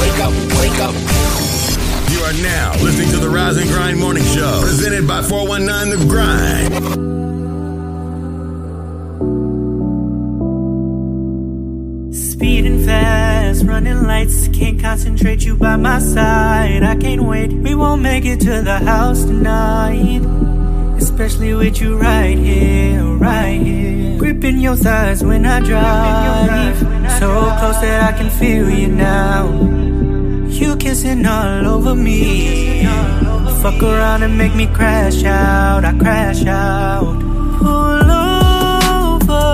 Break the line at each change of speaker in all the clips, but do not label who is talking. Wake up, wake up.
You are now listening to the Rise and Grind Morning Show, presented by 419 The Grind.
Speeding fast, running lights, can't concentrate you by my side. I can't wait, we won't make it to the house tonight. Especially with you right here, right here. Gripping your thighs when I drive. So close that I can feel you now. You kissing all over me. Fuck around and make me crash out, I crash out. Pull over.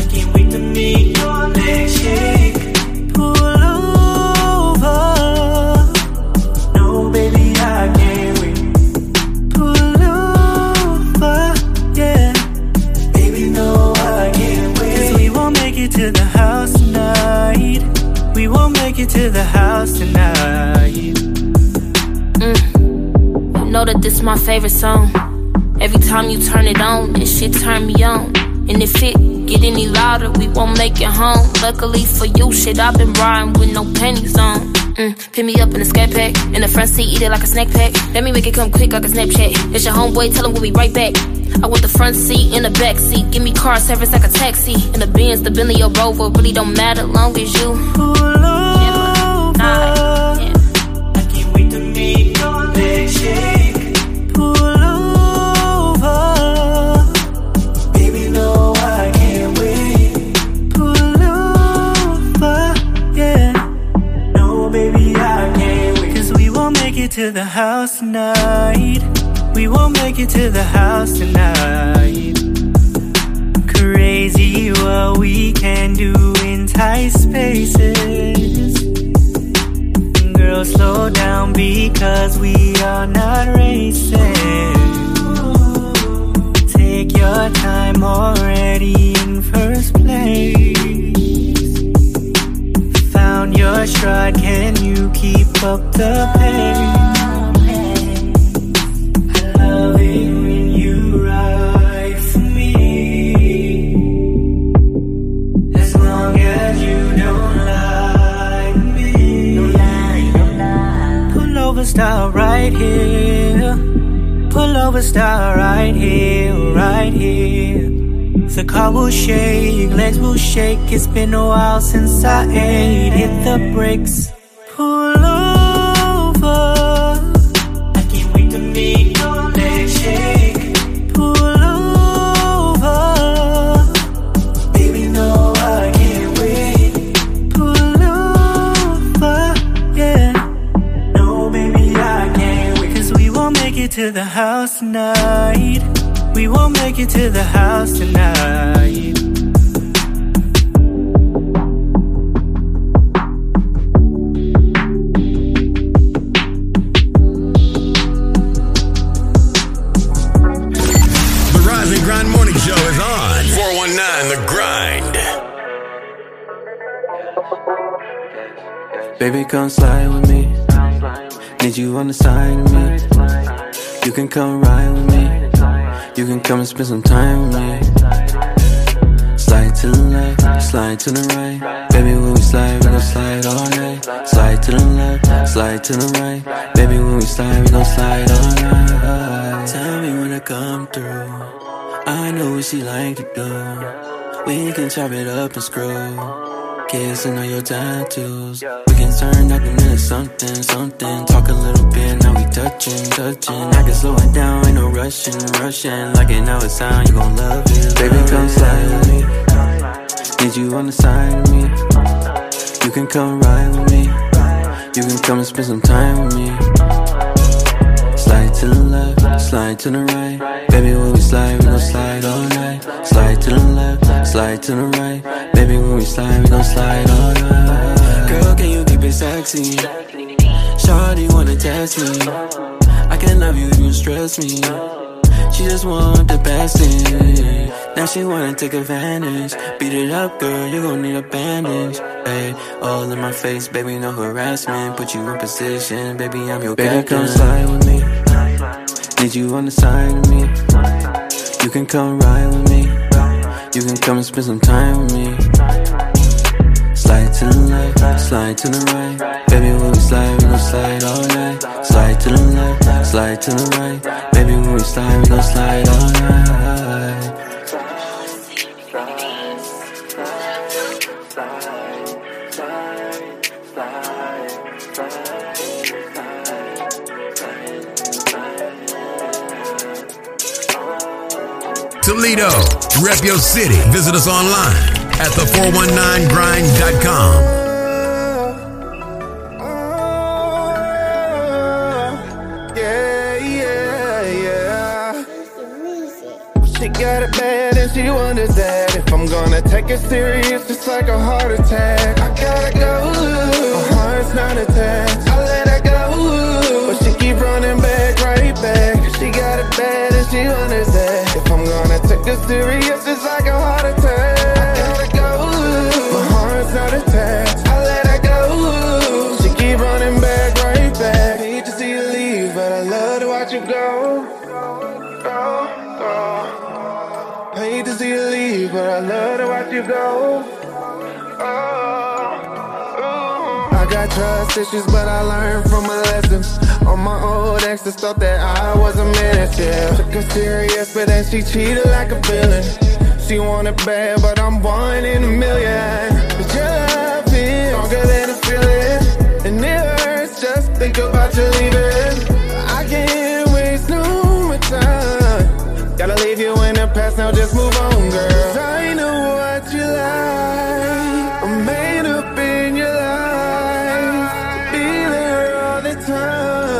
I can't wait to meet your next shake. Pull over. No, baby, I can't wait. Pull over, yeah. Baby, no, I can't wait. 'Cause we won't make it to the house tonight. We won't make it to the house tonight.
You know that this my favorite song. Every time you turn it on, this shit turn me on. And if it get any louder, we won't make it home. Luckily for you, shit, I've been riding with no panties on. Mm, pick me up in a scat pack, in the front seat, eat it like a snack pack. Let me make it come quick like a Snapchat. It's your homeboy, tell him we'll be right back. I want the front seat and the back seat. Give me car service like a taxi. In the Benz, the Bentley, or Rover, really don't matter long as you.
Pull over.
Nah, yeah.
I can't wait to meet your next shake. Pull over. Baby, no, I can't wait. Pull over, yeah. No, baby, I can't wait. Cause we won't make it to the house tonight. We won't make it to the house tonight. Crazy what we can do in tight spaces. Girl, slow down because we are not racing. Take your time already in first place. Found your stride, can you keep up the pace? I love it when you ride for me. As long as you don't lie to me. Pull over, stop right here. Pull over, stop right here, right here. The car will shake, legs will shake. It's been a while since I ate. Hit the brakes. Pull over. I can't wait to make your legs shake. Pull over. Baby, no, I can't wait. Pull over, yeah. No, baby, I can't wait. Cause we won't make it to the house tonight. We won't make it to the house tonight.
The Rise and Grind Morning Show is on 419 The Grind.
Baby, come slide with me. Need you on the side of me. You can come ride with me. You can come and spend some time with me. Slide to the left, slide to the right. Baby, when we slide, we gon' slide all night. Slide to the left, slide to the right. Baby, when we slide, we gon' slide all night. Tell me when I come through. I know what she like to do. We can chop it up and screw. Kissing all your tattoos. We can turn nothing into something, something. Talk a little bit, now we touching, touching. I can slow it down, ain't no rushing, rushing. Like an hour sound, you gon' love it. Baby, come slide with me. Need you on the side of me. You can come ride with me. You can come and spend some time with me. Slide to the left, slide to the right. Baby, when we slide, we gon' slide all night. Slide to the left, slide to the right. Baby, when we slide, we gon' slide all night. Girl, can you keep it sexy? Shawty wanna test me. I can love you if you stress me. She just want the best in. Now she wanna take advantage. Beat it up, girl, you gon' need a bandage. Hey, all in my face, baby, no harassment. Put you in position, baby, I'm your baby. Come slide with me. Need you on the side of me. You can come ride with me. You can come and spend some time with me. Slide
to
to
the left, slide to the right. Baby, when we slide, we gon' slide all night. Slide to the left, slide to the right. Baby, when we slide, we gon' slide all night.
Toledo, rep your city. Visit us online at the419grind.com.
Yeah, yeah, yeah. She got it bad and she wonders that if I'm gonna take it serious, it's like a heart attack. I gotta go. My heart's not attached. I let her go, but she keep running back, right back. She got it bad and she wonders that if I'm gonna take it serious, it's like a heart attack. I gotta go. My heart's not attached. I let her go. She keep running back, right back. Hate to see you leave, but I love to watch you go. Go, go. Hate to see you leave, but I love to watch you go. I got trust issues, but I learned from my lessons. On my old exes, thought that I was a menace, yeah. Took her serious, but then she cheated like a villain. She wanted bad, but I'm one in a million. But your love is stronger than a feeling. And it hurts, just think about you leaving. I can't waste no more time. Gotta leave you in the past, now just move on, girl. 'Cause I know what you like. I'm made up in your life. To be there all the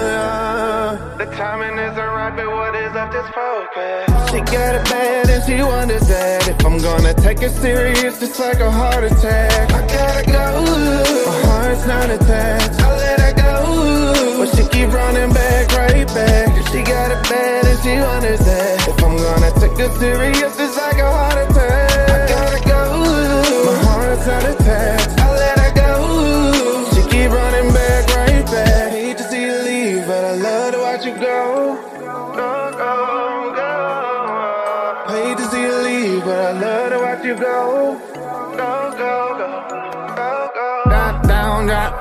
time. The timing isn't right, but what is up this focus? She got it bad and she wonders that if I'm gonna take it serious, it's like a heart attack. I gotta go. My heart's not attached. I let her go. But she keep running back, right back. She got it bad and she wonders that if I'm gonna take it serious, it's like a heart attack. I gotta go. My heart's not attached. I let her go. She keep running back, right back. Hate to see you leave, but I love to watch you go. Go, go, go. Hate to see you leave, but I love to watch you go. Go, go, go. Go, go. Drop down, drop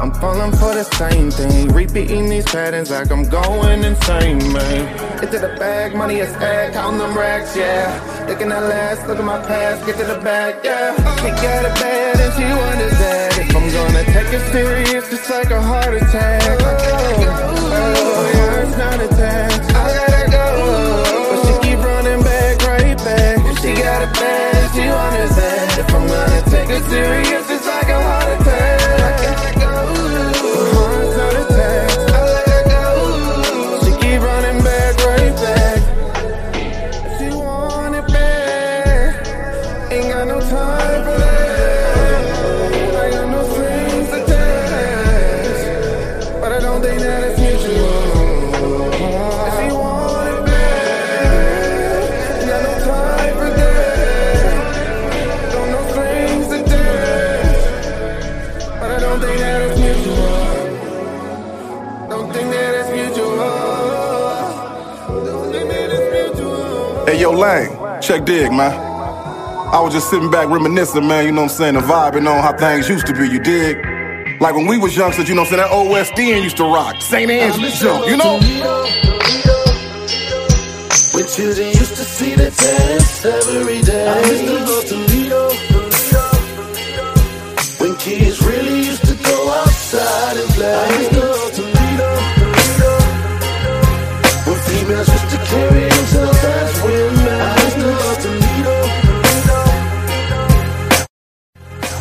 I'm falling for the same thing. Repeating these patterns like I'm going insane, man. Get to the bag, money is egg, count them racks, yeah. Looking at last, look at my past, get to the back, yeah. She got it bad and she wonders that if I'm gonna take it serious, it's like a heart attack. I gotta go. My heart's not attached. I gotta go. But she keep running back, right back. She got it bad and she wonders that if I'm gonna take it serious, it's like a heart attack. I gotta go. My heart's not attached. I let her go. She keep running back, right back. She want it back. Ain't got no time for that. I got no strings attached. But I don't think that it's mutual. If she want it bad, ain't got no time for that. Don't no strings attached. But I don't think that it's mutual. Don't think that it's mutual. Don't think that it's mutual.
Hey, yo, Lang, check dig, man. I was just sitting back reminiscing, man, you know what I'm saying, and vibing on how things used to be, you dig? Like when we was youngsters, you know what I'm saying, that old West End used to rock, St. Anne's used to jump, you know?
With you, they used to see the test every day. I used to go to Lido, When kids really used to go outside and play. I used to go to Lido, When females used to carry themselves as women. I used to go to Lido,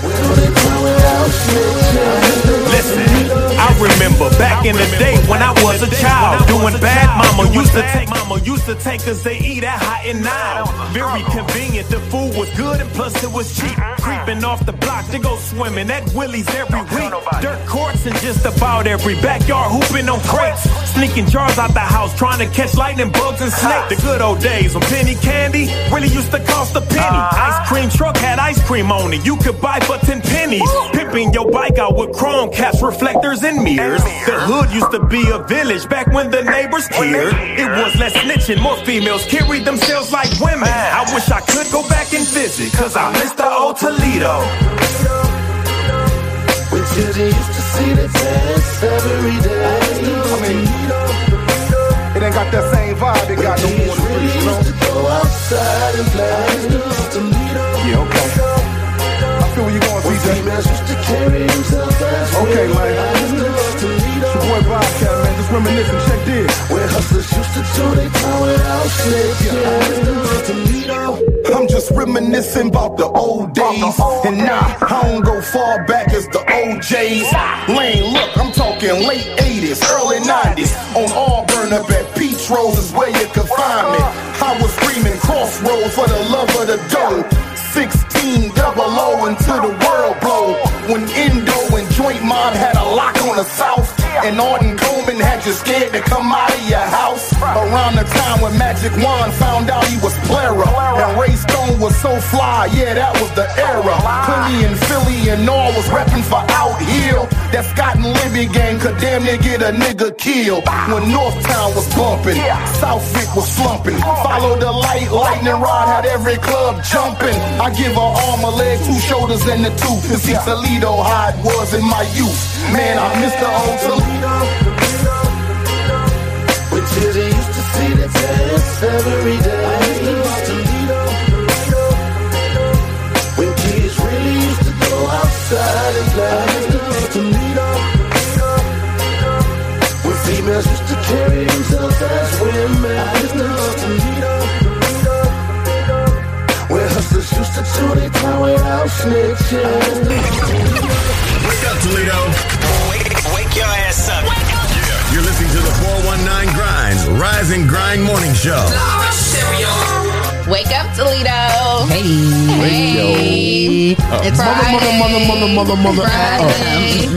When they throw it out, snitching.
Listen, I remember back in the day when I was a child doing bad bad mama used to take mama used to take us to eat at hot and now. Very convenient. The food was good and plus it was cheap. Creeping off the block to go swimming at Willie's every week. Dirt courts and just about every backyard hooping on crates. Sneaking jars out the house trying to catch lightning bugs and snakes. The good old days when penny candy really used to cost a penny. Ice cream truck had ice cream on it. You could buy for ten pennies. Pimping your bike out with chrome caps, reflectors, and mirrors. The hood used to be a village back when the neighbors cared. It was less snitching, more females carried themselves like women. I wish I could go back and visit, cause I miss the old Toledo.
We children used to see the test every day. I mean,
It ain't got that same vibe it got no more than free, you know?
go outside and play.
Yeah, okay. I feel where you going, CJ.
Females used to carry themselves as
Okay, man.
Toledo.
It's your boy Bobcat, man. Just reminiscing. Check this.
Where hustlers used to do they town without slick. Yeah, Toledo.
I'm just reminiscing about the old days. And nah, I don't go far back as the OJs. Lane, look, I'm talking late 80s, early 90s. On Auburn up at Peach Rose is where you could find me. I was screaming crossroads for the love of the dough. 16 double O until the world blow. When Indo and Joint Mob had a lock on the south. And Arden Coleman had you scared to come out of your house. Around the time when Magic Wand found out he was plera. And Ray Stone was so fly, yeah, that was the era. Clinty and Philly and all was repping for Out Hill. That Scott and Libby gang could damn near get a nigga killed. When Northtown was bumping, Southwick was slumping. Follow the light, lightning rod had every club jumping. I give her arm, a leg, two shoulders, and a tooth to see Toledo how it was in my youth. Man, I miss the old Toledo.
We children used to see the test every day. Toledo. When kids really used to go outside and play. Toledo. When females used to carry themselves as women. Toledo. When hustlers used to do their time without snitching.
Wake up, Toledo.
Wake, wake your ass up.
Yeah, you're listening to the 419 Grind, Rise and Grind Morning Show.
Wake up, Toledo. Hey. It's
Uh,
Friday.
mother, mother, mother, mother, mother.
Friday.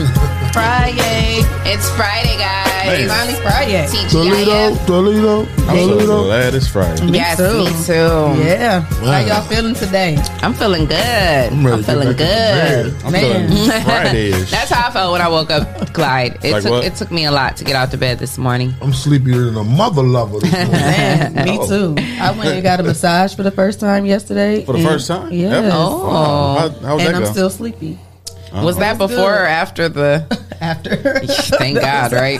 Friday. It's Friday, guys.
Finally Friday.
TGIF.
Toledo, Toledo, Toledo.
glad it's Friday.
Yes, me too.
Yeah. How y'all feeling today?
I'm feeling good.
I'm
I'm,
ready to get
feeling
back to
good.
the bed. I'm
Man.
feeling Friday-ish.
That's how I felt when I woke up, Clyde. It
Like
took
what?
it took me a lot to get out to bed this morning.
I'm sleepier than a mother lover this morning.
Man, me
Oh.
too. I went and got a massage for the first time yesterday.
For the
and-
first time?
Yeah.
Ever?
Oh.
Wow. How, how was
and
that
I'm
go?
still sleepy
Was that
That's
before or
good.
after the?
after.
Thank God, right?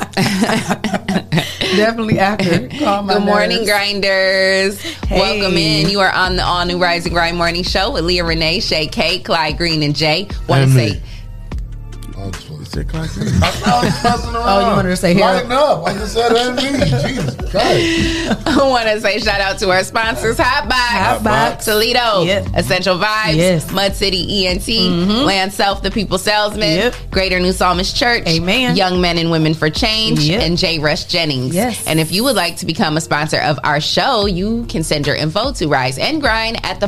Definitely after. Calm my
Good morning,
nerves.
grinders.
Hey.
Welcome in. You are on the all new Rising Grind Morning Show with Leah Renee, Shay K, Clyde Green, and Jay. Want to
And me.
say
I was fucking- I was fussing
Oh,
around.
Oh, you wanted to say here-
Lighten up. I just said that me. Jesus Christ.
want to say shout out to our sponsors, Hotbox,
Hotbox.
Toledo,
Yep.
Essential Vibes,
Yes. Mm-hmm.
Mud City ENT, Land Self, the People Salesman,
Yep.
Greater New Psalmist Church,
Amen.
Young Men and Women for Change,
Yep.
and J. Rush Jennings.
Yes.
And if you would like to become a sponsor of our show, you can send your info to Rise and Grind at the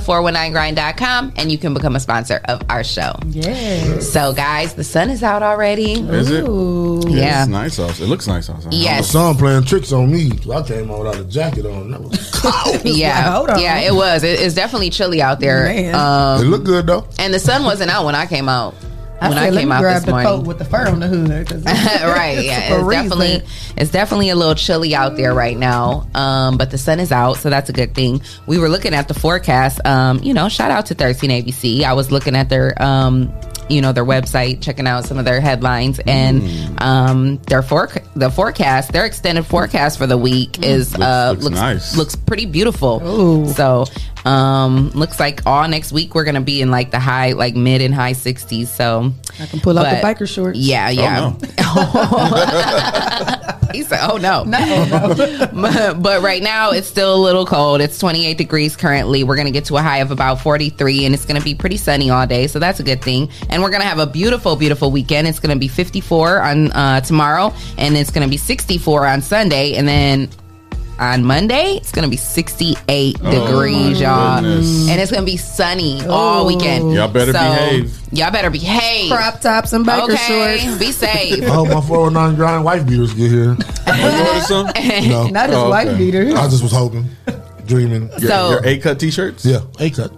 419grind.com and you can become a sponsor of our show.
Yes.
So, guys, the sun is out already.
Is it?
Ooh.
Yeah.
It's nice outside. It looks nice outside.
Yes.
Some playing tricks on me. I came out without a jacket on. That was,
Yeah.
Hold on.
Yeah, it was. It, it's definitely chilly out there.
Man.
Um,
it looked good though.
and the sun wasn't out when I came out.
I
when
said,
I
let
came
me
out
grab
this
the coat
morning.
with the fur on the hood. 'cause-
right. Yeah.
for
It's
a reason.
definitely it's definitely a little chilly out there right now. Um, but the sun is out, so that's a good thing. We were looking at the forecast. Um, you know, shout out to 13 ABC. I was looking at their um you know their website, checking out some of their headlines, and um, their forec the forecast, their extended forecast for the week is uh,
looks nice.
looks pretty beautiful.
Ooh.
So Um, looks like all next week we're gonna be in like the high, like mid and high sixties. So I can
pull out the biker shorts.
Yeah, yeah.
Oh,
he said, "Oh no, but, but right now it's still a little cold. It's 28 degrees currently. We're gonna get to a high of about 43, and it's gonna be pretty sunny all day. So that's a good thing. And we're gonna have a beautiful, beautiful weekend. It's gonna be 54 on uh, tomorrow, and it's gonna be 64 on Sunday, and then on Monday. It's gonna be 68
Oh,
degrees,
my
y'all,
goodness.
and it's gonna be sunny all weekend.
Y'all better behave.
Y'all better behave.
Crop tops and biker
okay,
shorts.
Be safe.
I hope Oh, my 409 grind wife beaters get here. No.
Not his wife beaters.
Oh, I just was hoping, dreaming.
Your- So- your
A cut t shirts? Yeah, A cut.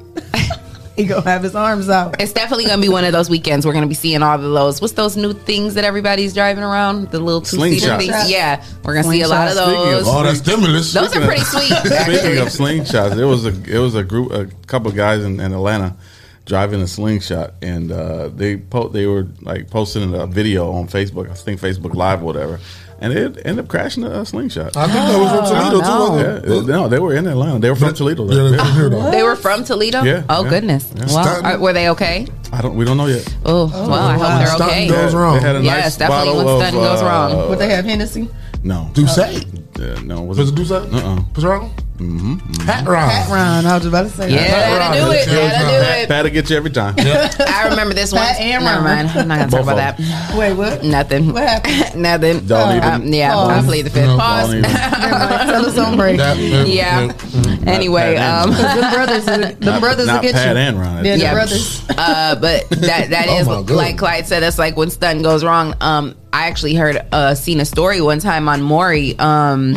He gonna have his arms out. It's definitely gonna be one of those weekends. We're gonna be seeing all of those. What's those new things that everybody's driving around? The little two seater
Slingshots.
things. Yeah, we're gonna see a lot of
Speaking
those.
Oh,
all that stimulus.
Those are pretty sweet.
Speaking of slingshots, there was a it was a group, a couple guys in, in Atlanta driving a slingshot, and uh, they po- they were like posting a video on Facebook, I think Facebook Live, or whatever, and it ended up crashing a, a slingshot.
I think that was
Oh,
from Toledo, too,
no.
wasn't it?
Yeah, it- no, they were in Atlanta. They were from Toledo. Yeah,
They were from Toledo.
Yeah,
oh
yeah,
goodness.
yeah.
Wow.
Stunting.
Are- were they okay?
I don't. We don't know yet.
Oh, well, I hope they're
Stunting
okay.
goes wrong. They had a
yes,
nice
definitely.
bottle
When
of,
stunting goes
uh,
wrong,
Would they have Hennessy?
No.
Doucet?
Uh, no. Was,
Was
it
it Doucet?
Uh uh
Patron?
Mm-hmm.
Pat Ron.
Pat Ron. I was about to say.
Yeah,
that.
that'll
do it. That'll do it.
Pat'll get you every time.
I remember this one.
Pat and
Never
Ron.
mind. I'm not gonna talk
Both
about
of
that.
Wait, what?
Nothing.
What happened?
Nothing.
Don't even-
Um, yeah, I
Pause.
played the fifth.
No,
Pause.
don't even.
Tell us on break.
yeah. Anyway, um,
the brothers, the
Not-
brothers will
not
get
Pat
you.
and Ron.
Yeah, the
Yeah.
brothers.
uh, but that that
Oh
is
my goodness.
like Clyde said. That's like when stun goes wrong. Um, I actually heard uh, seen a story one time on Maury. Um,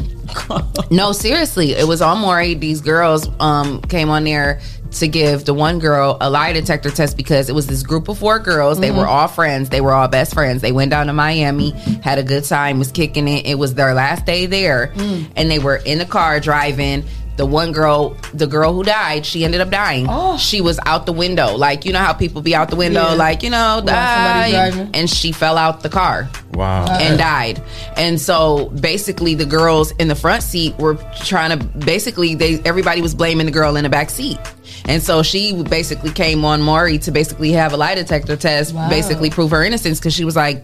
no, seriously, it was on Maury. These girls um came on there to give the one girl a lie detector test because it was this group of four girls. They were
Mhm.
all friends. They were all best friends. They went down to Miami, had a good time, was kicking it. It was their last day there,
Mm-hmm.
Mm. and they were in the car driving. The one girl, the girl who died, she ended up dying. She was out the window. Like, you know how people be out the window,
Oh. Yeah.
like, you know,
somebody
die.
driving.
And she fell out the car
Wow.
and died. And so basically the girls in the front seat were trying to basically they everybody was blaming the girl in the back seat. And so she basically came on Maury to basically have a lie detector test,
Wow.
basically prove her innocence because she was like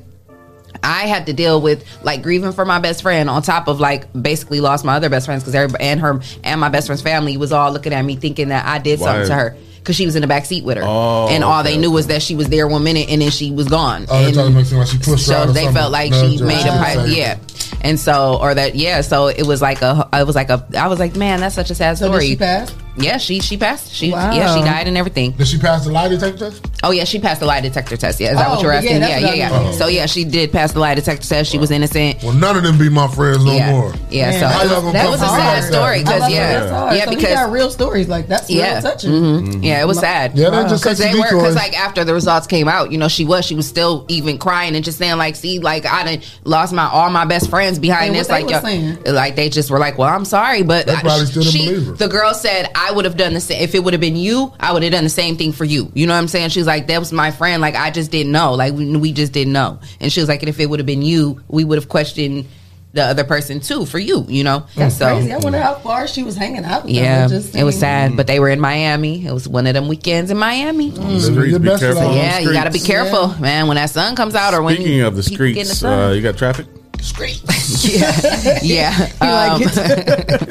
I had to deal with like grieving for my best friend on top of like basically lost my other best friends because everybody and her and my best friend's family was all looking at me thinking that I did something
Why?
to her because she was in the back seat with her
Oh,
and all they
okay,
knew was that she was there one minute and then she was gone.
Oh, they
And-
tried to make it seem like she pushed her
so
out or
they
something.
felt like
No,
she
just-
made a
just
pipe,
saying.
yeah. And so, or that, yeah. So it was like a, I was like a, I was like, man, that's such a sad
So
story.
did she pass?
Yeah, she she passed. She
Wow.
yeah, she died and everything.
Did she pass the lie detector test?
Oh yeah, she passed the lie detector test. Yeah, is that
Oh,
what you're
yeah,
asking?
that's
Yeah,
what
yeah,
I
yeah.
mean.
So yeah, she did pass the lie detector test. She was innocent.
Well, none of them be my friends no
Yeah.
more.
Yeah, so
How y'all gonna
that
come
was a
for me
sad
like that?
story, 'cause,
That's-
yeah.
that's hard.
Yeah,
So he
because-
got real stories like that's
Yeah,
real touching.
Mm-hmm.
mhm. yeah, it was
My-
sad.
Yeah, they just
because
such
they were
decoys.
because like after the results came out, you know, she was she was still even crying and just saying like, see, like I done lost my all my best friends behind
And
this,
what
like
they
yo-
was saying.
like they just were like, well, I'm sorry, but
They probably
I-
still didn't
she,
believe her.
the girl said I would have done the same if it would have been you, I would have done the same thing for you. You know what I'm saying? She was like, that was my friend, like I just didn't know, like we, we just didn't know, and she was like, and if it would have been you, we would have questioned the other person too for you, you know?
That's
so,
crazy. I wonder how far she was hanging out. With them.
yeah,
It
it,
just Mm.
was
seemed-
sad, but they were in Miami. It was one of them weekends in Miami.
Mm.
streets, Your be best careful life. on the
yeah, you got to be
streets.
careful, man. When that sun comes out, or when
Speaking
you-
of the
people get in
streets,
sun.
uh, you got traffic.
yeah, yeah, um,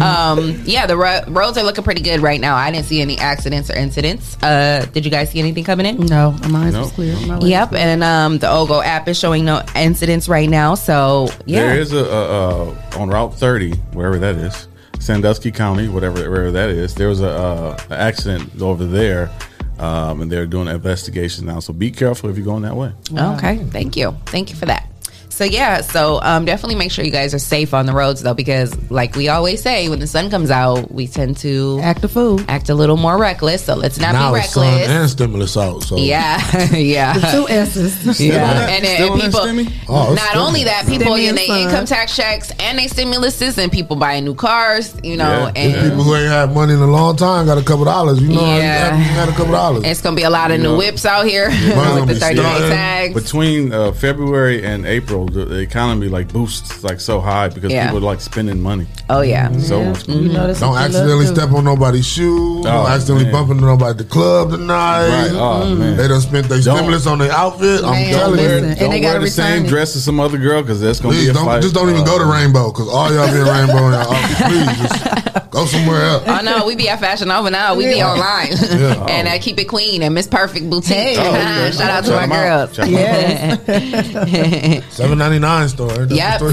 um, yeah. The ro- roads are looking pretty good right now. I didn't see any accidents or incidents. Uh, did you guys see anything coming in?
No, my eyes
No.
was clear. My legs
Yep, and um, the Ogo app is showing no incidents right now. So yeah,
There is a, a, a on Route 30, wherever that is, Sandusky County, whatever wherever that is. There was a, uh an accident over there, um, and they're doing an investigation now. So be careful if you're going that way.
Okay. Thank you. Thank you for that. So yeah, so um, definitely make sure you guys are safe on the roads though, because like we always say, when the sun comes out, we tend to
act a fool,
act a little more reckless. So let's not
now
be
it's sun
reckless.
and stimulus out. So
Yeah, yeah.
The two S's.
Yeah,
Still on that-
and, then- and
still on that
people.
stimmy? Oh, it's
not
stimmy.
only that, people
Stimmy
in
and
their
sun.
income tax checks and they stimuluses, and people buying new cars. You know,
There's
and
people who ain't had money in a long time got a couple dollars. You know, I
Yeah.
haven't had a couple dollars.
it's gonna be a lot of
You
new
know.
whips out here
Mine's
with
gonna
the
be
thirty day
stunned.
tags.
Between uh, February and April, the, the economy like boosts like so high because
Yeah.
people like spending money.
Oh yeah.
Mm-hmm. So much money.
Don't accidentally step on nobody's shoe.
Oh,
don't accidentally
man.
bump into nobody at the club tonight.
Right. Oh,
Mm-hmm.
Mm. man.
They done spent their
Don't-
stimulus on their outfit. I'm
Man,
telling
don't
you.
wear, don't wear the same dress uh, as some other girl because that's gonna
Please
be a
don't
fight.
just don't even go to Rainbow because all y'all be in Rainbow and y'all, please just go somewhere else.
Oh no, we be at Fashion Over now. We be
Yeah.
online
Yeah.
and uh, keep it clean and Miss Perfect Boutique.
Hey. Oh, okay.
Shout out to
Shout
my
'em out.
girls.
Shout 'em out. Seven ninety nine store. That's
Yep, $7.99
the store.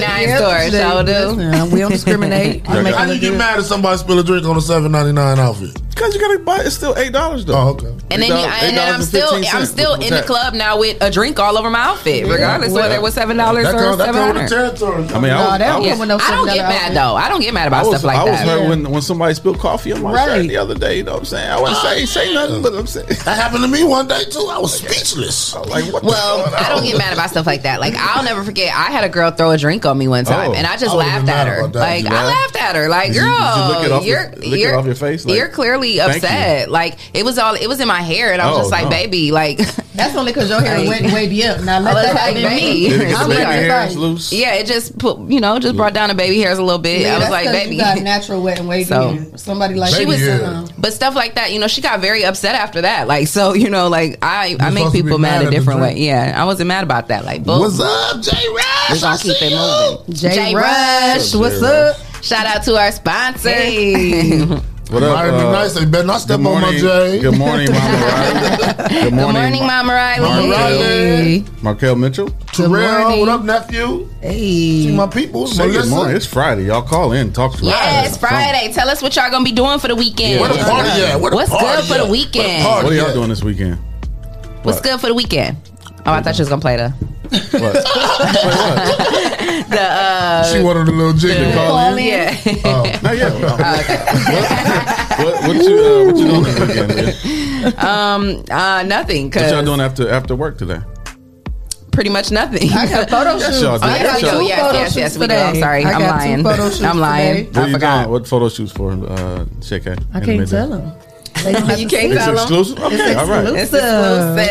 Yep, store, yep, show do. listen, we don't discriminate. We make
How
it
do you
look
get
good.
mad if somebody spill a drink on a seven ninety nine outfit?
Because you gotta buy Uh, it's still eight dollars though.
Oh, okay.
And then, you, and then I'm still I'm still in the club now with a drink all over my outfit,
Yeah.
regardless
Well,
whether it was seven dollars
that
or
come- that
seven
come with
hundred.
the territory.
I mean, I was- I was-
I don't get mad though. I don't get mad about
I was,
stuff like
I was
that.
hurt when, when somebody spilled coffee on my shirt
Right.
the other day. You know what I'm saying? I wasn't saying say nothing, but I'm saying that
happened to me one day too. I was speechless.
like what?
Well, I don't get mad about stuff like that. Like I'll never forget, I had a girl throw a drink on me one time,
Oh.
and I just
I would've
laughed
been
at
mad
her.
about that.
Like
Did you
I
laugh?
laugh at her. Like
Did you-
girl,
did you lick it off your-
you're
lick it
you're
off your face? Like,
you're clearly
thank you.
upset. Like it was all it was in my hair, and I was
Oh,
just like,
no.
baby, like
That's only because your hair went way be up. Now
I
let
was
that
like,
happen to
baby.
me.
Did it get the
I'm
baby
like,
hairs
right.
loose?
yeah, it just put you know just brought down the baby hairs a little bit.
Yeah,
I was
that's
like,
'cause
baby,
you got natural wet and wavy.
So-
hair. somebody like
she
you,
was,
uh-uh.
but stuff like that, you know, she got very upset after that. Like, so you know, like I, I make
supposed to be
people
mad
mad
at
a
the
different
drink.
way. Yeah, I wasn't mad about that. Like, boom.
What's up, J Rush?
We're gonna keep it moving.
J
J
Rush,
Rush, what's
J
up? Shout out to our sponsor.
What up?
Might be
uh,
nice. They better not step
good
on my
morning-
J.
Good morning, Mama Riley. Good
Good morning,
Ma-
Mama
Mama
Riley.
Riley. Markel Mitchell.
Terrell, what up, nephew?
Hey,
See my people,
Say good
Melissa.
morning. It's Friday. Y'all call in. Talk to
Yeah,
Friday.
it's Friday. Tell us what y'all gonna be doing for the weekend.
Where the party at? Where the
What's
party
good for
at?
the weekend?
What are y'all doing this weekend?
What's good for the weekend? Oh, I thought she was gonna play the the uh,
She wanted a little jiggy.
the-
Call in.
yeah.
No, yeah. what, what you uh, what you doing this weekend? Leah?
um, uh, nothing.
What y'all
Cause
doing after after work today?
pretty much nothing. I
got photo
Yes, shoots. y'all do.
Oh, yes,
Yes,
we
y'all
do.
do.
Yes, yes, yes, we do. I'm
today.
sorry.
I
I'm
got two
lying.
photo shoots
I'm lying.
What
I
you
forgot.
doing? What photo shoots for uh, Shay K?
I can't tell them.
You can't
It's
tell them.
exclusive? Okay, all right.
It's exclusive.
What
Y'all gonna have
y'all,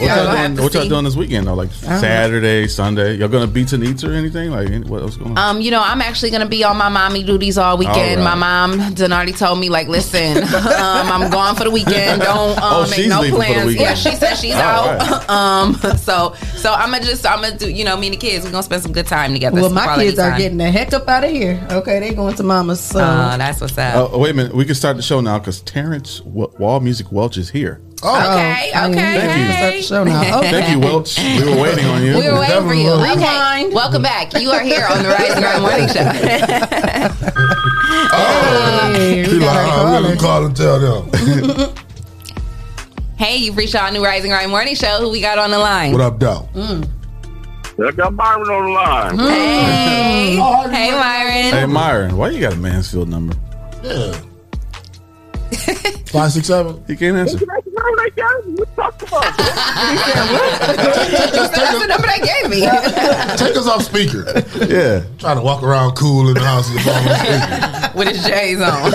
doing,
to
what y'all
see.
doing this weekend though? Like
don't know.
Saturday, Sunday? Y'all going to beats and eats or anything? Like any- what else going on?
Um, you know, I'm actually gonna be on my mommy duties all weekend.
All right.
My mom Denardi told me, like, listen, um, I'm gone for the weekend. Don't um,
Oh,
make
she's
no
leaving for the
plans.
weekend.
Yeah, she said she's
All
out. um, so so I'm gonna just I'm gonna do you know me and the kids we're gonna spend some good time together.
well,
some
my
quality
kids are
time.
getting the heck up out of here. Okay, they going to mama's. So
Uh, that's what's up.
Oh, wait a minute. We can start the show now because Terrence w- Wall Music Welch is here.
okay,
Oh. I mean,
okay,
we
okay.
can start the show now. Okay.
Thank you, Welch. We were waiting on you.
We were waiting for you.
Definitely.
Okay, welcome back. You are here on the Rising Ground Morning Show.
She like, oh, I'm gonna call and tell them.
Hey, you've reached our new Rising Ground Morning Show. Who we got on the line? Mm.
What up, Dow?
I got Byron on the line.
Hmm. Hey, hey,
Hey,
Myron.
Myron, why you got a Mansfield number?
Yeah. Five six seven.
He can't answer.
That's the number they gave me.
Take us off speaker.
Yeah.
Trying to walk around cool in the house with the phone on speaker.
With his J's on.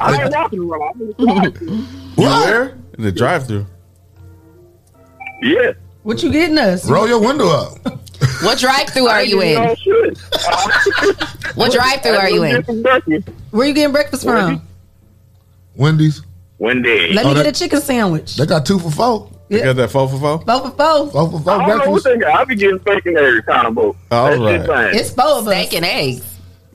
I ain't walking around.
Where? In the drive thru.
Yeah.
What you getting us?
Roll your window up.
What drive through are you in? What drive through are you in?
Where you getting breakfast from?
Oh, Wendy's.
Wendy.
Let
Oh,
me get
that-
a chicken sandwich.
They got two for four.
You got that four for four?
Four for four.
I
Four for four
don't know what
breakfast.
they got. I be getting stationary combo.
All
That shit
right.
fine.
It's four of us.
Steak and eggs.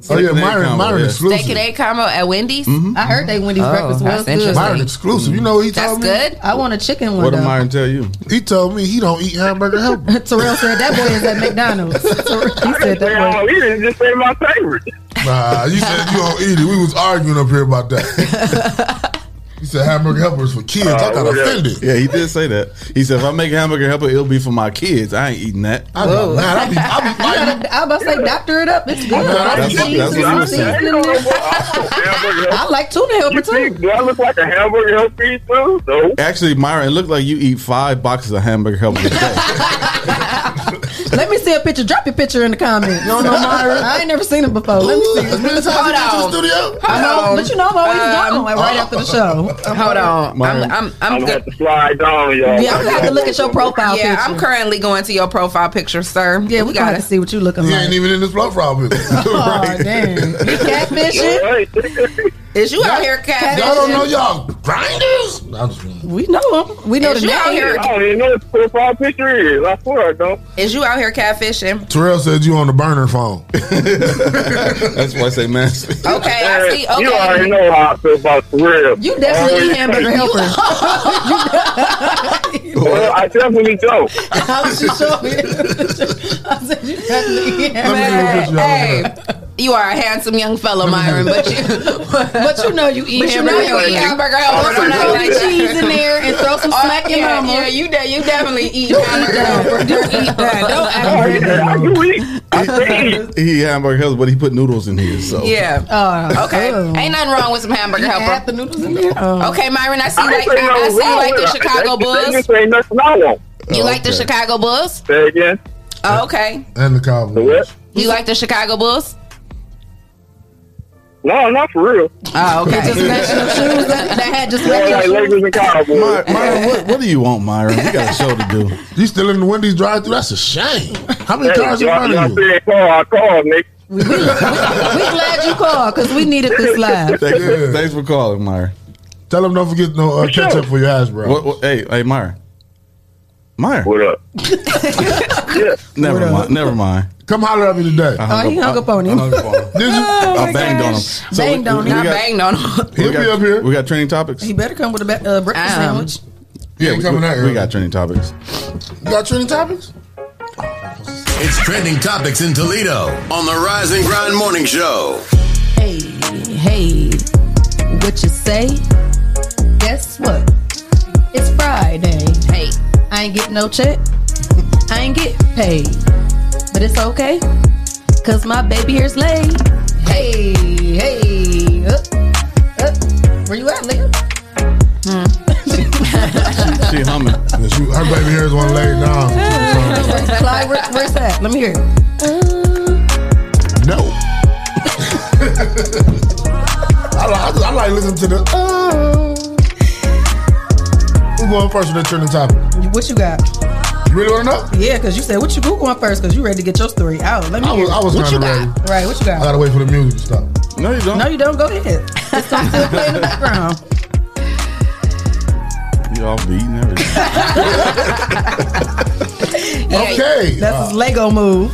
Oh yeah,
Steak and egg
Myron,
combo,
Myron
yeah.
exclusive.
Steak and egg combo at Wendy's.
I heard they Wendy's
Oh,
breakfast was
that's interesting.
good.
Myron exclusive. You know what he
That's
told me?
good.
I want a chicken one.
What did
though.
Myron tell you?
He told me he don't eat hamburger helper.
Terrell said that boy is at McDonald's. Terrell- he
I didn't
said
say
that
I
boy.
don't eat it. It's just ain't my favorite.
nah, you said you don't eat it. We was arguing up here about that. You said hamburger helpers for kids. I got
Uh, yeah.
offended.
Yeah, he did say that. He said, if I make hamburger helper, it'll be for my kids. I ain't eating that.
I got mad. I be, I be fighting.
I was about to say, doctor it up. It's good.
That's-
I,
that's what- that's what he was saying.
uh,
I like tuna helper
You
too.
think, do I look like a hamburger helper too? No.
Actually, Myron, it looked like you eat five boxes of hamburger helper a day.
Let me see a picture. Drop your picture in the comments. No, no, Myron. I ain't never seen it before. Let me
Ooh,
see.
as many times
Hold
you went to the
on.
studio.
I know, but you know I'm always
Um,
uh,
gone right after the show.
Hold on.
Mine-
I'm, I'm,
I'm
I'm
gonna
good.
have to slide down, y'all.
Yeah, I'm gonna have to look at your profile
Yeah,
picture.
I'm
I'm currently going to your profile picture, sir. Yeah, we, gotta see
what you looking
He ain't even in this profile picture.
Oh, damn.
catfishing?
Is you out here
Cat-
catfishing?
Y'all don't know y'all grinders. I'm just-
We know him. We know
Is
the
you out here-
name.
I don't even know what the profile picture is. I swear I don't.
Is you out here catfishing?
Terrell said you on the burner phone.
That's why I say mess.
Okay, I see.
You already
Okay.
know how I feel about the real.
You definitely eat hamburger helper.
well, I definitely don't.
I was just showing you. I said you definitely eat hamburger
Man,
helper.
Hey, you are a handsome young fellow, Myron, but you,
But you know you eat
but you know
hamburger
you eat hamburger helper.
Put
or something
some
like that.
cheese in there and throw some
Oh,
smack in
yeah,
mama.
Yeah, you, de- you definitely eat
You eat
hamburger
that.
helper.
You eat that. Don't
Oh, yeah, you eat. I say eat.
he had hamburger helper, but he put noodles in his. So
Yeah.
Oh,
okay. Ain't nothing wrong with some hamburger helper.
Oh.
Okay, Myron, I see
I
like
ain't
I,
say
I
nothing
see you
wrong
like
with
the
it.
Chicago
They- they
Bulls.
just ain't nothing I want.
You like the
Okay.
Chicago Bulls?
Say again.
Oh, okay.
And the Cowboys.
You like the Chicago Bulls?
No, not for real.
Oh, okay.
Just matching the shoes that, that had just
Yeah, like
matching the shoes.
Lakers and Cowboys.
Myron, what, what do you want, Myron? We got a show to do.
You still in the Wendy's drive-thru? That's a shame. How many
Hey,
cars in
y'all,
front
y'all
of you?
said call, I called, Nick.
We glad you called because we needed this live.
Thanks,
Yeah.
thanks for calling, Myron.
Tell them don't forget no uh, ketchup for your hash brown.
What, what, hey, hey, Myron. Myron.
What up? yeah.
Never
What up?
mind. Never mind.
Come holler at me today.
I
Oh, he hung up on him. Oh,
I hung up on him.
Did you?
I banged on him. So
Banged on him.
Not
got-
banged on them.
We
He'll be
got,
up here.
we got training topics.
He better come with a be- uh, breakfast
Um,
sandwich.
Yeah,
ain't
we,
coming
we-
out
we
early.
got training topics.
You got trending topics?
It's trending topics in Toledo on the Rise and Grind Morning Show.
Hey, hey, what you say? Guess what? It's Friday.
Hey,
I ain't getting no check. I ain't get paid. But it's okay. Cause my baby here's late. Hey, hey. Up, up. Where you at, Leah?
She humming.
Yeah, she- her baby hair is one laid down. So,
Clyde, where, where's that? Let me hear it.
no. I, li- I, just- I like listening to the. Uh, who going first with the trending topic?
What you got?
You really want to know?
Yeah, because you said what you Google on first because you ready to get your story out. Let me
I
hear
was, I
it.
was
What
kind
you
of
got?
ready. Uh,
Right, what you
I
got?
gotta wait for the music to stop.
No, you don't.
No, you don't. Go ahead. It's gonna still play in the background.
You all be eating everything.
Okay,
That's
uh,
his Lego move.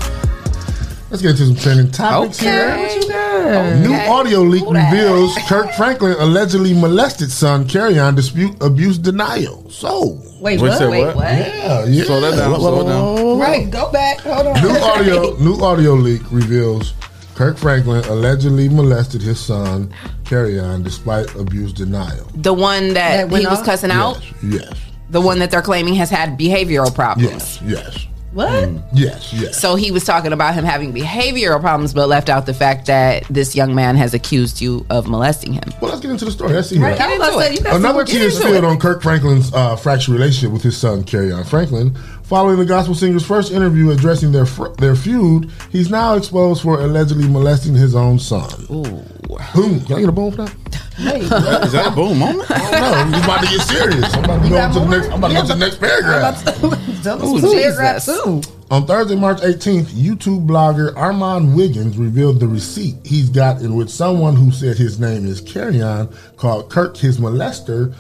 let's get to some trending topics here.
What you got?
New audio leak reveals Kirk Franklin allegedly molested son carry on dispute abuse denial. So,
Wait,
Wait,
what?
say
wait,
what?
what?
yeah, yeah.
Slow that down, slow it down.
Right, go back. Hold on.
New audio, new audio leak reveals Kirk Franklin allegedly molested his son carry on despite abuse denial.
The one
That
that,
went
he was
off?
cussing out,
Yes,
the one that they're claiming has had behavioral problems.
yes, yes,
What?
yes, yes.
So he was talking about him having behavioral problems, but left out the fact that this young man has accused you of molesting him.
Well, let's get into the story. Let's see here.
Right, I was about to say, you got
Another
somewhere
tear is spilled on Kirk Franklin's uh, fractured relationship with his son, Carry On Franklin. Following the gospel singer's first interview addressing their fr- their feud, he's now exposed for allegedly molesting his own son. Boom. Can I get a boom for that?
Is that a boom moment?
I don't know. I'm just about to get serious. I'm about to go to the
more?
next, I'm about to go to the next paragraph.
Tell us what you got, too.
On Thursday, March 18th, YouTube blogger Armand Wiggins revealed the receipt he's got in which someone who said his name is Carrion called Kirk his molester.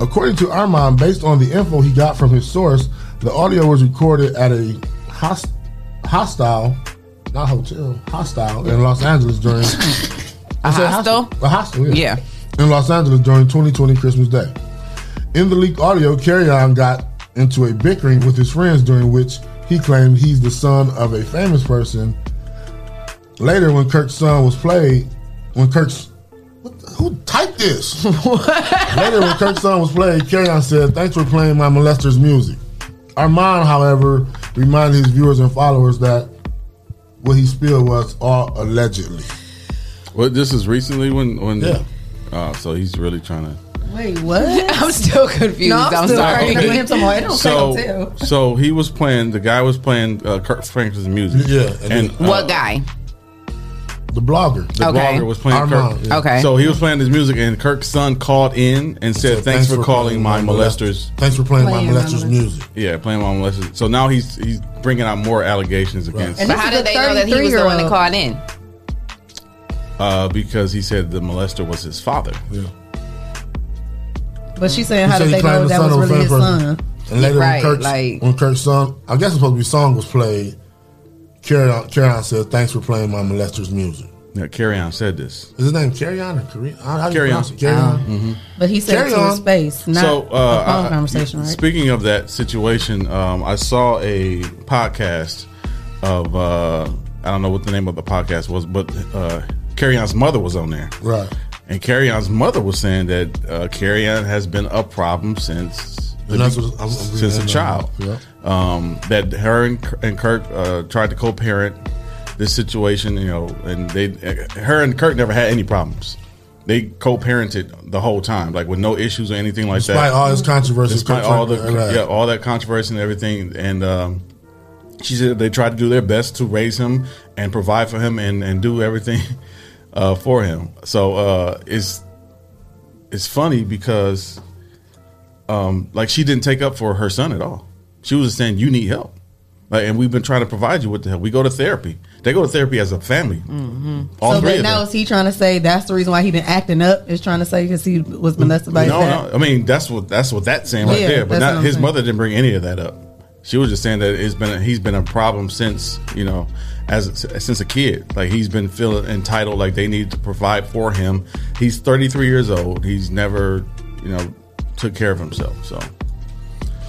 According to Armand, based on the info he got from his source, the audio was recorded at a host- hostile, not hotel, hostile in Los Angeles during. I said
hostel?
A hostel,
Yeah.
in Los Angeles during 2020 Christmas Day. In the leaked audio, Carry On got into a bickering with his friends during which he claimed he's the son of a famous person. Later, when Kirk's son was played, when Kirk's what the- who typed this? Later, when Kirk's son was played, Carry On said, "Thanks for playing my molester's music." Armand, however, reminded his viewers and followers that what he spilled was all allegedly.
Well, this is recently when when.
Yeah.
Oh, so he's really trying to.
Wait, what?
I'm still confused.
No,
I'm,
I'm still
sorry.
Hey, you him some more. It don't say
So,
hotel.
so he was playing. The guy was playing uh, Kirk Franklin's music.
Yeah, and
and, uh,
What guy?
the blogger.
The blogger was playing
Armand,
Kirk.
yeah.
So he was playing his music, and Kirk's son called in and said, "Thanks, for calling my molesters."
Thanks for playing,
Playing
my
my
molesters music.
Yeah, playing my molesters. So now he's he's bringing out more allegations against.
But how did they know that he was the one that called in?
Uh, because he said the molester was his father. Yeah.
But she's saying,
He
how
said
did
he
they
claimed
know
his
that
son
was really his
a famous
son?
person. And later,
Right,
when Kirk's
like-
when Kirk's song, I guess it's supposed to be song was played. Carry on, carry on said, "Thanks for playing my molesters music."
Now, Carry On said this.
Is his name Carry On or Carry On?
Carry On.
Carry On.
Mhm.
But he said
Carry
it to
on.
his face, not
so, uh,
a phone
I-
conversation, right?
Speaking of that situation, um, I saw a podcast of uh, I don't know what the name of the podcast was, but uh, Carrie Ann's mother was on there,
Right.
and Carrie Ann's mother was saying that uh, Carrie Ann has been a problem since the,
And that's what I'm- I'm
since a
reading that
child.
now.
Um, that her and, and Kirk uh, tried to co-parent this situation, you know, and they uh, her and Kirk never had any problems. They co-parented the whole time, like with no issues or anything like that.
Despite all his controversy,
despite
Kirk-
all the
right.
yeah, all that controversy and everything, and um, she said they tried to do their best to raise him and provide for him and and do everything uh, for him. So uh, it's it's funny because um, like she didn't take up for her son at all. She was saying you need help, like, and we've been trying to provide you with the help. We go to therapy. They go to therapy as a family. All
so, but
three of them.
now is he trying to say that's the reason why he been acting up? Is trying to say because he was molested by his
no,
dad?
no. I mean, that's what that's what that's saying right
Yeah,
there. But
that's what
not,
I'm
his
saying.
mother didn't bring any of that up. She was just saying that it's been a, he's been a problem since you know as since a kid. Like he's been feeling entitled. Like they need to provide for him. He's 33 years old. He's never you know took care of himself. So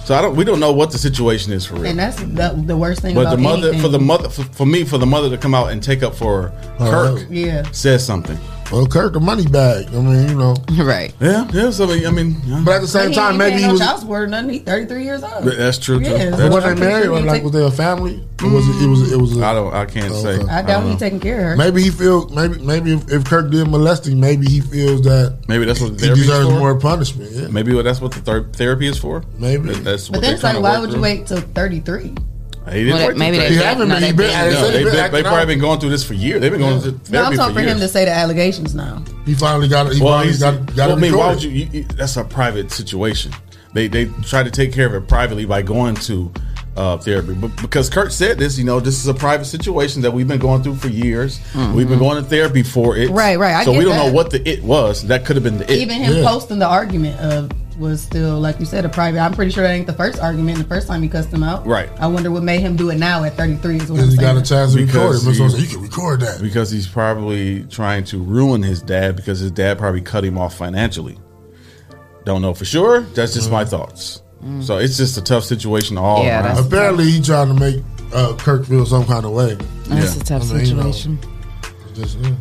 so I don't we don't know what the situation is for real.
And that's the, the worst thing
But
about
the mother
anything.
for the mother for, for me for the mother to come out and take up for Kirk
Yeah.
says something.
Well, Kirk, a money bag. I mean, you know,
right?
Yeah, yeah. So I mean,
but at the
But
same
he
time,
ain't
maybe
paying
he
no
was.
child support or nothing. He 33 years old.
Th- That's true. too.
Yeah,
That's
But were
true.
they married? Or, like, was they a family? Or was it? It was. It was. A,
I don't. I can't say.
I doubt he taking care of her.
Maybe he feel. Maybe maybe if, if Kirk did molest him, maybe he feels that
Maybe that's what
he
therapy is
deserves
for?
more punishment. Yeah.
Maybe that's what the ther- therapy is for.
Maybe
that's
But
what
then
they're
it's like,
trying to
why
work
would
through.
you wait till 33?
He didn't
Well,
work
maybe
through
they
therapy.
did- no, they did.
No,
They said they've
they've
been
been- they
acting
probably
out.
been going through this for years. They've been going through
No, I'm
therapy
talking
for
for him to
years.
say the allegations now.
He finally got. He
Well,
finally
he's
got. got
well,
it
I mean, why
recorded.
would you, you? you- That's a private situation. They they try to take care of it privately by going to uh, therapy. But because Kurt said this, you know, this is a private situation that we've been going through for years. We've been going to therapy for it.
Mm-hmm. Right, right. I
so we
get
don't know
that.
what the it was. That could have been the it.
Even him posting the argument of was still, like you said, a private. I'm pretty sure that ain't the first argument. The first time he cussed him out.
Right.
I wonder what made him do it now at 33 is what I'm
Because he got
saying.
a chance to record it.
Because
But so I
he-
said, you can record that.
Because he's probably trying to ruin his dad because his dad probably cut him off financially. Don't know for sure. That's just
Mm.
my thoughts. So it's just a tough situation all around.
Apparently, he tried to make uh, Kirk feel some kind of way.
That's Yeah. a tough
you know,
situation.
just, yeah.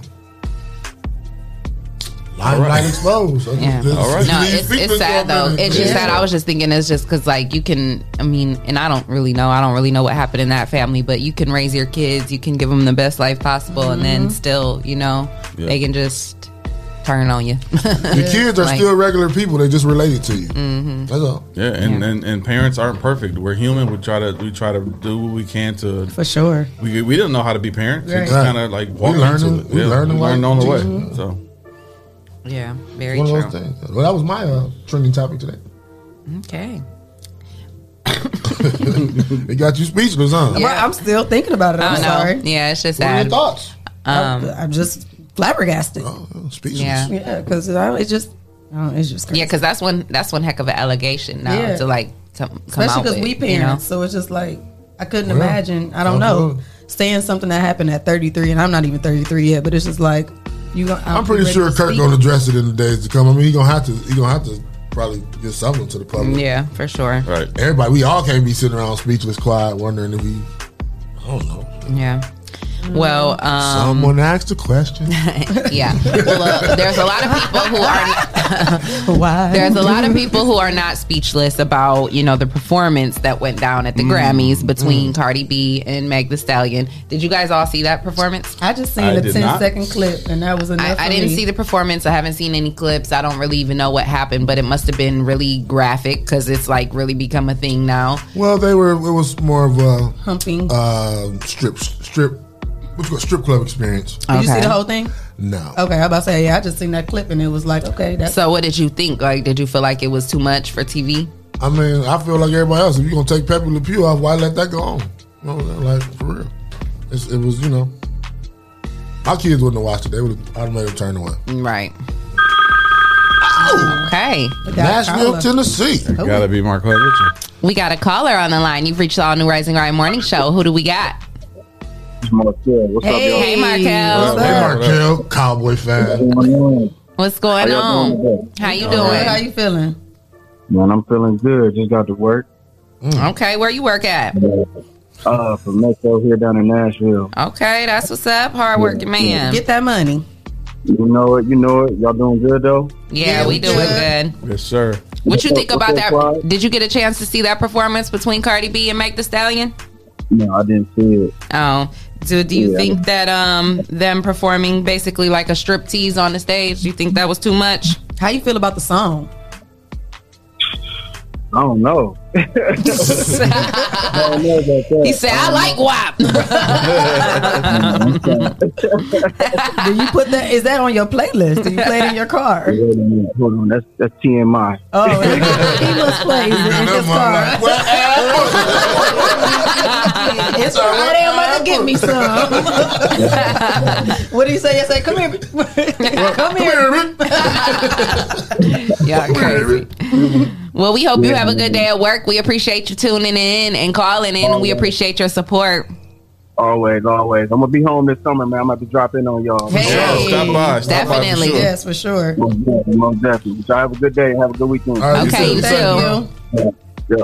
Limelight
right.
exposed. I just-
Yeah.
just-
No,
these
it's,
people
it's sad
go
though.
around
It's
and-
just sad. I was just thinking it's just because like you can. I mean, and I don't really know. I don't really know what happened in that family, but you can raise your kids. You can give them the best life possible, and then
Mhm.
still, you know,
Yeah.
they can just turn on you.
The kids are still regular people. They just related to you. That's all.
Yeah, and, and and parents aren't perfect. We're human. We try to we try to do what we can to
for sure.
We we didn't know how to be parents.
Right.
We just kind of like
We
walked
learning-
into it.
we learning
we
like
learned on the way.
Jesus.
So
Yeah,
It's
very
one
true.
of those things. Well, that was my uh, trending topic today.
Okay.
It got you speechless, huh?
Right, I'm still thinking about it.
I
I'm
don't know.
sorry.
Yeah, it's just
What are your
sad.
thoughts?
Um,
I'm, I'm just flabbergasted.
speechless.
Yeah.
yeah, because it's just, I don't- it's just crazy.
Yeah, because that's one that's one heck of an allegation now
Yeah.
to like to come
especially
out
because
with,
we
you know?
parents. So it's just like I couldn't
Yeah.
imagine. I don't know saying something that happened at 33, and I'm not even 33 yet. But it's just like you. Gonna,
I'm pretty
ready
sure
to
Kirk
speak.
gonna address it in the days to come. I mean, he gonna have to. He gonna have to probably get something to the public.
Yeah, for sure.
Right.
Everybody, we all can't be sitting around speechless, quiet, wondering if we. I don't know.
Yeah. Well, um,
Someone asked a question.
yeah. Well, uh, there's a lot of people who are.
Why?
There's a lot of people who are not speechless about you know the performance that went down at the
Mm.
Grammys between
Mm.
Cardi B and Meg The Stallion. Did you guys all see that performance?
I just seen the 10 second clip, and that was enough.
I, I
for
didn't
me.
see the performance. I haven't seen any clips. I don't really even know what happened, but it must have been really graphic because it's like really become a thing now.
Well, they were. It was more of a
humping
uh, strip strip what you call strip club experience.
Did you see the whole thing?
No.
Okay, I'm about to say yeah. I just seen that clip and it was like okay, that's
So what did you think? Like, did you feel like it was too much for TV?
I mean, I feel like everybody else. If you're gonna take Pepe Le Pew off, why let that go on? You know, like for real. It's, it was, you know, my kids wouldn't have watched it. They would have automatically turned away.
Right. Okay.
Nashville, Tennessee.
Oh.
Gotta be Mark Richard.
We got a caller on the line. You've reached the All New Rising Ryan Morning Show. Who do we got?
What's
Hey,
up, y'all?
hey, Markel.
Hey, Markel, Cowboy fan.
What's going
How y'all
on?
doing today?
How you
All
doing?
right. How
you feeling?
Man, I'm feeling good. Just got to work.
Mm, Okay, where you work at?
Uh, from Metro here down in Nashville.
Okay, that's what's up. Hard working man.
Get that money.
You know it. You know it. Y'all doing good though.
Yeah, we doing good.
Yes, sir.
What you think about
What's up,
that? Did you get a chance to see that performance between Cardi B and Make the Stallion?
No, I didn't see it.
Oh, do do you
Yeah.
think that um them performing basically like a strip tease on the stage? Do you think that was too much?
How you feel about the song?
I don't know. I don't know about that.
He said, "I like WAP."
Do you put that? Is that on your playlist? Do you play it in your car?
Wait a minute. Hold on. That's that's TMI.
Oh, he must play it in his car. it's all right. I'm about to get me some. what do you say? I say, come here. come here.
yeah, crazy. Well, we hope you have a good day at work. We appreciate you tuning in and calling in. We appreciate your support.
Always, always. I'm gonna be home this summer, man. I'm about to drop in on y'all.
Hey, Yeah, stop by, stop by for definitely. sure.
Yes, for sure.
Most definitely, most definitely. Y'all have a good day. Have a good weekend.
right, you Okay, too. you
Thank
Yeah.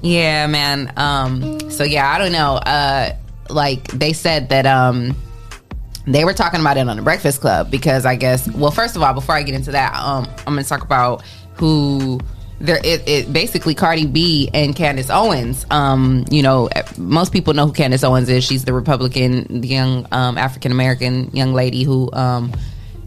Yeah, man. Um, so yeah, I don't know. Uh, like they said that um, they were talking about it on the Breakfast Club because I guess. Well, first of all, before I get into that, um, I'm gonna talk about who there. It, it basically Cardi B and Candace Owens. Um, you know, most people know who Candace Owens is. She's the Republican, the young um, African American young lady who um,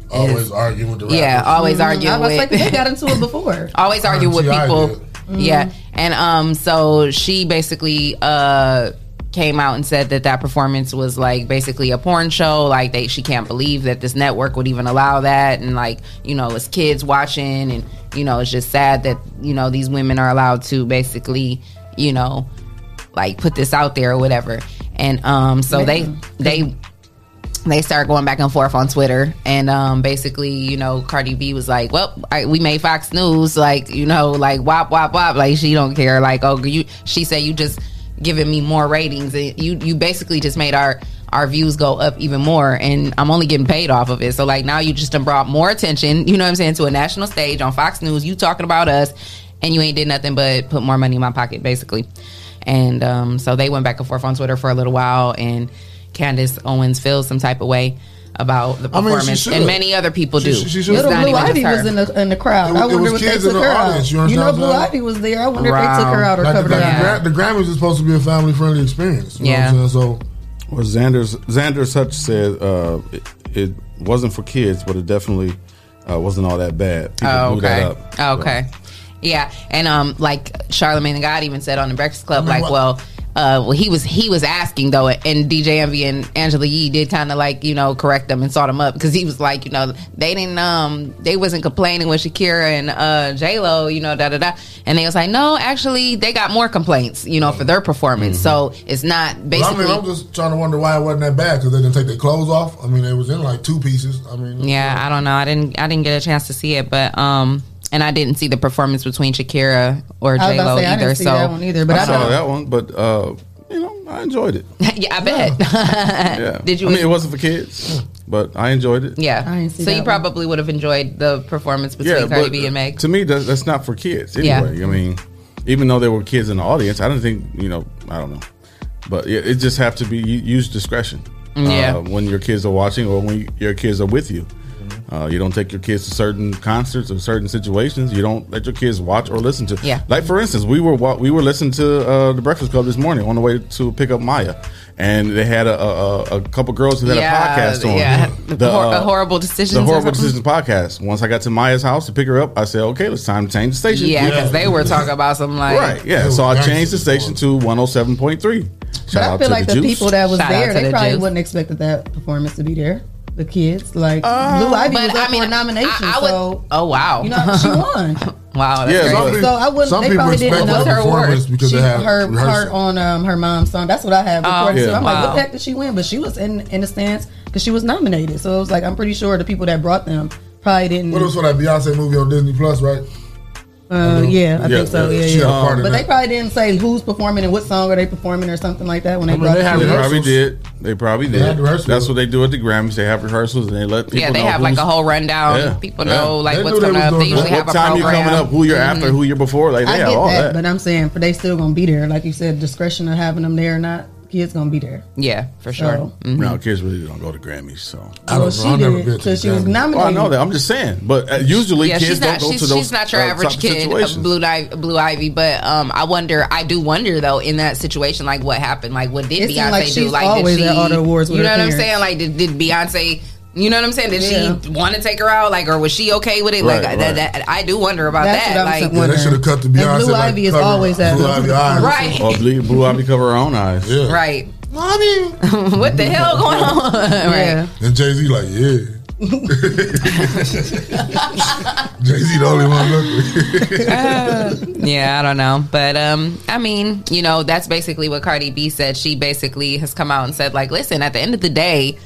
Always arguing with the rappers.
yeah, always
Mhm.
arguing
I was
with.
like, they got into it before.
always argue with
TI
people.
Mm-hmm.
did.
Yeah. And um so she basically uh came out and said that that performance was like basically a porn show like they she can't believe that this network would even allow that and like you know it's kids watching and you know it's just sad that you know these women are allowed to basically you know like put this out there or whatever and um so they they they start going back and forth on Twitter, and um, basically, you know, Cardi B was like, "Well, I, we made Fox News, like, you know, like wop wop wop, like she don't care, like, oh, you." She said, "You just giving me more ratings, and you you basically just made our our views go up even more, and I'm only getting paid off of it. So like now you just done brought more attention, you know what I'm saying, to a national stage on Fox News. You talking about us, and you ain't did nothing but put more money in my pocket, basically." And um, so they went back and forth on Twitter for a little while, and Candace Owens feels some type of way about the
I mean, she
performance,
should.
and many other people
She-
do.
she- she
It's
should.
Little
not
Blue
even just
Ivy
her.
was in the in the crowd.
It was-
I
it
wonder
was
what they
kids
took
in the
her
audience,
out. You,
you
know,
understand
Blue
what I'm saying?
Ivy was there. I wonder if they took
Wow.
her out or
Like,
covered
the,
her
like
up.
the, Gra- the Grammys is supposed to be a family friendly experience. You yeah. Know what I'm saying? So
Well, Xander's, Xander Such said uh, it, it wasn't for kids, but it definitely uh, wasn't all that bad. People
Oh,
blew that
okay.
up.
Oh, okay. Yeah, and um, like Charlamagne the God even said on the Breakfast Club,
Mm-hmm.
I mean,
like,
what-
well, uh, well, he was he was asking though, and DJ Envy and Angela Yee did kind of like you know correct them and sort them up because he was like, you know, they didn't um they wasn't complaining with Shakira and uh J Lo, you know, da da da, and they was like, no, actually, they got more complaints, you know, for
Mm.
their performance,
Mm-hmm.
so it's not
but I
basically.
mean, I'm just trying to wonder why it wasn't that bad because they didn't take their clothes off. I mean, they was in like two pieces. I mean,
Yeah, I don't know. I didn't I didn't get a chance to see it, but um and I didn't see the performance between Shakira or
I was
J
about
Lo
to say, I
either.
didn't see
so
that one either, but I
saw
don't-
that one, but uh, you know, I enjoyed it.
yeah, I bet.
Yeah.
Did you?
I mean, it wasn't for kids, but I enjoyed it.
yeah.
I didn't see
so
that
you
one.
probably would have enjoyed the performance between Cardi B and Meg.
To me, that, that's not for kids
Yeah.
anyway. I mean, even though there were kids in the audience, I don't think you know. I don't know, but it, it just have to be you use discretion. uh,
Yeah.
when your kids are watching or when your kids are with you. Uh, you don't take your kids to certain concerts or certain situations. You don't let your kids watch or listen to.
Yeah.
Like for instance, we were wa- we were listening to uh, the Breakfast Club this morning on the way to pick up Maya, and they had a a, a- a couple girls who had a podcast on.
Yeah, the, hor-
uh,
a horrible decision.
the horrible decisions podcast. Once I got to Maya's house to pick her up, I said, "Okay, it's time to change the station."
Yeah, because they were talking about some like
right. Yeah, so I changed the station to one hundred seven point three. Shout
I feel like the,
Juice.
people that was
Shout out
there,
to
they
the
probably
Juice.
wouldn't expected that performance to be there. The kids, like
Uh,
Blue Ivy, was
but
up
I mean,
for a nomination.
I would-
so
oh wow,
you know she won.
wow, that's
Yeah,
crazy.
so I wouldn't.
Some
They
people
probably didn't
expected
know
the
her
performance
work.
because
she,
they had
her part
rehearsal.
on um, her mom's song. That's what I have
Oh,
recorded. so
yeah.
I'm like, what
Wow.
the heck did she win? But she was in in the stands because she was nominated. So it was like I'm pretty sure the people that brought them probably didn't.
Mm.
What was for that Beyonce movie on Disney Plus, right?
Uh, yeah, I
Yeah,
think so.
yeah,
Yeah,
she had a
Um,
yeah.
part in
Um, But
that.
they probably didn't say who's performing and what song are they performing or something like that when they
I mean,
brought
they,
it
have
to-
probably did. They probably
They had
did.
rehearsals.
That's what they do at the Grammys. They have rehearsals and they let people
yeah, they
know
have like
who's-
a whole rundown. People know like
They
what's
knew
coming
they was
up. They
doing
usually
that.
have
what
a
time
program. Mm-hmm.
you coming up, who you're after, who you're before. Like they
I
have
get
all
that,
that.
but I'm saying, but they still gonna be there. Like you said, discretion of having them there or not, kids gonna be there.
Yeah, for sure.
So-
No, kids really don't go to Grammys, so
I don't Mm-hmm. Well, know. she I've never did, been to 'cause she was Grammys. nominated.
Well, I know that. I'm just saying, but uh, usually
yeah,
kids
she's
don't
not
go
she's,
to those.
she's not your
uh,
average
type of
kid of
situations.
blue Di- blue ivy, but um, I wonder, I do wonder though in that situation, like what happened, like what did
It seemed
Beyonce
like
do?
she's
Like
always
did she,
at all the awards with
you
her
know what I'm
parents.
saying? Like did, did Beyonce? You know what I'm saying? Did she
Yeah.
want to take her out? Like, or was she okay with it?
Right,
like,
right.
That, that, I do wonder about
That's
that.
what I'm
like,
Yeah, they should have cut the
Blue
Beyonce. like,
Ivy is
cover.
always at-
Blue Ivy eyes.
Right.
Or blue, blue ivy cover her own eyes.
Yeah.
right?
Mommy,
what the hell going on? right?
And Jay Z like, yeah. Jay Z the only one looking.
Uh, yeah, I don't know. But um I mean, you know, that's basically what Cardi B said. She basically has come out and said like, "Listen, at the end of the day,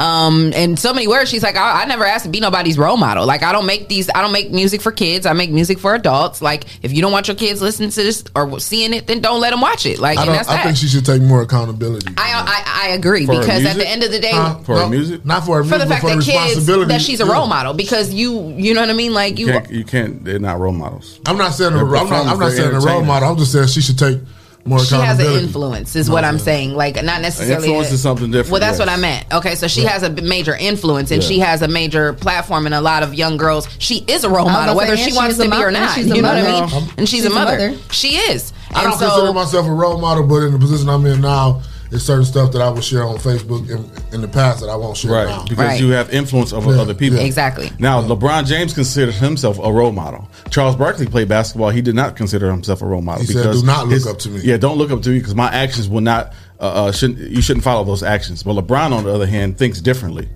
um in so many words, she's like, I, I never asked to be nobody's role model. Like I don't make these I don't make music for kids. I make music for adults. Like if you don't want your kids listening to this or seeing it, then don't let them watch it. Like
I,
and
don't,
that's
I
that.
think she should take more accountability.
I, I, I agree
For her
because at
music?
the end of the day,
Huh? For her No, music? not for her
for the
music, but
fact
for
that
her
kids
responsibility.
that she's a
Yeah.
role model because you you know what I mean like
You
you
can't, you can't. They're not role models.
I'm not saying a,
They're
I'm not, I'm not
performers, they're
saying a role
entertainers.
model. I'm just saying she should take more
she has
accountability.
an influence is what i'm saying like not necessarily
Influence is something different,
well that's
yes.
what i meant okay so she
Right.
has a b- major influence and
Yeah.
she has a major platform and a lot of young girls she is a role
I was
model
gonna
whether
say,
she
and
wants
she's a
to be
mo-
or
and
not
she's
you
a
know what
mother.
i mean
I'm-
and she's, a,
she's a
mother.
mother.
she is
I
and
don't consider myself a role model, but in the position I'm in now, it's certain stuff that I will share on Facebook in, in the past that I won't share
Right,
now.
because you have influence over other people.
Exactly.
Now, LeBron James considered himself a role model. Charles Barkley played basketball. He did not consider himself a role model.
He said, "Do not look up to me."
Yeah, don't look up to me because my actions will not. Uh, uh, shouldn't you shouldn't follow those actions? But LeBron, on the other hand, thinks differently.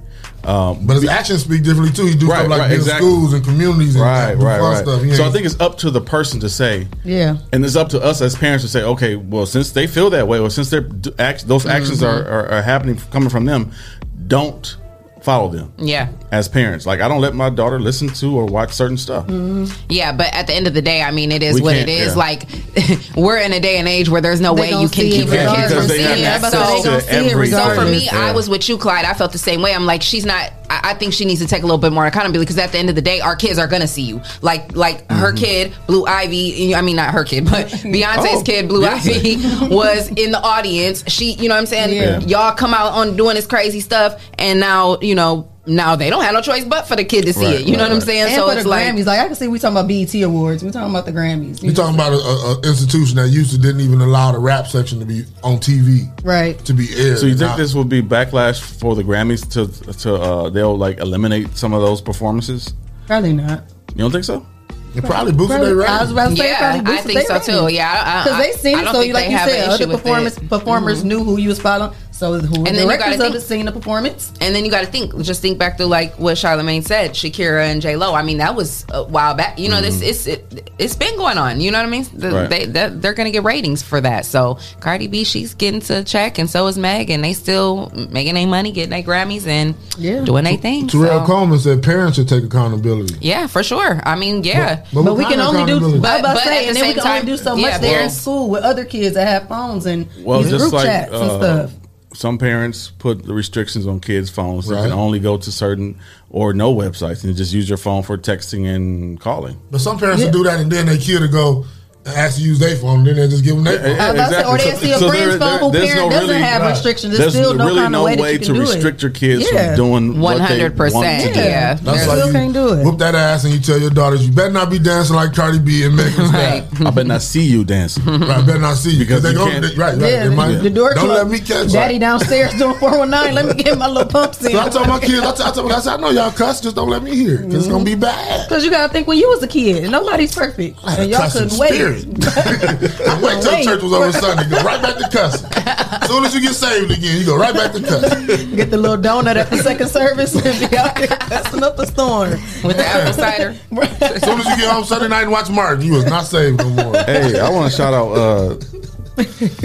Um,
But his actions speak differently too. He do
Right,
stuff like
right,
build
exactly.
schools and communities and
right,
do
right,
fun
right.
stuff. He
So I
ain't-
think it's up to the person to say,
Yeah.
and it's up to us as parents to say, okay, well, since they feel that way, or since their d- act, those actions are,
Mhm.
Mm-hmm.
are, are happening coming from them, don't follow them.
yeah
As parents, like I don't let my daughter listen to or watch certain stuff.
Mm-hmm.
yeah but at the end of the day i mean it is
We
what it
can't-
is
yeah.
like we're in a day and age where there's no
They
way
don't
you can
see
keep
it
your
regardless.
kids from
Because they
seeing
have
it
access
so,
to They don't see it everything.
so for me i
Yeah.
was with you clyde i felt the same way i'm like she's not I, I think she needs to take a little bit more accountability because at the end of the day our kids are gonna see you like like her kid blue ivy i mean not her kid but beyonce's
Oh,
kid blue ivy was in the audience she you know what i'm saying
Yeah.
y'all come out on doing this crazy stuff and now you know now they don't have no choice but for the kid to see
Right,
it you know
right,
what i'm
right.
saying
And
so
for
it's
the
like
Grammys, like I can see we talking about BET awards. We talking about the Grammys.
you talking about an institution that used to didn't even allow the rap section to be on TV
right
to be aired.
So you
And
think
I-
this will be backlash for the Grammys to to uh, they'll like eliminate some of those performances?
Probably not.
You don't think so?
It probably boosted
Probably- their I was about to say, it
yeah,
probably
I
boosted
think so
their
too.
ratings.
Yeah, I- I-
because they
I-
seen
I
it.
don't
So
think
you like
they
you
have an
said,
issue
other
with
performers
it.
performers
Mhm.
knew who you was following. So who
And
and
then you
the
gotta
directors of
think-
it seen the performance.
And then you got to think, just think back to like what Charlamagne said, Shakira and J Lo. I mean, that was a while back. You know,
Mm-hmm.
Mhm.
this it's it, it's been going on. You know what I mean? The-
Right.
They that, they're gonna get ratings for that. So Cardi B, she's getting to check, and so is Meg, and they still making their money, getting their Grammys, and doing their thing.
Terrell
so-
Coleman said parents should take accountability.
Yeah, for sure. I mean, yeah,
But- but But we what can kind of only do-
I
accountability?
was
But,
about
but at
to say,
the
and then we
same
can
time,
only do so much
yeah,
there
well-
in school with other kids that have phones and
Well,
use
just
group
like
chats
uh,
and stuff.
some parents put the restrictions on kids' phones. You
Right.
can only go to certain or no websites and just use your phone for texting and calling.
But some parents will do that and then their kid will go, and ask to use their phone, then they just give them their phone.
I was about to say, or they see a friend's phone who parent doesn't have restrictions. There's,
There's
still no
really
kind
no
of way, that
way
you
to
can do
restrict
it.
your kids from
Yeah.
doing what they want to do.
Yeah,
That's
still
like you
can't do it.
whoop that ass and you tell your daughters, you better not be dancing like Cardi B and Megan Thee Stallion.
I better not see you dancing.
Right, better not see you because they
you
gonna
can't-
right, right.
Yeah,
they
the,
might-
the door
Don't
closed.
let me catch
Daddy downstairs doing four one nine. Let me get my little pumps in.
So I tell my kids, I tell, I tell my guys, I know y'all cuss, just don't let me hear, because it's gonna be bad.
Because you gotta think when you was a kid, nobody's perfect,
had
and
a
y'all
cussing
couldn't wait.
spirit. Wait till
Wait.
church was over Sunday, go right back to cussing. As soon as you get saved again, you go right back to cussing.
Get the little donut at the second service and be out there cussing up a storm
with the apple cider.
As soon as you get home Sunday night and watch Martin, you was not saved no more.
hey, I want to shout out uh,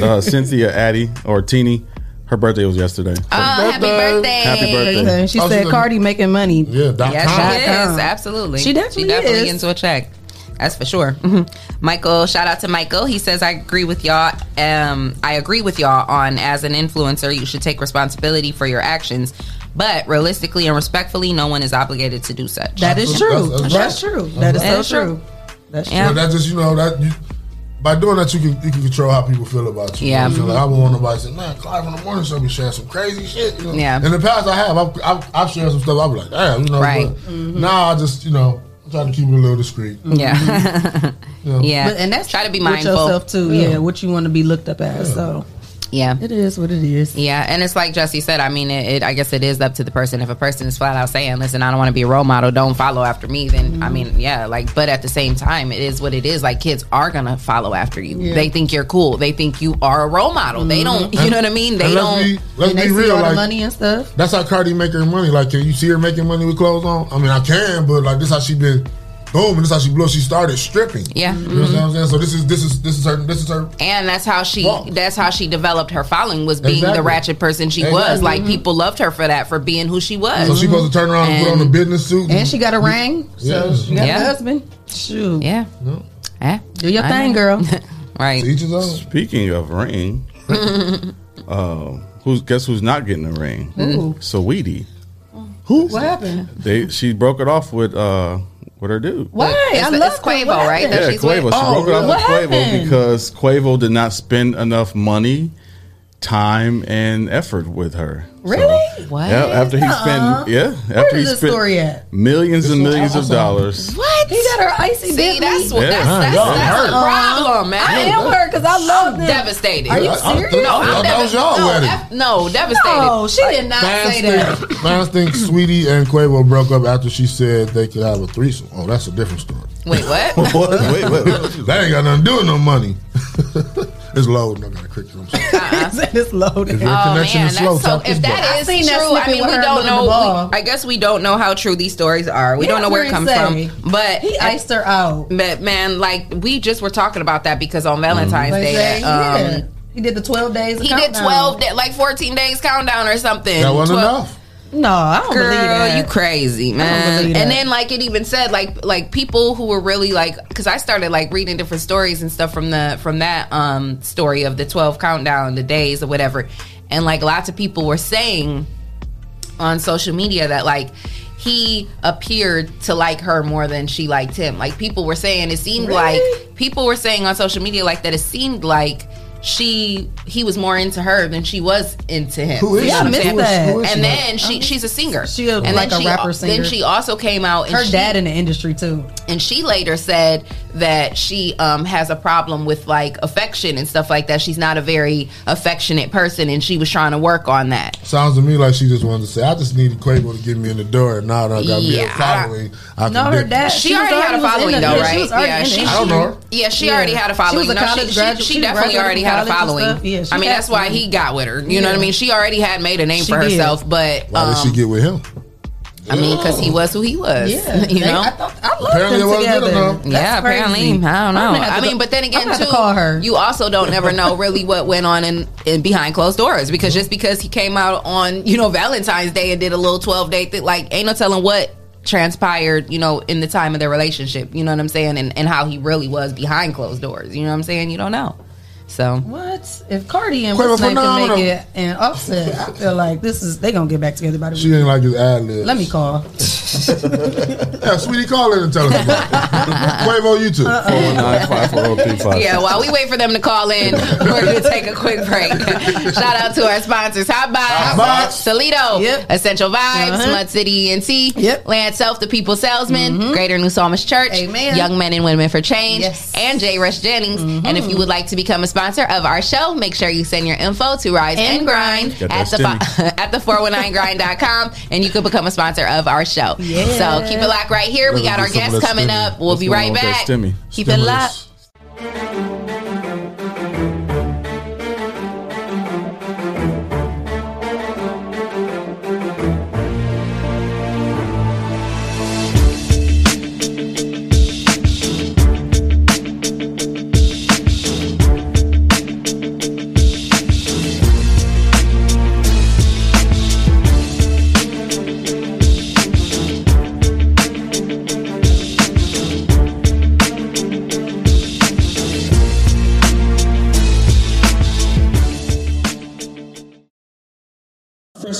uh, Cynthia Addy or Teeny. Her birthday was yesterday.
Oh, happy birthday! Oh,
Happy birthday.
She said Cardi making money.
Yeah, dot
yes,
com.
she
Dot com.
is. Absolutely.
She definitely
definitely
is. Mm-hmm.
into a check. That's for sure. Mhm. Michael, shout out to Michael. He says, I agree with y'all. Um, I agree with y'all on as an influencer, you should take responsibility for your actions. But realistically and respectfully, no one is obligated to do such.
That is true. That's,
right.
true. That is
That is
so true.
true.
That's
Yeah. that just you know that you, by doing that you can you can control how people feel about you.
Yeah.
You feel like, I don't want nobody saying, "Man, Clive on the morning show be sharing some crazy shit." You know?
Yeah.
In the past, I have I've, I've, I've shared some stuff. I'll be like, "Damn," you know.
Right. Mm-hmm.
But Now I just you know I'm trying to keep it a little discreet.
Yeah.
Yeah.
yeah.
But- and that's
try to be
with
mindful
yourself too. Yeah. what you want to be looked up as. So
Yeah.
it is what it is.
Yeah, and it's like Jesse said. I mean, it, it. I guess it is up to the person. If a person is flat out saying, "Listen, I don't want to be a role model. Don't follow after me," then
Mm-hmm.
I mean, yeah. Like, but at the same time, it is what it is. Like, kids are gonna follow after you.
Yeah. Mm-hmm.
They think you're cool. They think you are a role model. They don't. You know what I mean? They
And let's
don't.
be- let's
And
be
they see
real.
all the
Like
money and stuff.
that's how Cardi make her money. Like, can you see her making money with clothes on? I mean, I can, but like this how she been. Boom, and this how she blew. She started stripping.
Yeah. Mm-hmm.
you know what I'm saying. So this is this is this is her this is her
and that's how she that's how she developed her following was being the
Exactly.
ratchet person she was
Exactly. Mm-hmm.
like people loved her for that for being who she was
So she supposed to turn around and, put on a business suit.
And she got a ring. So
Yeah.
she got
Yeah.
a husband. Shoot.
Yeah. Yeah.
Do your
I
thing,
know.
girl.
right.
Speaking of ring, uh, who's guess who's not getting a ring?
Mm-hmm.
Who?
Saweetie.
Who? What happened?
They she broke it off with uh with her dude.
Why? I
it's
love
Quavo,
her. What
right?
happened?
Yeah, Quavo. She broke it
oh,
off with
What
Quavo
happened?
because Quavo did not spend enough money, time, and effort with her.
Really?
What?
Yeah, after he
Nuh-uh.
spent yeah, after
Where
he
is this
spent
story at?
millions and millions of
Oh,
dollars.
What?
He got her icy
See,
dick.
that's what
Yeah.
that's
Huh,
that's,
y'all
that's
hurt.
a problem, man.
I am hurt because I love them.
devastated.
Are you
I- I-
serious?
I
No,
thought
I'm
that was
devastated.
y'all
no,
wedding.
F- no, devastated.
No, she did not say that.
think, fans think Sweetie and Quavo broke up after she said they could have a threesome. Oh, that's a different story.
Wait, what?
wait, wait, wait. That ain't got nothing to do with no money. it's low. I got a cricket. I'm sorry.
it's loaded.
If your connection is slow,
Oh, so
tap this
if that
button.
is
I seen that
true, I
snippet
mean,
with
we
her
don't
looking at
know.
the ball.
We, I guess we don't know how true these stories are. We
Yeah,
don't know
that's
where it
what
comes
he
from. But
He iced her out.
but man, like we just were talking about that because on Valentine's
Like,
Day,
yeah,
that, um,
yeah. He did the 12 days. of
he did
countdown.
twelve, da- like fourteen days countdown or something.
That wasn't
12
enough.
No, I don't
Girl,
believe that.
you crazy
I don't
man
believe
and
that.
then like it even said like like people who were really like because i started like reading different stories and stuff from the from that um story of the 12 countdown the days or whatever and like lots of people were saying on social media that like he appeared to like her more than she liked him like people were saying it seemed like people were saying on social media like that it seemed like she he was more into her than she was into him
Who is
You know what I'm
she? Yeah, I
saying?
missed that. Who is she?
and then she she's a singer
She a-
and then
like a
she-
rapper
then
singer.
she also came out and
her
she,
dad in the industry too.
and she later said that she um, has a problem with like affection and stuff like that she's not a very affectionate person and she was trying to work on that
Sounds to me like she just wanted to say, I just needed Quavo to get me in the door, and now that I got me a
Yeah.
following, I
No,
can
her
dip.
dad.
she,
was
already, had a
was in
following
the-
though
yeah,
right
She was already
yeah
in
she,
it.
I don't know her.
yeah she
Yeah.
already had a
She was
following
a
No, she,
college
she,
graduate.
she
She
definitely
graduated
already
from
had a
college and
following
stuff. Yeah, she
i mean
had
that's why
some.
he got with her you know
Yeah.
what i mean she already had made a name
She
for
did.
herself but
Why did
um,
she get with him?
i mean because he was who he was
Yeah,
you
they-
know
I thought I loved
Apparently it
them
wasn't good
together.
enough.
That's
yeah,
crazy.
apparently. I don't
I'm
know.
gonna have
I
to
mean,
go-
but then
I'm
again,
gonna have
too,
to call her.
you also don't never know really what went on in, in behind closed doors because just because he came out on you know Valentine's Day and did a little twelve day thing, like ain't no telling what transpired, you know, in the time of their relationship. You know what I'm saying? And and how he really was behind closed doors. You know what I'm saying? You don't know. So
What if Cardi and
Quavo
what's name can
phenomenal.
make it and Offset? I feel like this is they gonna get back together by the
She
week.
didn't like his ad lib.
Let me call.
yeah, sweetie, call in and tell us about it. Quavo, you too.
419-540-3565.
Yeah, while we wait for them to call in, we're going to take a quick break. Shout out to our sponsors Hot Box,
Hot Box.
Toledo, Essential Vibes,
Uh-huh.
Mud City ENT, Land Self, The People Salesman, Greater New Psalmist Church,
Amen.
Young Men and Women for Change, and J. Rush Jennings. And if you would like to become a sponsor of our show, make sure you send your info to Rise and, Grind
Got that
at the, fi- at the 419grind.com and you can become a sponsor of our show.
Yeah.
So keep it locked right here. We got our guests coming up. We'll be right back. Keep it locked.
First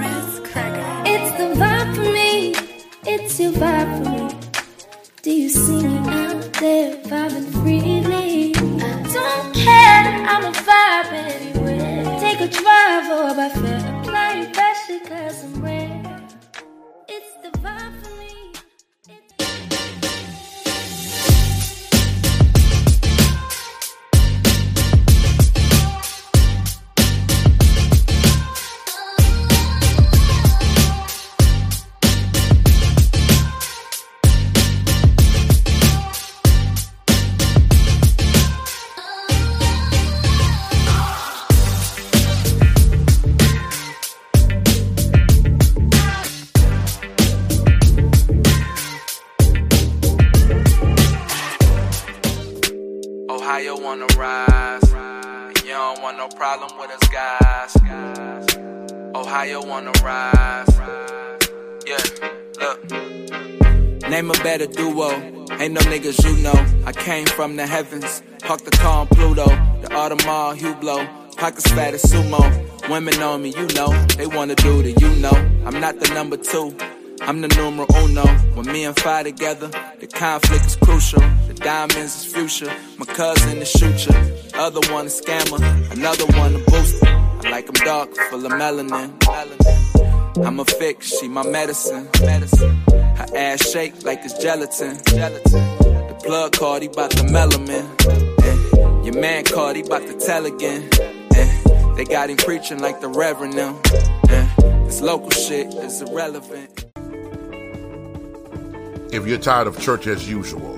It's the vibe for me. It's your vibe for me. Do you see me out there vibing freely? I don't care. I'm a vibe anywhere. Take a drive or by fair. Apply your best because I'm rare. It's the vibe for me.
Ohio on the rise. And you don't want no problem with us guys. Ohio on the rise. Yeah, look. Name a better duo. Ain't no niggas you know. I came from the heavens. Park the car on Pluto. The Audemars Hublot. Pockets fat as sumo. Women on me, you know. They wanna do the you know. I'm not the number two. I'm the numero uno. When me and Fi together, the conflict is crucial. The diamonds is future. My cousin is shooter. Other one a scammer. Another one a booster. I like 'em dark, full of melanin. Melanin. I'm a fix, she my medicine. Medicine. Her ass shake like it's gelatin. Gelatin. The plug card, he bout the melanin. Eh. Your man called, he bout to tell again. Eh. They got him preaching like the reverend now. Eh. This local shit is irrelevant.
If you're tired of church as usual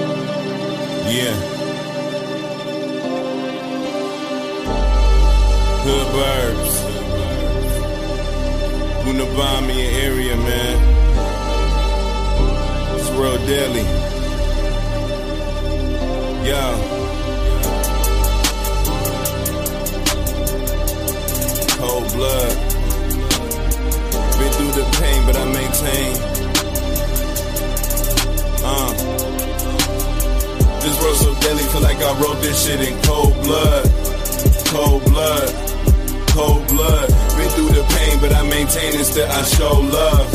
Yeah. Hood burbs. Unabomber area, man. It's real deadly. Yo. Cold blood. Been through the pain, but I maintain. Uh. This world so daily. Feel like I wrote this shit in cold blood. Cold blood. Cold blood. Been through the pain, but I maintain it still. I show love.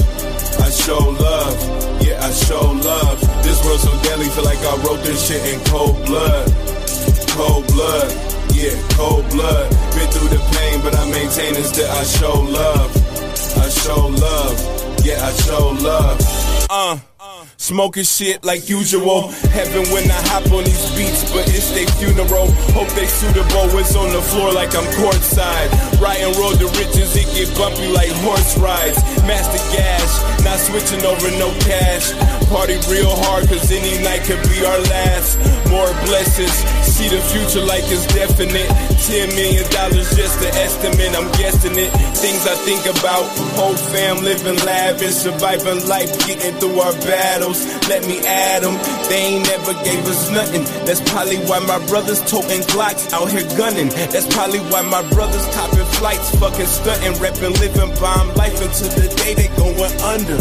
I show love. Yeah, I show love. This world so deadly. Feel like I wrote this shit in cold blood. Cold blood. Yeah, cold blood. Been through the pain, but I maintain it still. I show love. I show love. Yeah, I show love.
Uh. Smoking shit like usual. Heaven when I hop on these beats, but it's their funeral. Hope they suitable. It's on the floor like I'm courtside. Right and roll the riches, it get bumpy like horse rides. Master gash, not switching over no cash. Party real hard, cause any night could be our last. More blessings, see the future like it's definite. Ten million dollars, just an estimate, I'm guessing it. Things I think about, whole fam living lavish, surviving life, getting through our battles. Let me add them, they ain't never gave us nothing. That's probably why my brothers toting Glocks out here gunning. That's probably why my brothers copping flights, fucking stunting, repping, living bomb life until the day they going under.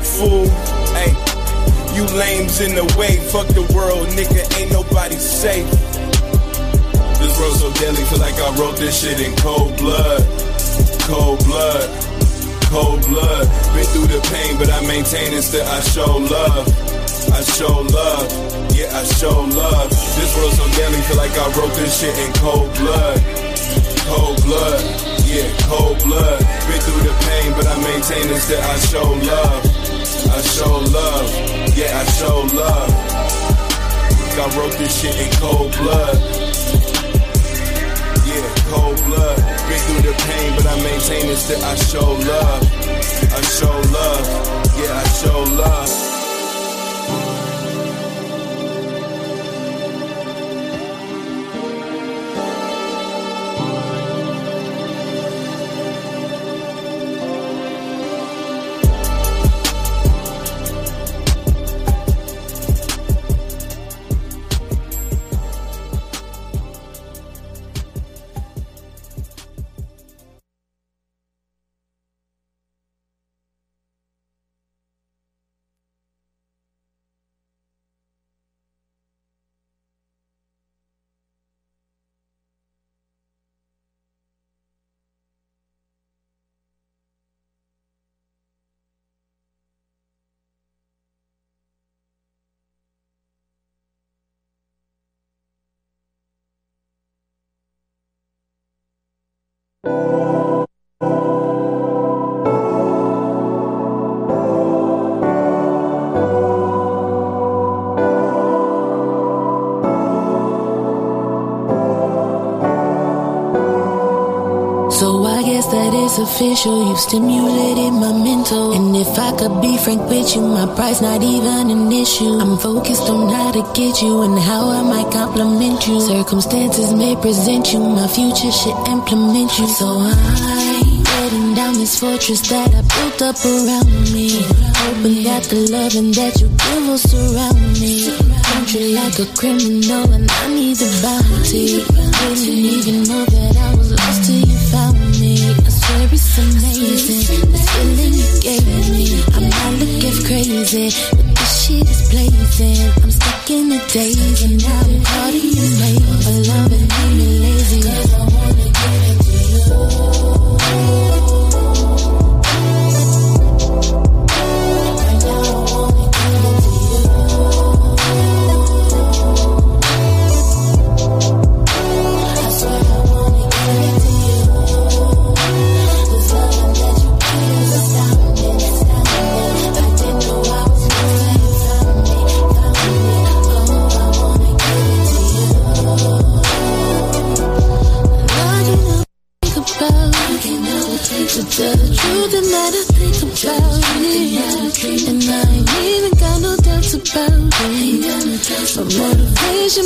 Fool, hey, you lames in the way. Fuck the world, nigga, ain't nobody safe.
This world so deadly, feel like I wrote this shit in cold blood. Cold blood, cold blood. Been through the pain, but I maintain it still. I show love, I show love, yeah, I show love. This world so deadly, feel like I wrote this shit in cold blood. Cold blood, yeah, cold blood. Been through the pain, but I maintain it still. I show love, I show love, yeah, I show love. I wrote this shit in cold blood. Yeah, cold blood. Been through the pain, but I maintain it still. I show love. I show love. Yeah, I show love.
So I guess that it's official. You've stimulated my mental. And if I could be frank with you, my pride's not even an issue. I'm focused on how to get you and how I might compliment you. Circumstances may present you, my future should implement you. So I'm letting down this fortress that I built up around me. Hoping that the loving that you give will surround me country like a criminal and I need the bounty. Didn't even know that I was lost till you found me. I swear it's amazing, the feeling you gave me. I might look as crazy, but this shit is blazing. I'm stuck in the days and now I'm caught in your maze. But love it made me lazy. Cause I wanna give it to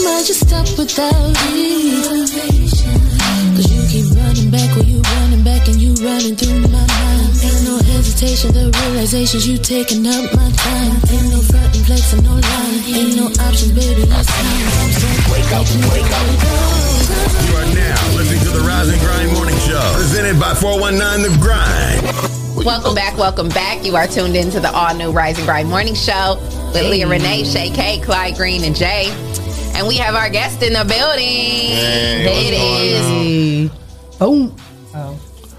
without it. Cause you keep running back when you running back and you running through my mind. Ain't no hesitation, the realizations you taking up my time. Ain't no front and flexing, no line. Ain't no options, baby, it's time. I'm so wake up, wake up.
You are now listening to the Rise and Grind Morning Show, presented by 419 The Grind.
Welcome back, welcome back. You are tuned in to the all new Rising Grind Morning Show with Leah Renee, Shay K, Clyde Green, and Jay. And we have our guest in the building.
what's
Hey, it is.
Boom.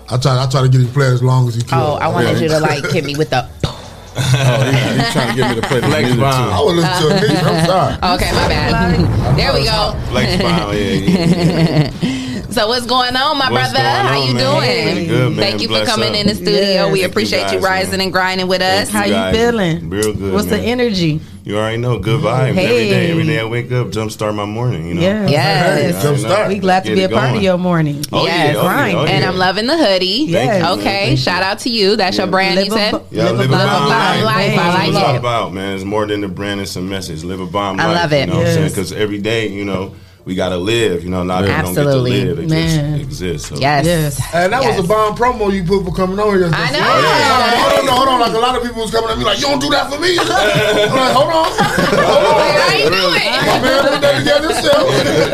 I try. I try to get him to play as long as he can.
Oh, I wanted you to like hit me with the.
you Oh, trying to get me to play the
Flex
music too.
bomb. I would listen to a nigga, I'm sorry.
uh, Okay, my bad. there we go.
Flex bomb, yeah, yeah, yeah.
So what's going on, my
What's
brother?
going on,
How you
man?
doing?
Pretty good, man.
Thank you
Bless
for coming
up.
in the studio.
Yes. Thank
we
you
appreciate you,
guys,
rising and grinding with us.
Thank guys. Real good. man.
energy?
You already know, good vibes every
Hey.
day. Every day I wake up, jumpstart my morning. You know,
Yes.
I already know.
We glad to
Get
be a
it
part of
going.
your morning.
Oh, yeah, oh, yeah,
Grind.
oh, yeah.
And I'm loving the hoodie.
Thank you, man.
Okay.
Thank
Shout out to you. That's your brand. you said.
Y'all live, a bomb
life. I
life.
like
That's what
it.
it's all about, man. It's more than the brand. It's a message. Live a bomb
I
life.
love it.
You know what I'm saying?
Yes.
Because every day, you know, we gotta live. You know, a lot of people don't get to
Absolutely.
live. It
Man.
just exists. So.
And that was a bomb promo you put for coming on here. I know. Hold on, hold on. Like a lot of people was coming at me like, you don't do that for me. I'm like, hold on. My man put that together himself.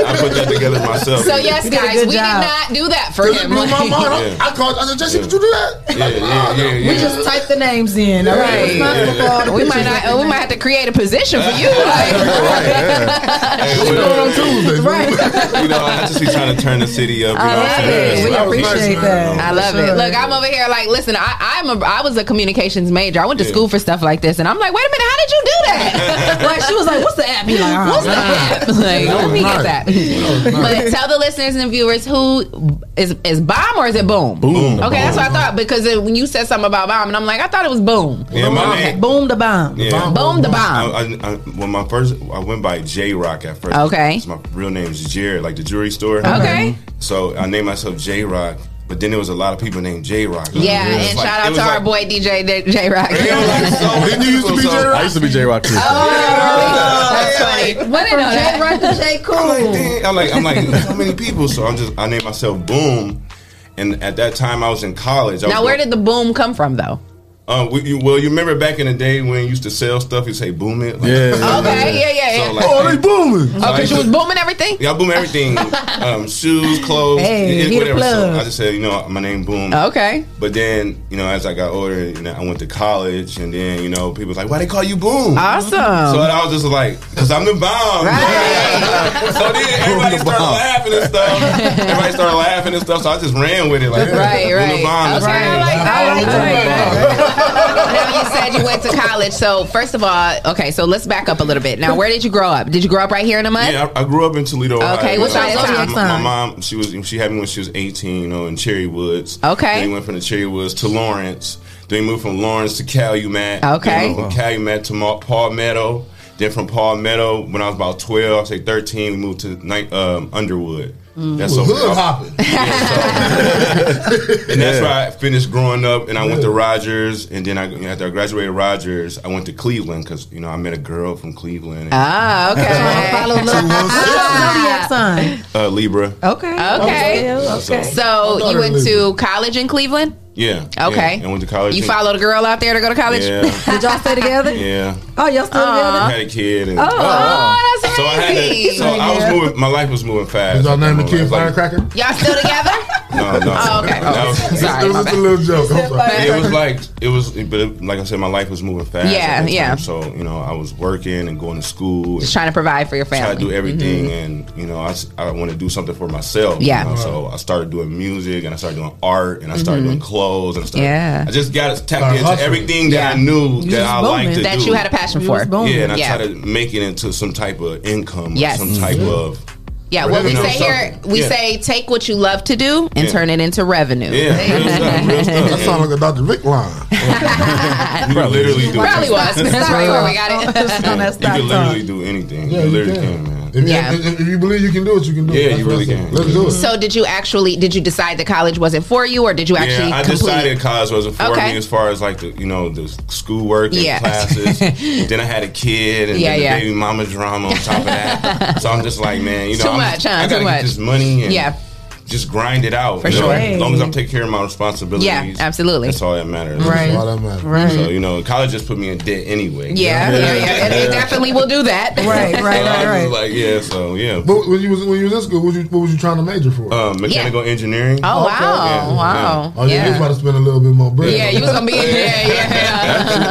I put that together myself.
So yes, guys, we did not do that for
Because it
him.
blew my mind. I-
Yeah.
I called. I said, Jesse, did you do that?
Yeah, yeah, yeah, yeah.
We just type the names in. All right. Responsible for all the
we might
pictures
not.
that
We might have to create a position for you. Like,
Hey, what up? You know, I just be trying to turn the city up. You know
I
what
love
I'm saying?
it. We
That's what I was
appreciate
thinking.
I love it. Look, I'm over here like, listen, I, I'm a, I was a communications major. I went to
Yeah.
school for stuff like this, and I'm like, wait a minute, how did you do that?
Right, she was like, what's the app? He like, uh-huh.
what's the app? Like,
That
let
was
me
nice.
get that. but tell the listeners and viewers who is is bomb or is it boom?
Boom.
Okay, that's what I thought because it, when you said something about bomb, and I'm like, I thought it was boom.
Yeah, my
Okay.
name-
Boom the bomb. Boom the bomb.
I, I, I, when my first, I went by J Rock at first.
Okay.
It's My real name is Jared, like the jewelry store.
Okay.
So I named myself J Rock, but then there was a lot of people named J Rock.
Yeah, and shout out to our boy DJ J- J Rock.
Didn't you used to be J Rock?
I used to be J Rock too.
That's funny. What did
From
I
J. Rock to J. Cool.
I'm like, I'm like, so many people. So I'm just, I named myself Boom. And at that time, I was in college. I was
Now, where did the boom come from, though?
Uh, we, you, well, you remember back in the day when you used to sell stuff, you say boom it. Like,
Yeah. Okay, yeah, yeah, yeah.
So, like,
Oh,
they booming.
Oh, because you was booming everything?
Yeah, I boom everything. um, shoes, clothes,
Hey,
it-
get a
So
plug.
I just said, you know, my name boom.
Okay.
But then, you know, as I got older, you know, I went to college, and then, you know, people was like, why they call you boom?
Awesome.
So I was just like, because I'm the bomb. so then everybody started laughing and stuff. Everybody started laughing and stuff. So I just ran with it. Like,
Right,
"Boom the
right.
Bomb, that's
Okay,
it."
I like that. I like that. Now you said you went to college. So first of all, okay, so let's back up a little bit. Now, where did you grow up? Did you grow up right here in the mud?
Yeah, I, I grew up in Toledo. Ohio.
Okay, what's
You know,
your
my-
zodiac
My,
sign?
mom, she was she had me when she was eighteen, you know, in Cherry Woods.
Okay.
they went from the Cherry Woods to Lawrence. Then we moved from Lawrence to Calumet. Then
Okay.
we moved from Calumet to Ma- Palmetto. Then from Palmetto, when I was about twelve, I say thirteen, we moved to Ni- um, Underwood.
Mm.
That's
Ooh,
over
hood hopping.
and that's where I finished growing up. And I went to Rogers, and then I you know, after I graduated Rogers, I went to Cleveland because you know I met a girl from Cleveland. And,
Ah, okay.
Zodiac sign.
uh, Libra.
Okay.
Okay.
Okay.
So you went to college in Cleveland?
Yeah.
Okay.
Yeah. And went to college.
You
and-
followed a girl out there to go to college?
Yeah.
Did y'all stay together?
Yeah.
Oh, y'all still
I
together?
had a kid. And,
Oh,
uh,
oh,
that's
so I had.
amazing.
To, so I was
Yeah.
moving. My life was moving fast.
Did y'all name the kid
Like,
Firecracker?
Y'all still together?
no, no.
Oh, okay.
That was-
Sorry, it was just a little joke. I'm sorry.
it was like it was, but it, like I said, my life was moving fast.
Yeah,
at that
yeah.
time. So you know, I was working and going to school. And
Just trying to provide for your family.
Try to do everything,
Mhm.
and you know, I, s- I want to do something for myself. you
Yeah.
know, so I started doing music, and I started doing art, and I started
Mhm.
doing clothes, and I started.
Yeah.
I just got tapped
Started
into
hustling.
everything that I
Yeah.
knew
You
that
just
I liked
booming.
to
That
do.
you had a passion You for. was booming.
Yeah, and I
Yeah.
tried to make it into some type of income,
Yes.
or some type
Mhm.
of.
Yeah, what we
you know,
say here,
something.
we
Yeah.
say take what you love to do and
Yeah.
turn it into revenue.
Yeah, real stuff, real stuff.
That sounds like a Dr. Vic line.
You can literally do
Probably was. That's probably where we got it.
Yeah, you can literally do anything.
Yeah,
you
you
literally
can.
can, man.
If you,
Yeah.
if, if you believe you can do it, you can do it.
Yeah,
That's
you
what I
really
said.
can.
Let's do it.
So did you actually did you decide that college wasn't for you or did you actually
yeah, I
complete
decided college wasn't for
Okay.
me as far as like the you know the schoolwork and
Yeah.
classes. then I had a kid and
Yeah,
then the
yeah.
baby mama drama on top of that. so I'm just like, man, you know,
Too
I'm
much,
just,
huh?
I
Too
gotta
much.
get this money and
Yeah.
just grind it out.
For
you know,
sure.
As long as I'm taking care of my responsibilities.
Yeah, absolutely.
That's all that matters.
Right. That's
all that matters.
Right.
So you know, college just put me in debt anyway.
Yeah, yeah, yeah. It, it definitely will do that. Right,
so I was just like, yeah, so yeah.
But when you was when you was in school, what, you, what was you trying to major for?
Um, mechanical engineering.
Oh,
Okay.
wow. Wow.
Oh yeah, you was about to spend a little bit more bread.
Yeah, you was gonna be in there. Yeah,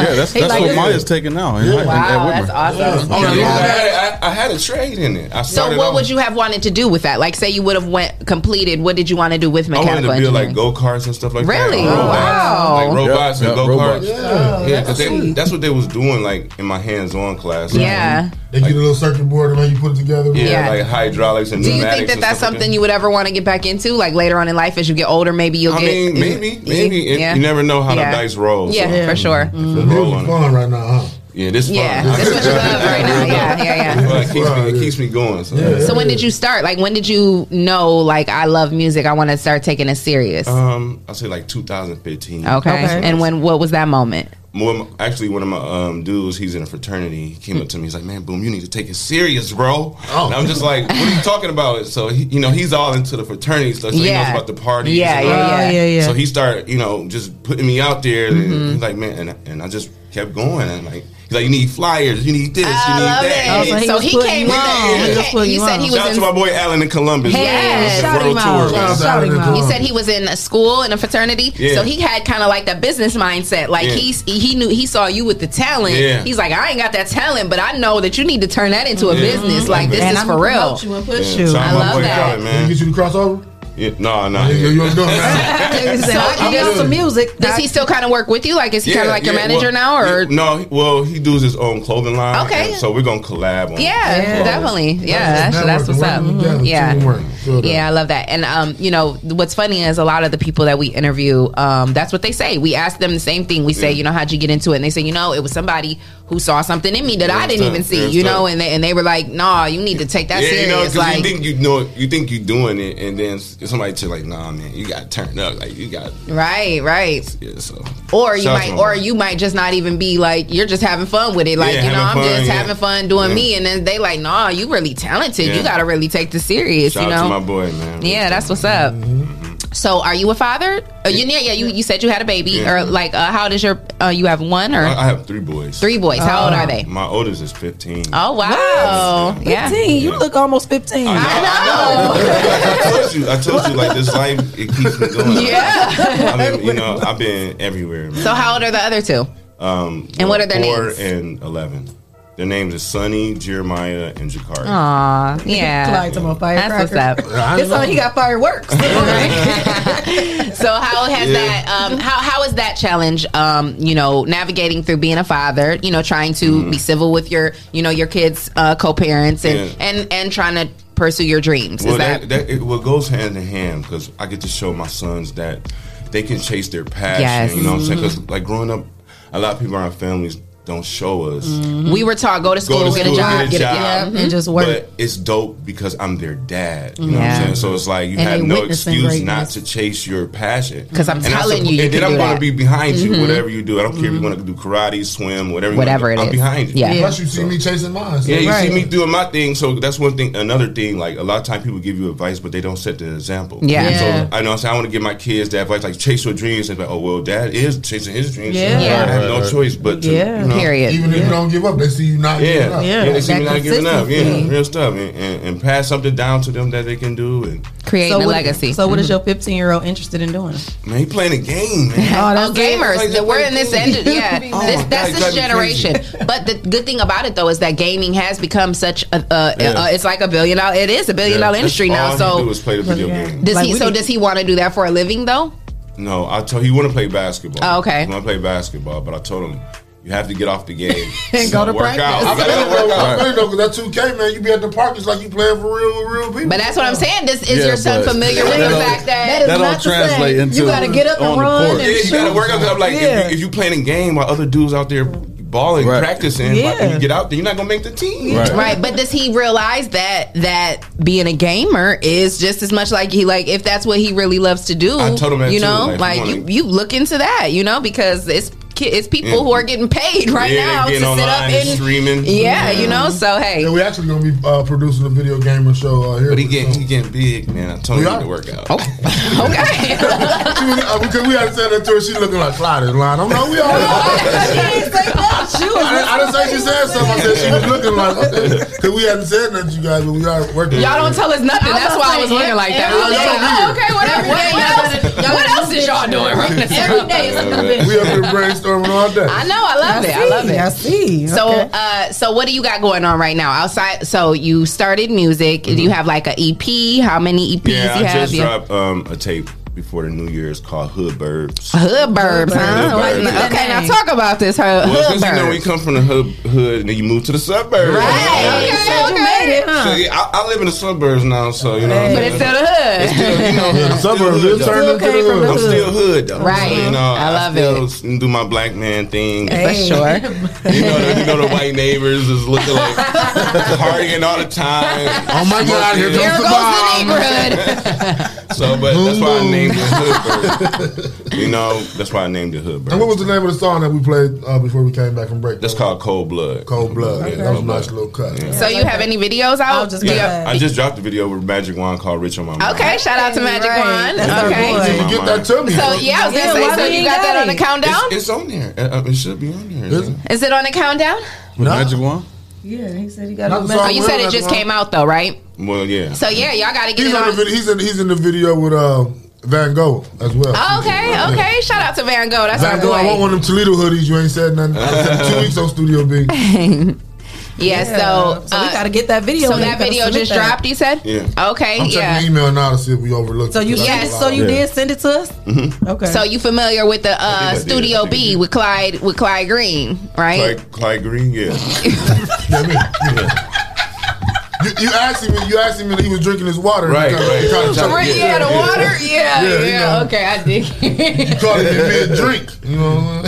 Yeah, that's,
He
that's
like
what
it.
Maya's taking now. Oh,
Wow, that's awesome.
I, had, I, I I had a trade in it. I
So
started
what
off-
would you have wanted to do with that? Like, say you would have went completed. What did you want to do with
I wanted to
mechanical
build like
engineering?
go karts and stuff like
Really?
that.
Oh, wow.
Like robots
Yep,
and
yep,
go
robots.
karts.
Yeah.
Yeah, because that's what they was doing like in my hands-on class.
They get a little circuit board and then you put it together.
Yeah, like hydraulics and
do you think
pneumatics
that
and
that's
stuff like
something you would ever want to get back into? Like later on in life, as you get older, maybe you'll
I
get.
mean, maybe, maybe. It- You never know how the dice rolls.
Yeah, for sure.
Roll on it.
fun right now, huh?
Yeah, this fun.
Yeah, that's what you love right now. Yeah, yeah, yeah.
Well, it, keeps me, it keeps me going. So.
So when did you start? Like when did you know? Like I love music. I want to start taking it serious.
Um, I say like 2015.
okay. And when? What was that moment?
More, actually, one of my um, dudes, he's in a fraternity. He came up to me. He's like, "Man, boom, you need to take it serious, bro." And I'm just like, "What are you talking about?" So he, you know, he's all into the fraternity stuff. So
Yeah.
he knows about the parties.
Yeah,
and
yeah,
all that.
yeah. Oh, yeah, yeah.
So he started, you know, just putting me out there. And
Mhm.
he's like, "Man," and, and I just kept going. And like, he's like, "You need flyers. You need this. you need
love
that."
it.
And
So he came with
Yeah.
it. He, came- you said he was
Shout out
in
to my boy Alan in Columbus.
Yes.
Yeah, world tour. man.
You said he was in a school in a fraternity,
Yeah.
so he had kind of like that business mindset. Like
Yeah.
he's he knew he saw you with the talent.
Yeah.
He's like, I ain't got that talent, but I know that you need to turn that into a
Yeah.
business.
Mhm.
Like this
And
is
I'm
for
gonna
real.
promote you and push Yeah. you. Shout out
I
my
love
boy
that.
Khaled, man.
Get you the crossover.
Yeah, no, no.
Yeah, you doing that.
So
I
do
do some
music. Does he still kind of work with you? Like is he kind of like your
yeah,
manager
well,
now, or
yeah, no? Well, he does his own clothing line.
Okay.
and so we're gonna collab on.
Yeah,
clothes.
definitely. Yeah, that's, that's what's up. Mm-hmm.
teamwork.
Yeah.
Feel that.
Yeah, I love that. And um, you know, what's funny is a lot of the people that we interview, um, that's what they say. We ask them the same thing. We say,
Yeah.
you know, how'd you get into it? And they say, you know, it was somebody who saw something in me that I
Yeah,
didn't
it's
even
tough.
see,
Yeah, it's
you know,
tough.
and they, and they were like, nah, you need to take that
yeah,
serious.
you know, because
like,
you think you know, you think you're doing it, and then s- somebody tell you, like, nah, man, you got to turn up, like you got,
right, right.
yeah. So
Or you
Shout out to
might,
my
or
mom.
you might just not even be like you're just having fun with it. Like
Yeah,
you know, I'm
having fun,
just
yeah.
having fun doing
Yeah.
me, and then they like, nah, you really talented.
Yeah.
You gotta really take this serious.
shout
you know,
out to my boy, man.
Yeah, that's what's up. So, are you a father? Uh, you, yeah, yeah. You, you said you had a baby,
Yeah.
or like, uh, how does your? Uh, you have one or
I, I have three boys.
three boys? How old are they?
My oldest is 15.
Oh wow! Yeah,
15. You look almost 15.
I told you, I told you, like this life, it keeps me going.
Yeah.
I mean, you know, I've been everywhere. Man.
So, how old are the other two?
Um,
And what are their
four
names?
and eleven. Their names are Sunny, Jeremiah, and Jakari.
Aw, yeah.
Clyde talking about firecracker.
That's what's up.
This time he got fireworks.
so how has
Yeah.
that um how how is that challenge um you know navigating through being a father you know trying to be civil with your you know your kids uh co-parents and
Yeah.
and and trying to pursue your dreams
Well,
is that,
that, that it well, it goes hand in hand because I get to show my sons that they can chase their passion.
Yes.
You know what I'm saying? Because
Mhm.
like growing up, a lot of people in our families don't show us.
Mm-hmm. we were taught go to school, get, a job, get a mm-hmm. job
and just work.
Mm-hmm. But it's dope because I'm their dad. You know what
Yeah.
I'm saying? So it's like you
And
have
they
no
witnessing
excuse not
greatness.
to chase your passion.
'Cause I'm
And I
telling you,
suppo-
you can
and then I'm
do
gonna
that.
be behind
Mhm.
you, whatever you do. I don't care if you want to do karate, swim, whatever. You wanna
Whatever
do,
it
I'm
is.
behind you.
Plus, you see me chasing mine. so-
Yeah, you see me doing my thing. So that's one thing. Another thing, like a lot of time people give you advice, but they don't set the example.
Yeah. Yeah.
So I know. So I want to give my kids that advice, like chase your dreams. And like, oh well, dad is chasing his dreams.
Yeah.
So I have
Yeah.
no choice but to. You know,
Even if you don't give up, they see you not giving
Yeah.
up.
yeah, They see me not giving up. Yeah, real stuff, and, and, and pass something down to them that they can do. And
creating
so
a
what-
legacy
So what is
Mhm.
your 15 year old interested in doing?
man, he playing a game, man.
Oh, gamers!
Like,
that we're in this
like,
end. Yeah,
Oh,
this,
my
that's
God,
this
you gotta be crazy.
generation. But the good thing about it, though, is that gaming has become such a. Uh,
Yeah.
uh, it's like a billion dollar. It is a billion
Yeah,
dollar
that's
industry now.
all he
So
do is play the video game.
does he? So does he want to do that for a living, though?
No, I told you want to play basketball.
Oh, okay.
you want to play basketball, but I told him you have to get off the game
And go to
work Out.
I
You
feel
gotta work
though, I
out.
feel though, because that 2K, man, you be at the park, it's like you playing for real, real people.
But that's what I'm saying. This is
Yeah,
your son
but-
familiar with the
That
fact that
that is That don't not the same. translate You into gotta get up and on the run court. and
yeah, you gotta
shoot.
work out. 'cause I'm like,
Yeah.
if, you, if you playing a game while other dudes out there balling, practicing,
Yeah.
like, when you get out there, you're not gonna make the team.
Right. but does he realize that that being a gamer is just as much like he like if that's what he really loves to do?
I told him that
you
too,
know,
like,
like,
if you
you, you look into that, you know, because it's ki- it's people
Yeah.
who are getting paid right
Yeah, they
now to sit
getting
up
online
and
and streaming.
Yeah,
Yeah.
you know, so hey,
And we actually going to be uh, producing a video gamer show uh, here. But he
getting, he getting big, man. I told
him
to work
Oh.
out.
uh, Because we had to tell that to her, she looking like fly this line. I'm like, we all I, I didn't say she said something. I said she was looking like, because we hadn't said nothing to you guys, but we are working.
Y'all don't tell us nothing. That's why I was looking like that. I was like, oh, okay, whatever. What else- What else is y'all doing right now?
we up here brainstorming coming all day.
I know. I love it. I love it.
see.
So,
Okay.
uh, so what do you got going on right now outside? So you started music. Do you have like an EP? How many EPs
Mm-hmm. Yeah,
you
I
have?
just
Yeah.
dropped um, a tape before the New Year's called Hood Burbs.
Hood burbs,
Hood
huh?
burbs.
Wait, Okay, now talk about this. Hood,
Well,
hood
because you know we
burbs.
come from the hood, hood and then you move to the suburbs.
Right.
Yeah.
Okay, okay.
So, yeah, I, I live in the suburbs now, so you know. what I'm
But
saying?
it's still the hood.
It's still, you know, I'm still
suburbs,
hood,
it
though.
turned Still into the came from hood. the
I'm still
hood.
hood though,
Right.
So, you know,
I love
still s- Do my black man thing.
For sure.
You know, the, you know the white neighbors is looking like partying all the time.
Oh my God, here
Smoking.
comes the bomb.
So, but that's why I named it Hoodbird. you know, that's why I named it Hoodbird.
And what was the name of the song that we played uh, before we came back from break?
That's called Cold Blood.
Cold Blood.
Yeah,
That was a
Cold Blood.
nice little cut.
So you have any videos out? Do you-
Yeah, I just dropped a video with Magic Wand called "Rich on My Mind."
Okay, shout out to Magic Wand. Okay.
Rich on My Mind.
So yeah, I was
Yeah,
gonna
why
say. So
we
you
ain't
got that
got
on the
it?
countdown?
It's, it's on there. Uh, It should be on there. isn't it?
Is it on the countdown?
With Magic Wand?
Yeah, he said he got
Not
a
the
message.
Oh, you said it just came out though, right?
Well, yeah.
So yeah, y'all got to get
He's
it
on the
on.
video. He's in, he's in the video with uh, Van Gogh as well.
Oh, Okay,
Yeah.
okay. Shout out to Van Gogh. That's
Van
our
Gogh, I want
boy.
one of them Toledo hoodies. You ain't said nothing. I said two weeks on Studio B.
Yeah, so, uh,
So we gotta get that video
So
in.
that
Gotta
video
submit
just
that.
dropped. You said. Okay.
I'm checking
yeah.
the email now to see if we overlooked.
So you yes, so you did send it to us.
Mm-hmm.
Okay.
So you familiar with the uh,
I did, I
Studio
think I
B with Clyde with Clyde Green, right?
Clyde, Clyde Green, yeah.
You, you asked him. You asked him, and he was drinking his water.
Right,
You kinda-
right.
you kinda tried to
Right,
get-
yeah, the water. Yeah, yeah.
you know.
Oh, okay, I dig.
Caught him in mid drink. You know.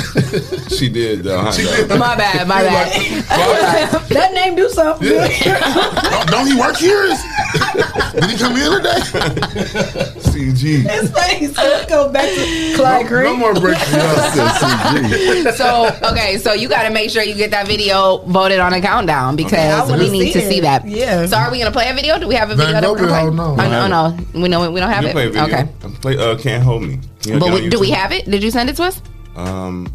She did. Uh,
She
Honda.
did.
my bad. My bad.
that name do something.
don't, don't he work here? Is- Did he come here today?
CG.
His face. Let's go back to Clyde Green.
No more breaks for us.
so okay, so you got to make sure you get that video voted on a countdown because
I wanna
we need
see
to see
it.
that.
Yeah.
So are we gonna play a video? Do we have a
Van
video? that
Gogh,
we're gonna
hell
play?
no.
Oh, no, no. we know we don't have
You
it.
play a video.
Okay,
Play uh, Can't Hold Me. You know,
but
get on
we, do we
YouTube.
have it? Did you send it to us?
Um,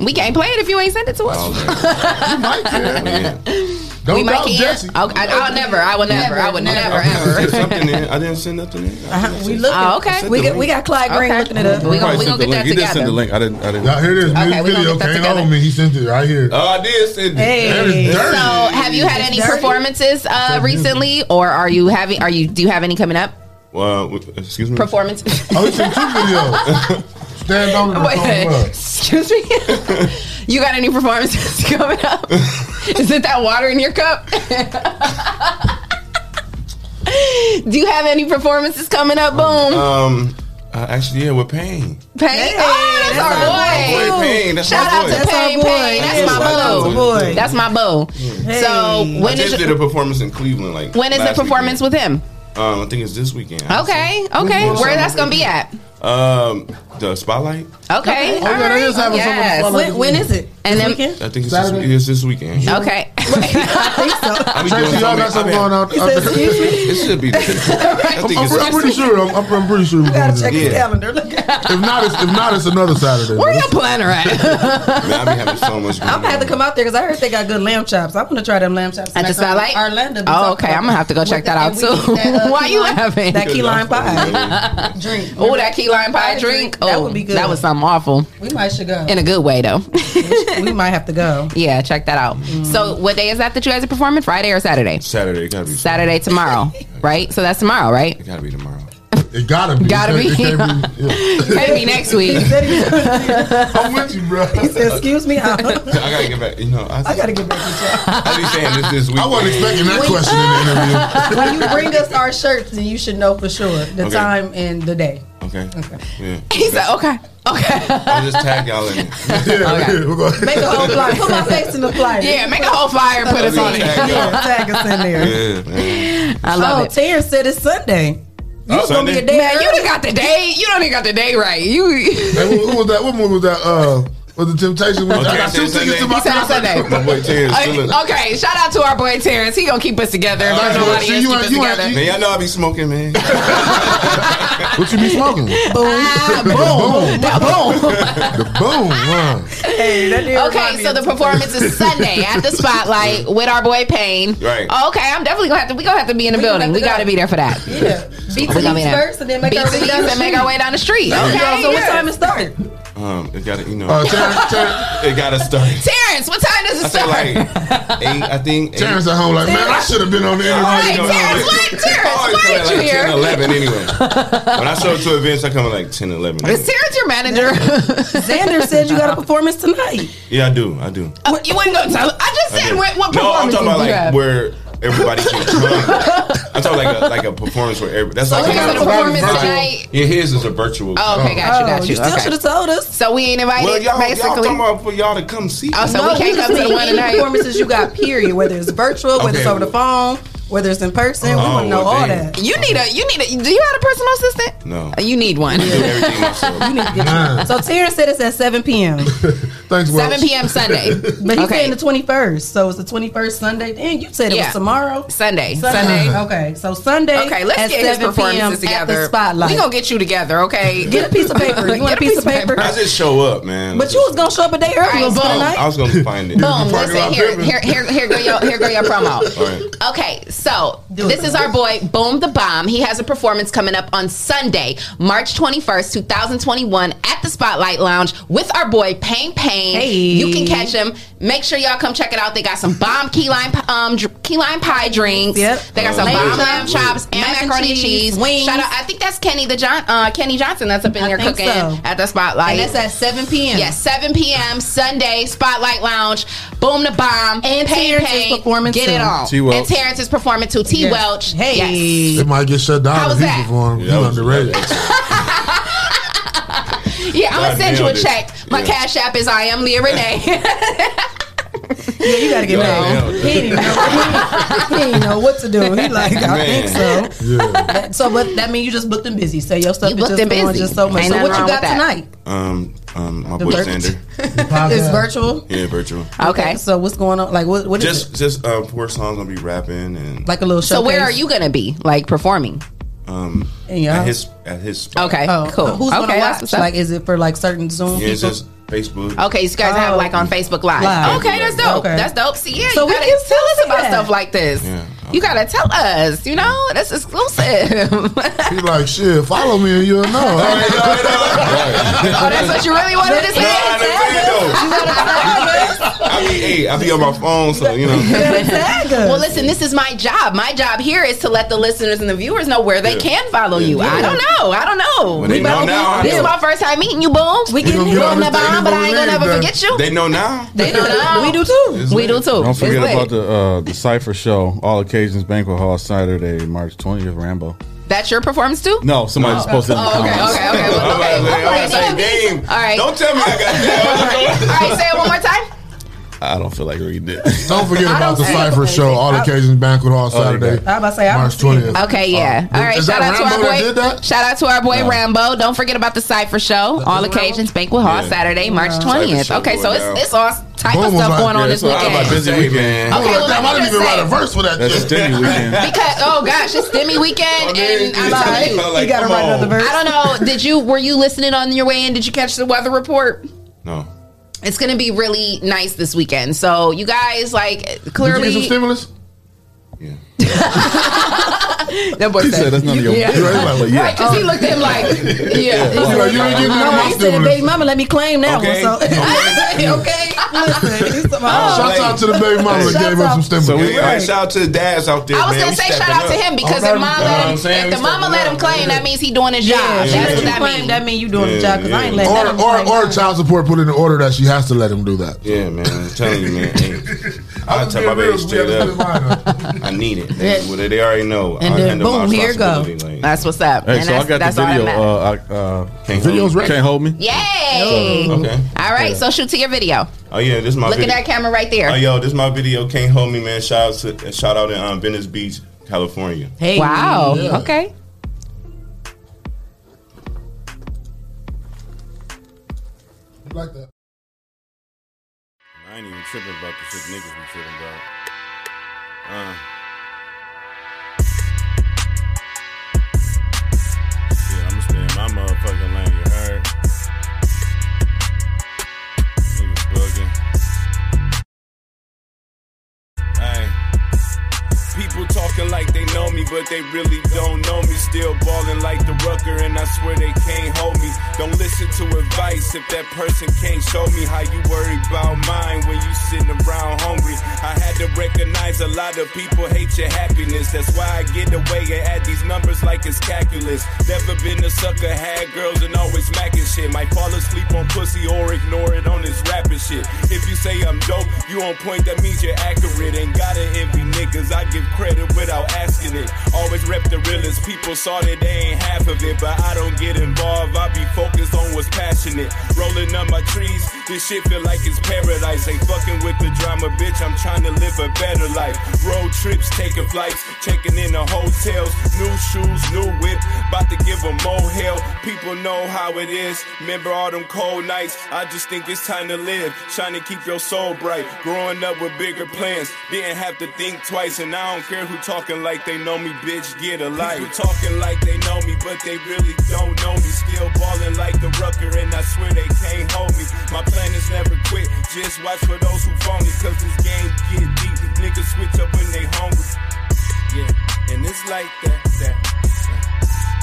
We can't play it if you ain't send it to us.
Oh,
we
Don't
might
doubt
can't.
Jesse.
Okay, I, I'll never. I will never. I would never.
I said something in. I didn't send nothing in.
Uh-huh, we looking.
Oh, okay.
We got, we got Clyde Green looking it up.
We gonna,
Probably
we
sent
gonna get
the
that
link. You did send
together.
the link. I didn't. I didn't.
Y'all hear this?
Okay,
Music
we gonna
video
get that
can't
together.
hold me. He sent it right here.
Oh, I did send it.
That is dirty.
So, have you had any
Dirty.
performances uh, recently, or are you having? Are you? Do you have any coming up?
Well, w- excuse me.
Performance?
Oh, he sent two videos. Stand on the
Wait,
phone.
excuse me. you got any performances coming up? Is it that water in your cup? do you have any performances coming up? Boom.
Um, uh, actually, yeah, with Pain.
Pain. oh, that's, our boy.
Boy, Pain. That's
Shout
my
out
boy.
to Pain. Pain. That's
Yeah, shout out
my
to
boo.
Pain.
That's my boo. So
I
when
just
is
did a performance in Cleveland. Like
when is the
last
performance with him?
weekend. Um, I think it's this weekend.
Okay, okay.
Where's
Where
the
that's gonna be at?
Um, the spotlight.
Okay.
Oh, yeah,
all
they is
right,
having
yes.
something
When, when is it?
And then,
I think it's this, it's this weekend.
okay.
I be doing
Tracy, y'all
so
got
many-
something
I mean,
going out. out there?
It should be. I
I'm,
think
I'm,
it's.
I'm pretty sure. I'm, I'm, I'm pretty sure. We gotta
check the Yeah.
calendar.
If not, it's, if not, it's another Saturday.
Where your planner at?
Man, I be having so much.
I'm gonna have to come out there because I heard they got good lamb chops. I'm gonna try them lamb chops.
At the Spotlight?
Orlando.
Oh, okay. I'm gonna have to go check that out too. Why you laughing?
uh, That key lime pie.
drink. Oh, that key lime pie drink. Oh,
That would be good.
That was something awful
We might should go.
in a good way though.
we might have to go. Mm.
Yeah, check that out. So, what day is that that you guys are performing? Friday or Saturday?
Saturday. It gotta be.
Saturday tomorrow, right? So that's tomorrow, right?
It gotta be tomorrow.
It gotta be.
Gotta
It
be.
can't be- yeah.
Can't be next week.
I'm with you, bro.
He said, "Excuse me,
I
I,
gotta get back. You know, I,
I gotta get back."
I be saying this this week.
I wasn't expecting that question in the interview.
when you bring us our shirts, then you should know for sure the
Okay.
time and the day.
Okay. Okay. Yeah.
He said, "Okay,
I'll just tag y'all in it.
Yeah, yeah, we're going.
Make a whole flyer. Put my face in the flyer.
yeah, make a whole fire and put us on it."
Yeah, tag us in there.
Yeah, man.
I love
oh,
it.
Terrence said it's Sunday. You
Oh,
was gonna be
Sunday?
a day.
Man, you
early.
done got the day. You don't even got the day right. You. He
Hey, what, what was that? What movie was that? Uh, was the Temptation? Was I got
Okay,
two
Sunday.
tickets to my
said
concert.
Sunday.
My boy Terrence. still
Uh, okay, shout out to our boy Terrence. He gonna keep us together. and
Nice
let
one.
nobody
See,
else
you
keep
ain't-
us
you ain't-
together.
Man, y'all know I be smoking, man.
What you be smoking?
Ah,
The boom,
that boom.
the boom. Huh?
Hey, that did remind
Okay,
me
so
of
the
something.
performance is Sunday at the spotlight with our boy Payne.
Right.
Okay, I'm definitely gonna have to. We gonna have to be in the
We gonna
building.
have
We
to
gotta
go.
be there for that.
Yeah, beat
We
the
gonna be
Heat
there.
first, and then make
Beat
our way
the
down
heat
the
and make our way down the street. Okay.
So what
yeah.
time it start?
Um, it got to you know.
Uh, Terrence- Terrence-
it got to start.
Terrence, what time does it
I said
start?
like eight. I think.
Terrence at home like, man, I should have been on the interview.
Right, Terrence, why, Terrence, why
like
ain't you
10,
here?
11 anyway. when I show up to events, I come at like 10, 11.
Is Terrence your manager?
Xander said you got a performance tonight.
Yeah, I do. I do.
Oh, you wasn't gonna tell. I just
I
said
do.
what, what
no, I'm
performance
talking about
you
like
have.
where everybody can come. I'm talking like a, like a performance where everybody. That's
So
like
you got a performance tonight?
Yeah, his is a virtual.
Oh, okay, got you, got you. okay.
told us.
So we ain't invited,
Well, y'all, y'all
basically.
talking about for y'all to come see.
Oh, so we can't
can
come to the
see
one
any
tonight.
Performances you got, period. Whether it's virtual, whether it's
Okay.
over the phone, whether it's in person, we
Oh,
want to know
well,
all
damn.
that.
You need a. You need a. Do you have a personal assistant?
No.
Uh, You need one.
You need to get you. So Terrence said it's at 7 p.m.
Thanks,
Welch. 7 p.m. Sunday.
But he's saying the 21st. So it's the 21st Sunday. And you said it
Yeah.
was tomorrow.
Sunday.
Sunday.
Sunday.
Okay. So Sunday.
Okay, let's
at
get his
7 p.m.
performances together.
At the spotlight.
We gonna get you together, okay?
Get a piece of paper. You want a piece of paper?
I just show up, man.
But you was gonna show up a day
All
early
right,
on Sunday
boom.
night.
I was gonna find it.
Boom. Listen here, here, here, here go your here go your promo.
All right.
Okay, so
Do
this
it.
is our boy Boom the Bomb. He has a performance coming up on Sunday, March 21st, 2021 at the Spotlight Lounge with our boy Pain Pain.
Hey.
You can catch him. Make sure y'all come check it out. They got some bomb key lime um dr- key lime pie drinks. They got some
Lamb
bomb lamb chops
chops,
and
mac and
macaroni and
cheese,
cheese.
wings.
Shout out I think that's Kenny the John uh Kenny Johnson that's up in there
think
cooking
so.
at the Spotlight.
And that's at
7 p.m. Yes, 7 p.m. Sunday, Spotlight Lounge, Boom the Bomb, and
Terrence is performing
Get
too.
it on.
T. Welch.
And Terrence is performing too. T.
Yes.
Welch.
Hey.
Yes.
It might get shut down
How
if
was
he
that?
perform. you underrated.
Yeah, I'm
God
gonna send you a
nailed it.
check. My
Yeah.
cash app is I am Leah Renee.
Yeah, you gotta get
No,
paid. He didn't know. He didn't know what to do. He like, I think so. That- So, but that mean you just booked and busy. So your stuff
You
is
booked
just
and
going
busy.
just so much.
Ain't
so what
nothing
you
wrong with
got
that.
tonight?
Um, um, my
The
boy
vir-
Xander.
It's virtual.
Yeah, virtual.
Okay.
So what's going on? Like what? What is
just just uh, four songs gonna be rapping and
like a little show?
so where are you gonna be? Like performing?
um
Yeah.
at his at his spot.
Okay, cool.
Oh, Who's
okay,
gonna
that's
watch?
what's up.
Like, is it for like certain Zoom
Yeah, it's
people?
just Facebook.
Okay, so you guys have like on Facebook Live.
Oh. Live.
Okay, that's dope.
Okay.
That's dope. See, yeah,
So
you
we
gotta
can
tell us about
that.
stuff like this. You gotta tell us. You know, that's exclusive.
He like, shit, follow me and you'll know.
Oh, that's what you really wanted to say?
I be hey, I be on my phone, so you know.
well, listen, this is my job. My job here is to let the listeners and the viewers know where they
Yeah.
can follow you.
Yeah.
I don't know. I don't know.
Well, they
We
know
about-
now, I
This is
know.
my first time meeting you, Boom. We
gonna
can
get on
boom the
this thing
bomb, but I ain't gonna
over
ever
there.
forget you.
They know now.
They do now. We do too. We do too.
Don't
It's
forget
lit.
about the uh, the Cipher Show, All Occasions Banquet Hall, Saturday, March 20th, Rambo.
That's your performance too.
No, somebody just posted in the
Oh, okay,
comments.
okay, okay. Well, okay. All right. Don't
tell me I
got All right, say it one more time.
I don't feel like reading it.
Don't forget
I don't
about the
see
Cypher
it.
show, All
I-
Occasions Banquet
Oh,
Hall, Saturday.
I about to say I
March 20th.
Okay, yeah.
Uh,
All right.
is
Shout
that
out to our
Rambo that
boy.
did that?
Shout out to our boy
No.
Rambo. Don't forget about the Cipher Show. All occasions, Banquet Hall,
Yeah.
Saturday, March
Cypher
twentieth.
Show
Okay,
going
so
down.
it's it's all type of stuff going on this weekend.
busy weekend.
Okay, well, let
Damn,
me
I didn't
just
even
say-
write a verse for that.
That's Demi weekend.
because oh gosh, it's Demi weekend, and I'm telling you,
Like, You gotta come write another on. verse.
I don't know. Did you were you listening on your way in? Did you catch the weather report?
No.
It's gonna be really nice this weekend. So you guys like clearly
Did you get some stimulus?
That boy
He said,
"That's none of your
yeah.
business." Right, like, yeah.
Right, 'cause
Oh.
he looked at him like, yeah.
He's like, "You ain't getting none of my
he said,
stimulus."
"Baby mama, let me claim that
Okay.
one." So
okay,
listen, it's my-
Shout
Oh.
out to the baby mama that gave us some stimulus.
So we right. shout out to the dads out there.
I was
man.
gonna
We
say shout
stepping
out to
up.
him because
Alright.
if mama
You know what
let
I'm
him,
saying?
if
We
the mama
stepping
let him
up.
claim, that means he doing his job. That's what that means.
That mean you doing the
Yeah,
job because I ain't
yeah.
letting
Or,
that one claim
or, or child support put in the order that she has to let him do that.
Yeah, man. I'm telling you, man. Hey, I tell my baby straight up. I need it. They, well, they, they already know.
And
I
then
handle my
boom, here it go.
responsibility, like-
That's what's up.
Hey,
and
so I
that's,
got
that's
the
all that
video.
matters.
Uh, I, uh, can't
Video's ready.
Can't hold me.
Yay!
Oh, uh, okay.
All right, so shoot to your video.
Oh yeah, this is my.
Look
video.
at that camera right there.
Oh yo, this is my video. Can't hold me, man. Shout out to shout out in um, Venice Beach, California.
Wow.
Yeah.
Okay.
Like that.
I ain't even tripping about the shit niggas be tripping about. Uh. Shit, I'ma stay in my motherfucking lane, you heard? Niggas bugging.
People talking like they know me, but they really don't know me. Still ballin' like the rucker, and I swear they can't hold me. Don't listen to advice if that person can't show me how you worry about mine when you sitting around hungry. I had to recognize a lot of people hate your happiness. That's why I get away and add these numbers like it's calculus. Never been a sucker, had girls and always macking shit. Might fall asleep on pussy or ignore it on this rapping shit. If you say I'm dope, you on point, that means you're accurate. Ain't gotta envy niggas, I give credit without asking it. Always rep the realest, people saw that they ain't half of it, but I don't get involved, I be focused on what's passionate. Rolling up my trees, this shit feel like it's paradise. Ain't fucking with the drama, bitch, I'm trying to live a better life. Road trips, taking flights, checking in the hotels, new shoes, new whip, about to give 'em more hell. People know how it is, remember all them cold nights, I just think it's time to live, trying to keep your soul bright. Growing up with bigger plans, didn't have to think twice, and I don't care who talking like they know me, bitch, get a life. People talking like they know me, but they really don't know me. Still balling like the rucker, and I swear they can't hold me. My plan is never quit, just watch for those who phony, cause this game get deep. Niggas switch up when they hungry. Yeah, and it's like that, that.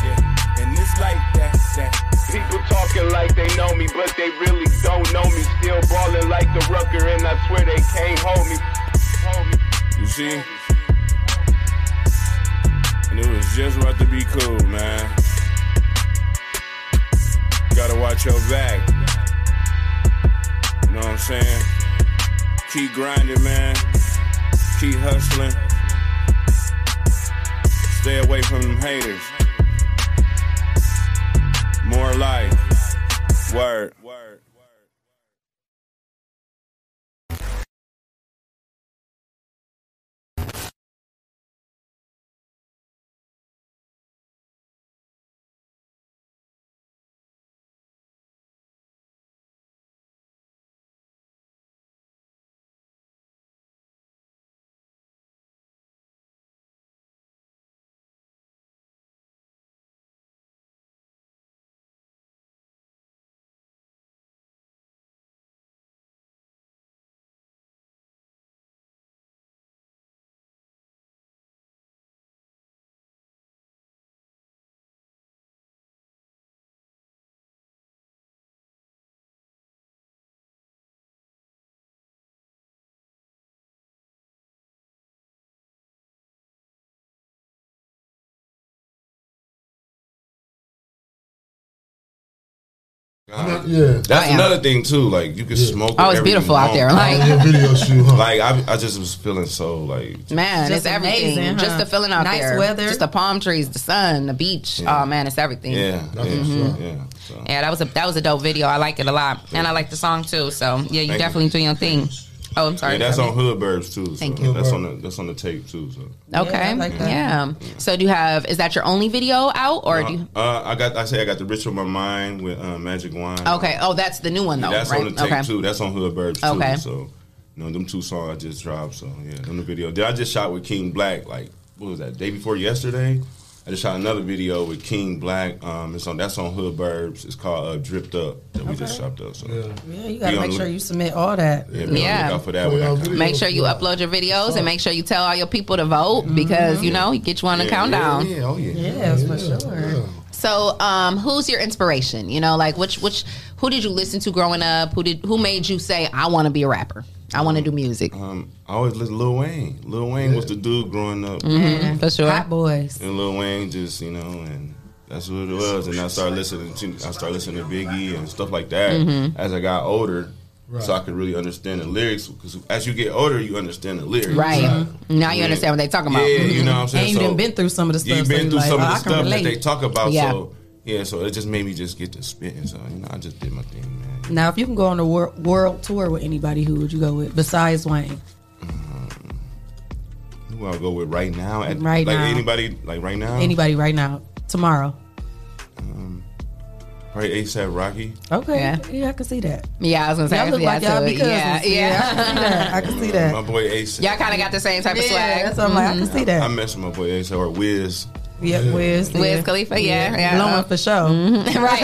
Yeah, and it's like that, that. People talking like they know me, but they really don't know me. Still balling like the rucker, and I swear they can't hold me. Hold me. You see? And it was just about to be cool, man. Gotta watch your back. You know what I'm saying? Keep grinding, man. Keep hustling. Stay away from them haters. More life. Word.
not- yeah.
That's
I am.
another thing too. Like you can smoke.
Oh, it's
everything
beautiful
you
out
want.
there, like- Yeah,
video shoot.
Like I, I just was feeling so like.
Man,
Just
it's everything.
amazing, huh?
Just the feeling out
Nice
there.
weather.
Just the palm trees, the sun, the beach.
Yeah.
Oh man, it's everything.
Yeah, yeah,
Mhm.
yeah.
Yeah, that was a that was a dope video. I like it a lot, and I like the song too. So yeah, you
Thank
definitely do your thing. Oh, I'm sorry.
Yeah, that's
Tell
on
me.
Hood Burbs too. So
Thank you.
That's on the that's on the tape too. So
Okay. Yeah, So do you have? Is that your only video out, or do you?
Uh, I got I say I got the ritual of my mind with uh, Magic Wine.
Okay. Oh, that's the new one though.
Yeah, that's
right?
on the tape
okay.
too. That's on Hood Burbs too.
Okay.
So, you know, them two songs I just dropped. So yeah, them the video. Then I just shot with King Black. Like what was that? Day before yesterday. I just shot another video with King Black. Um, it's on that's on Hood Burbs. It's called uh, Dripped Up that we just chopped up. So
Yeah, you
Be
gotta
on
make
the
sure
look-
you submit all that.
Yeah, be on the lookout for that one.
Make sure you upload your videos and make sure you tell all your people to vote
Mm-hmm.
because you know you get you on the
Yeah,
countdown.
yeah, yeah. Oh, yeah.
Yes, for sure.
So, um, who's your inspiration? You know, like which which who did you listen to growing up? Who did who made you say I want to be a rapper? I want to do music.
Um, I always listened to Lil Wayne. Lil Wayne was the dude growing up.
Mm-hmm.
Mhm, for sure. Hot
boys.
And Lil Wayne just, you know, and that's what it was. And I started listening to I started listening to Biggie and stuff like that
Mhm.
Mm-hmm.
as I got older.
Right.
So I could really understand the lyrics because as you get older, you understand the lyrics.
Right. Mhm. Now you
Yeah.
understand what they talking about.
Yeah, you know what I'm saying.
And you
so
done been through some of the stuff.
you've
so
been
you
through
like,
some
oh, I
of the
can
stuff that
relate.
they talk about.
Yeah.
So yeah, so it just made me just get to spitting. So you know, I just did my thing.
Now, if you can go on a wor- world tour with anybody, who would you go with besides Wayne?
Who I go with right now? At,
Right
like
now.
anybody, like right now,
Anybody right now? Tomorrow?
Um, probably ASAP Rocky.
Okay. Uh, Yeah,
Yeah.
I can see that.
Yeah, I was gonna say
Y'all look
yeah,
like y'all
too.
be cousins.
yeah, yeah.
I can see that.
My boy ASAP.
Y'all Mm-hmm. kind of got the same type of
Yeah,
swag.
that's what I'm like, I can see that.
I, I mess with my boy ASAP or Wiz.
Yeah, Wiz.
Wiz Khalifa, yeah, yeah.
Blowing for sure.
Right.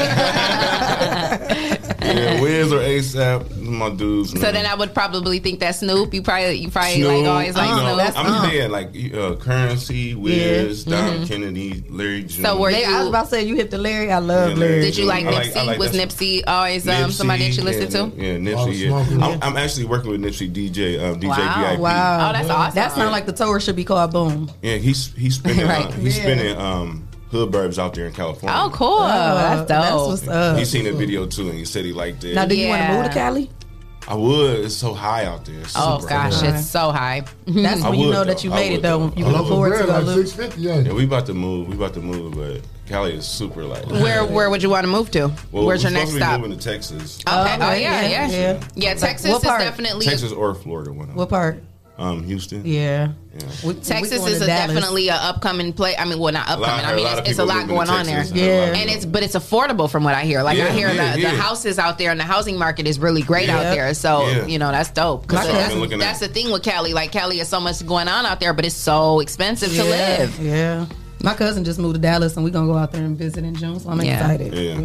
yeah, Wiz or ASAP, my dudes.
So
man.
then I would probably think that Snoop. You probably you probably
Mm-hmm. Snoop,
like always like
you know,
Snoop.
I'm saying like uh, currency, Wiz,
Yeah.
Don
Mhm.
Kennedy, Larry. June.
So were
They-
you?
I was about to say you hit the Larry. I love
Yeah,
Larry.
Larry.
Did you like
I like-
Nipsey?
I like
was
that
Nipsey always um,
Nipsey,
somebody that you
yeah,
listened to?
Yeah, Nipsey. Yeah.
smoking.
I'm, I'm actually working with Nipsey DJ, um, DJ
Wow,
VIP.
wow.
Oh, that's awesome.
That sounds like the tour should be called Boom.
Yeah, he's he's spinning
Right.
uh, he's
Yeah.
spinning um, hood burbs out there in California.
Oh, cool. that's dope.
what's up.
He seen the video too, and he said he liked it.
Now, do you want to move to
Yeah.
Cali?
I would. It's so high out there. It's
Oh
super
gosh,
high.
it's so high.
That's
I
when you
would,
know that you
I
made it,
would,
though. when You
I
look
would.
forward to
like
go look.
six fifty. Yeah.
Yeah, we about to move. We about to move, but Cali is super like.
Where where would you want to move to?
Well,
Where's
we're
your next
supposed to be
stop?
Moving to Texas.
Okay. Oh,
right,
yeah,
yeah,
yeah,
yeah.
yeah. Texas
what
is
part?
definitely
Texas or Florida, one of them.
What part?
Um, Houston.
Yeah.
We,
Texas
going
is
to
a
Dallas.
definitely an upcoming play. I mean, well, not
A lot-
upcoming. I
a
mean,
lot
it's,
of
it's a
people
lot
moving to
going on there.
Texas, and a lot of
and
people-
it's but it's affordable from what I hear. Like I
Yeah,
hear
yeah,
the, the
yeah.
houses out there and the housing market is really great
Yeah.
out there. So
Yeah.
you know that's dope. 'Cause
That's what I've been
that's,
looking at.
that's the thing with Cali. Like Cali is so much going on out there, but it's so expensive to
Yeah,
live.
Yeah. My cousin just moved to Dallas, and we're gonna go out there and visit in June. So I'm
Yeah.
excited.
Yeah.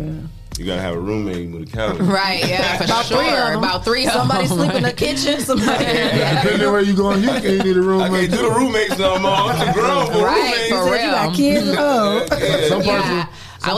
You gotta have a roommate. You move to Cali.
Right? Yeah, for
About
sure.
three of 'em.
About three. of
Somebody
'em.
sleep in the kitchen. Somebody.
Depending on where you going, you can need a room. I can't
do the roommates no more. I'm too grown for
Right, roommates. for real.
Some parts,
Yeah.
of, some,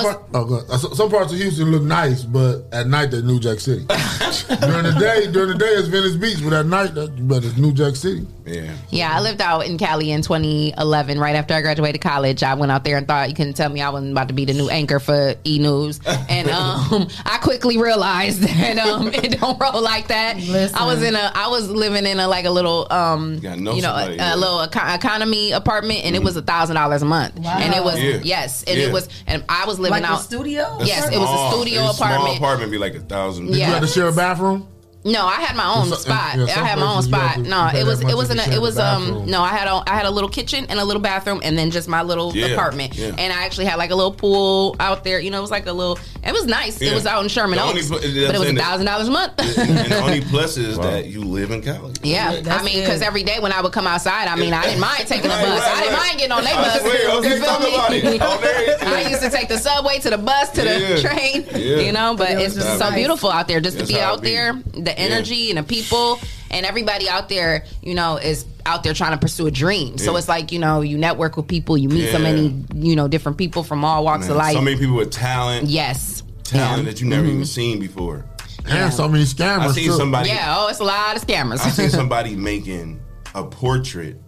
par- oh, go ahead. So- some parts of Houston look nice, but at night they're New Jack City. during the day, during the day it's Venice Beach, but at night, that, but it's New Jack City.
Yeah.
Yeah, I lived out in Cali in 2011. Right after I graduated college, I went out there and thought you couldn't tell me I wasn't about to be the new anchor for E News, and um, I quickly realized that um, it don't roll like that. I was in a, I was living in a like a little, um, you,
gotta know
know,
somebody,
a,
yeah.
a little eco- economy apartment, and it was a thousand dollars a month, and it was
Yeah.
yes, and
Yeah.
it was, and I was living
Like a
out
studio?
Yes, it was
Small.
a studio
It's Small
apartment.
apartment be like a thousand.
Did you Yeah. have to
share a bathroom?
No, I had my own
Some-
spot.
yeah, some
I had my own
places you have
spot.
to
No,
pay
it
that
was
much
it
if
wasn't
you
a, it
share
was
the
um
bathroom.
no, I had a I had a little kitchen and a little bathroom and then just my little
Yeah,
apartment.
yeah.
And I actually had like a little pool out there. You know, it was like a little it was nice.
Yeah.
It was out in Sherman
The only
Oaks.
pl-
but
that's
it was a
in it.
thousand dollars a month.
And the only plus is that you live in Cali.
Yeah, I mean, because every day when I would come outside, I mean, I didn't mind taking a bus. I didn't mind getting on their
I
bus.
swear, I was
You
just
feel
talking
me?
about it. Oh,
I used to take the subway to the bus to
Yeah.
the train,
Yeah.
you know. But
That's
it's just
how it
so
be.
beautiful out there, just
That's
to be
how it
out
be.
there,
Yeah.
the energy and the people and everybody out there. You know, is out there trying to pursue a dream. So
Yeah.
it's like you know, you network with people, you meet so
Yeah.
many you know different people from all walks
Man,
of life.
So many people with talent.
yes,
Talent
Yeah.
that you never
Mhm.
even seen before.
And so many scammers.
I seen
too.
somebody.
Yeah, oh, it's a lot of scammers.
I seen somebody making a portrait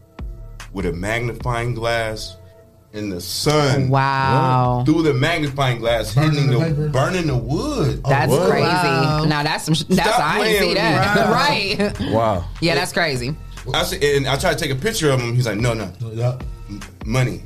with a magnifying glass in the sun.
Wow.
Through the magnifying glass, burning the, burning the wood. Oh,
That's crazy. Now that's some. sh- That's
Stop
I
playing
didn't see
with
that. right.
Wow.
Yeah, that's crazy.
I said, and I tried to take a picture of him. He's like, no, no, M- money.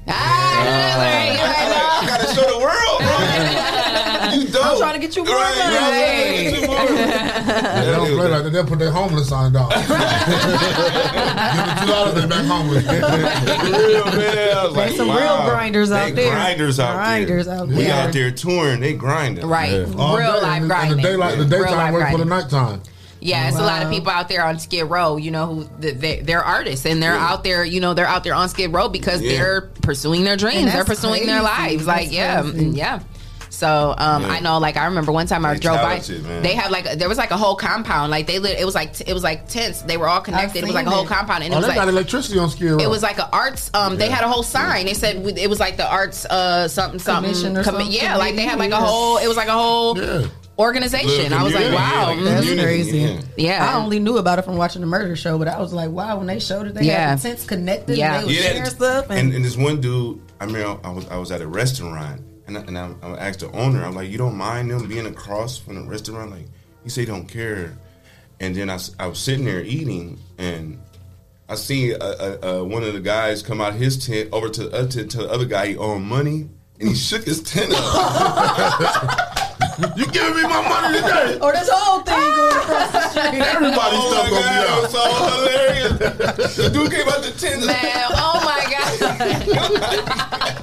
I gotta show the world. Bro. You dope.
I'm trying to get you more
Right,
money.
They don't play like that. They'll put their homeless sign down. Give them two dollars, they back homeless.
real man. I was like,
some real
wow.
grinders
They
out there.
Grinders out
Grinders
there.
out
We
there.
out there touring. They grinding.
Right.
All
Real
day.
life
And the-
grinding.
And the daylight, the
Real
daytime
life
work for the
grinding.
nighttime.
Yeah, it's a lot of people out there on Skid Row, you know, who th- they, they're artists and they're out there, you know, they're out there on Skid Row because
Yeah.
they're pursuing their dreams, they're
that's
pursuing their
crazy.
lives. Like,
That's
yeah,
crazy.
mm, yeah. So um,
Yeah.
I know, like, I remember one time I
They
drove by.
talented, man.
They had like there was like a whole compound. Like they lit. It was like t- it was like tents. They were all connected. It was like a
seen
whole
it.
compound, and
oh,
it was
they got
like
electricity on Skid Row.
It was like an arts. Um, they
Yeah.
had a whole sign. They said with- it was like the arts uh something something.
Commission or something.
Yeah, like they had like a
Yeah.
whole. It was like a whole organization. I was like, wow,
that's
mhm.
crazy.
Yeah.
I only knew about it from watching the murder show, but I was like, wow, when they showed it, they
Yeah.
had the tents connected.
Yeah.
and they was
Yeah.
sharing stuff. And,
And, and this one dude, I mean, I was I was at a restaurant, and I, and I, I asked the owner, I'm like, you don't mind them being across from the restaurant? Like, he said he don't care. And then I, s- I was sitting there eating, and I see uh, uh, uh, one of the guys come out his tent over to the other tent to the other guy he owed money, and he shook his tent up. you giving me my money today?
or this whole thing going
Ah!
across the street.
Everybody's oh stuff gonna be out.
oh
So hilarious. the dude came out the tent.
Man, oh my god.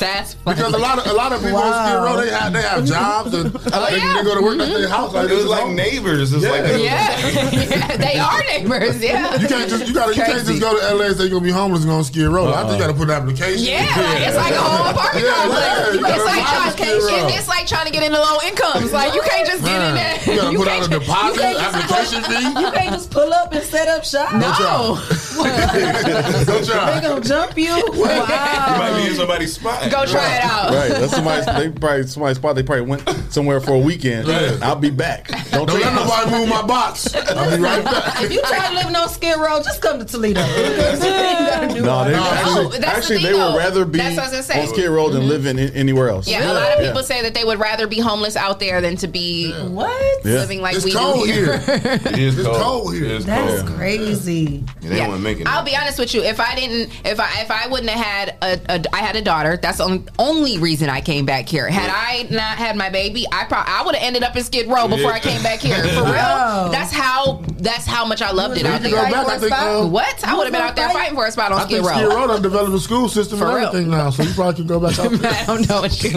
That's
Because a lot of a lot of people
Wow. Oh,
in
Mm-hmm.
Skid Row they have they have jobs and they, they go to work at their house. Like
It was like neighbors. It's like
Yeah. yeah, they are neighbors. Yeah,
You can't just you gotta you can't just go to LA and say you're gonna be homeless and go on Skid Row. I think you gotta put an application.
Yeah, like, it's like a whole apartment
Yeah,
complex.
yeah, you gotta
it's, like
apply
trying,
to Skid Row.
it's like trying to get into low incomes. Like you can't just get in there.
You gotta put out a deposit,
can't just-
application fee.
You can't just pull up and set up shop.
Don't try. Don't try.
They gonna jump you.
You
Wow.
might be in somebody's spot.
Go try it out.
Right, that's somebody's. They probably somebody's spot. They probably went somewhere for a weekend. I'll be back. Don't, let
nobody move my box. I'll be right back.
If you try to live on Skid Row, just come to Toledo. You gotta do
No,
all
they,
that.
that's
actually,
the
actually
thing,
they would
though.
rather be
That's what I was gonna say. Mm-hmm.
on Skid Row than live in, in anywhere else.
Yeah, a lot of people say that they would rather be homeless out there than to be
what
Yeah.
living like
It's
we
cold
do here.
It is cold.
Oh,
here. It is
That's
cold.
crazy.
And they
Yeah.
want to make it.
I'll be honest with you. If I didn't, if I if I wouldn't have had a, a I had a daughter. That's the only, only reason I came back here. Had I not had my baby, I probably I would have ended up in Skid Row before I came back here. For
Wow.
real, that's how that's how much I loved it out
You can go back,
there.
I think, uh,
What? I would have been out there fighting for a spot
I
on Skid
think Skid
Row.
Row done developed a school system
For
and
real.
everything now, so you probably can go back out there.
I don't know what you.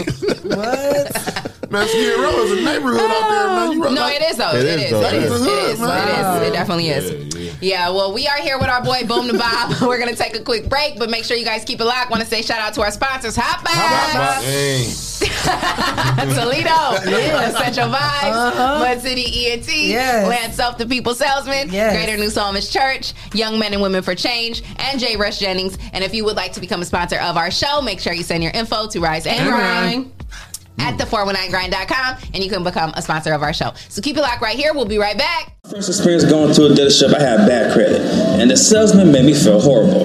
Man, Skid Row is a neighborhood out there, man. You
No, it is though. It
It is,
is.
though.
It
It
is. It
is a hood,
is.
man.
It is. It definitely is. Yeah, well, we are here with our boy Boom the Bob. We're gonna take a quick break, but make sure you guys keep it locked. Want to say shout out to our sponsors, Hot Bags, Toledo,
Yeah.
Essential Vibes,
Uh-huh.
Mud City ENT,
Yes.
Lance Self, the People Salesman,
Yes.
Greater New Psalmist Church, Young Men and Women for Change, and J. Rush Jennings. And if you would like to become a sponsor of our show, make sure you send your info to Rise and
And
Grind. At the419grind.com, and you can become a sponsor of our show. So keep it locked right here. We'll be right back.
First experience going to a dealership, I had bad credit, and the salesman made me feel horrible.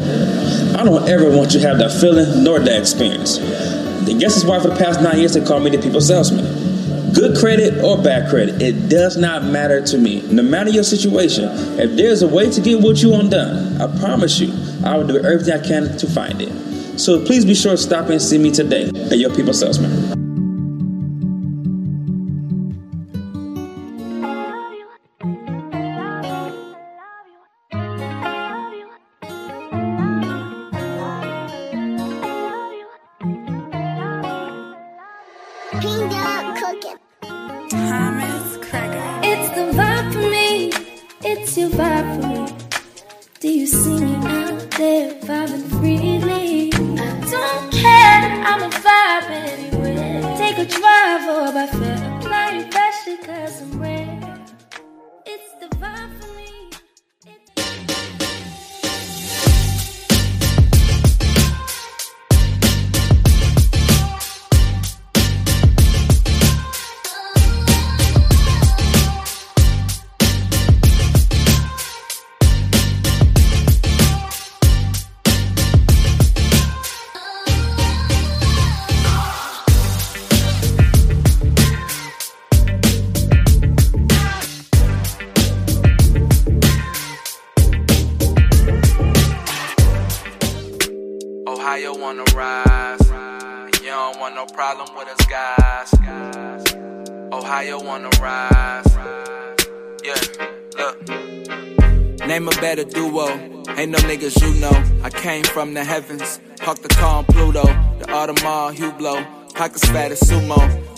I don't ever want you to have that feeling nor that experience. The guess is why for the past nine years they call me the people salesman. Good credit or bad credit, it does not matter to me. No matter your situation, if there's a way to get what you want done, I promise you, I will do everything I can to find it. So please be sure to stop and see me today at your people salesman.
It's the vibe for me. It's your vibe for me. Do you see me out there vibing freely? I don't care. I'm a vibe anywhere. Take a drive or by fair. Apply your pressure cause I'm rare. It's the vibe for me.
Ohio wanna rise. You don't want no problem with us guys. Ohio wanna rise. Yeah, look.
Name a better duo. Ain't no niggas you know. I came from the heavens. Parked the car on Pluto. The Audemars Hublot. Pockets fat as sumo.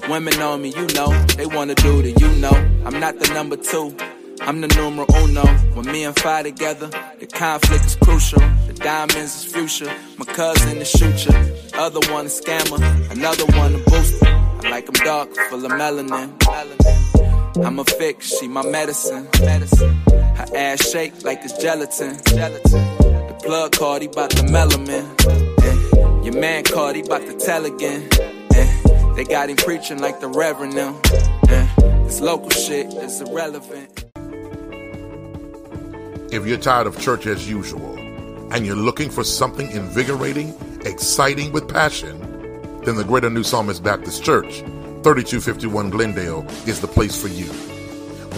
Women on me, you know. They wanna do the you know. I'm not the number two. I'm the numero uno. When me and Fi together, the conflict is crucial. The diamonds is future. My cousin is shooter. Other one a scammer. Another one a booster. I like 'em dark, full of melanin. melanin. I'm a fix, she my medicine. medicine. Her ass shake like it's gelatin. Gelatin. The plug card, he bout the melanin. Eh. Your man called, he bout to tell again. Eh. They got him preaching like the reverend now. Eh. This local shit is irrelevant.
If you're tired of church as usual and you're looking for something invigorating, exciting with passion, then the Greater New Psalmist Baptist Church, 3251 Glendale, is the place for you.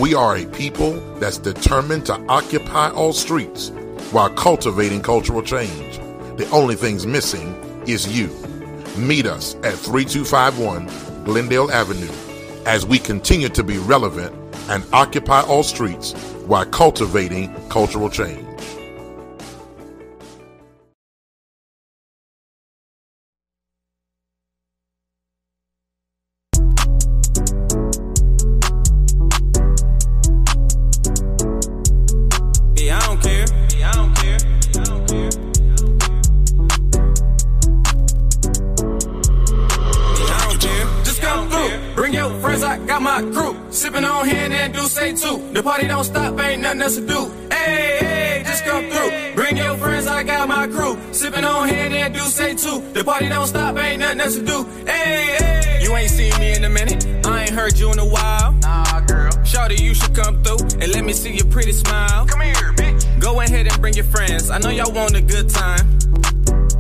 We are a people that's determined to occupy all streets while cultivating cultural change. The only things missing is you. Meet us at 3251 Glendale Avenue as we continue to be relevant and occupy all streets while cultivating cultural change.
and yo, friends, I got my crew. Sipping on here and then do say too. The party don't stop, ain't nothing else to do. Hey, hey, just come through. Bring your friends, I got my crew. Sipping on here and then do say too. The party don't stop, ain't nothing else to do. Hey, hey. You ain't seen me in a minute. I ain't heard you in a while. Nah, girl. Shawty, you should come through and let me see your pretty smile. Come here, bitch. Go ahead and bring your friends. I know y'all want a good time.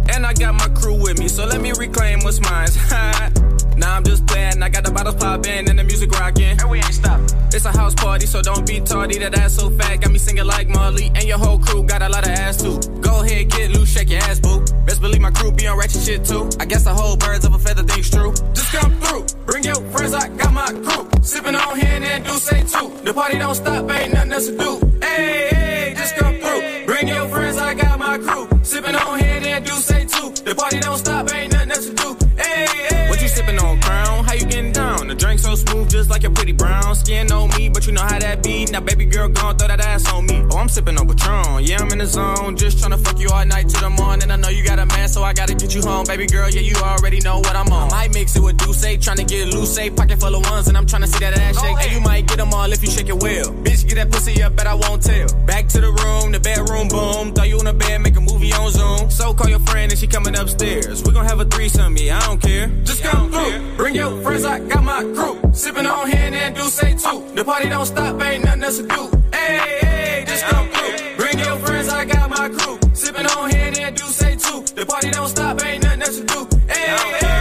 And I got my crew with me, so let me reclaim what's mine. now I'm just playing, I got the bottles popping and the music rocking. And we ain't stop. It's a house party, so don't be tardy. That ass so fat, got me singing like Marley. And your whole crew got a lot of ass too. Go ahead, get loose, shake your ass, boo. Best believe my crew be on ratchet shit too. I guess the whole birds of a feather thing's true. Just come through, bring your friends, I got my crew. Sipping on here and then do say too. The party don't stop, ain't nothing else to do. Hey, hey, just come through, bring your friends, I got my crew. Sipping on here and then do say too. The party don't stop, ain't nothing else to do. Hey, hey. What you sipping on, Crown? How you getting down? The drink so smooth, just like your pretty brown skin on me, but you know how that be. Now, baby girl, gon' throw that ass on me. Oh, I'm sipping on Patron. Yeah, I'm in the zone, just tryna fuck you all night till the morning. I know you got a man, so I gotta get you home, baby girl. Yeah, you already know what I'm on. I might mix it with Duce, tryna get loose, say pocket full of ones, and I'm tryna see that ass shake. And you might get 'em all if you shake it well. Bitch, get that pussy up, bet I won't tell. Back to the room, the bedroom, boom. Throw you in the bed, make a movie on Zoom. So call your friend and she coming upstairs. We gon' have a threesome, yeah, I don't care. Just come through, bring your friends, I got my crew. Sipping on here and then do say too. The party don't stop, ain't nothing else to do. Hey, hey, just come through, bring your friends, I got my crew. Sipping on here and then do say too. The party don't stop, ain't nothing else to do. Hey, hey.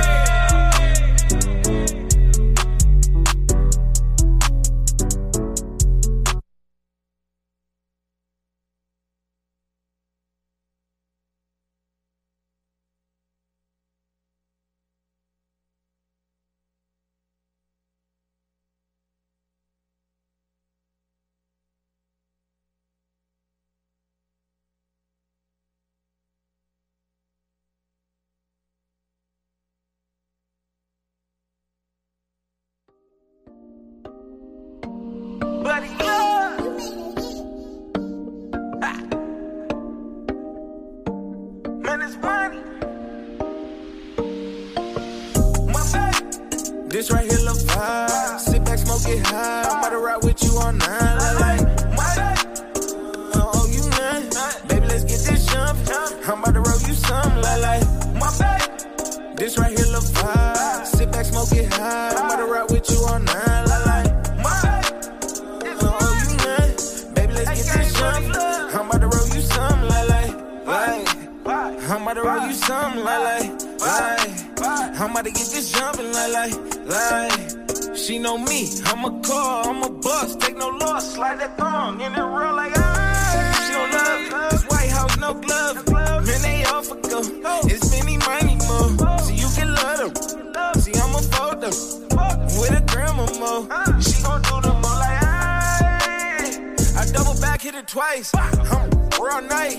Buddy, look. Ha. Man, it's money.
My baby. This right here look fine. Sit back, smoke it high. I'm about to ride with you all night. Like, like, my baby. I don't owe you none. Baby, let's get this jump. I'm about to roll you some. Like, like, my baby. This right here look fine. Sit back, smoke it high. I'm about to ride with you all night. Like, like, my baby. I don't owe you none. Baby, let's get this jump. I'm about to roll you some. Like, like, like. I'm about to roll you some. Like, like, like. I'm about to get this jumping. Like, like, like. She know me, I'm a car, I'm a bus, take no loss, slide that thong in the real like ah. She don't love this White House, no glove, man they all for go. It's many money more, so you can love them. See I'm a folder with a grandma mo. She gon' do the more like ah. I double back, hit it twice. I'm real night,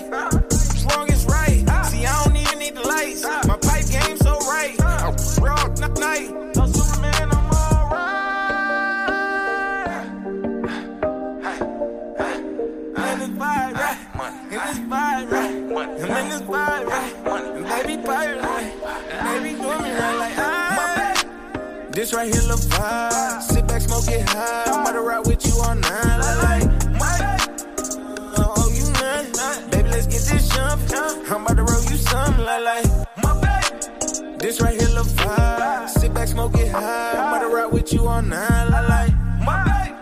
strong as right. See I don't even need the lights, my pipe game so right. I'm real n- night, no Superman, I'm I'm in this vibe, right? In this vibe, right? I'm in this vibe, right? And baby, pirate, right? And baby, doing me right like ah. This right here look vibe. Sit back, smoke it high. I'm about to ride with you all night. Like, like, my I don't owe you none. Baby, let's get this jump. I'm about to roll you some. Like, like, my baby. This right here look vibe. Sit back, smoke it high. I'm about to ride with you all night. Like, like, my baby.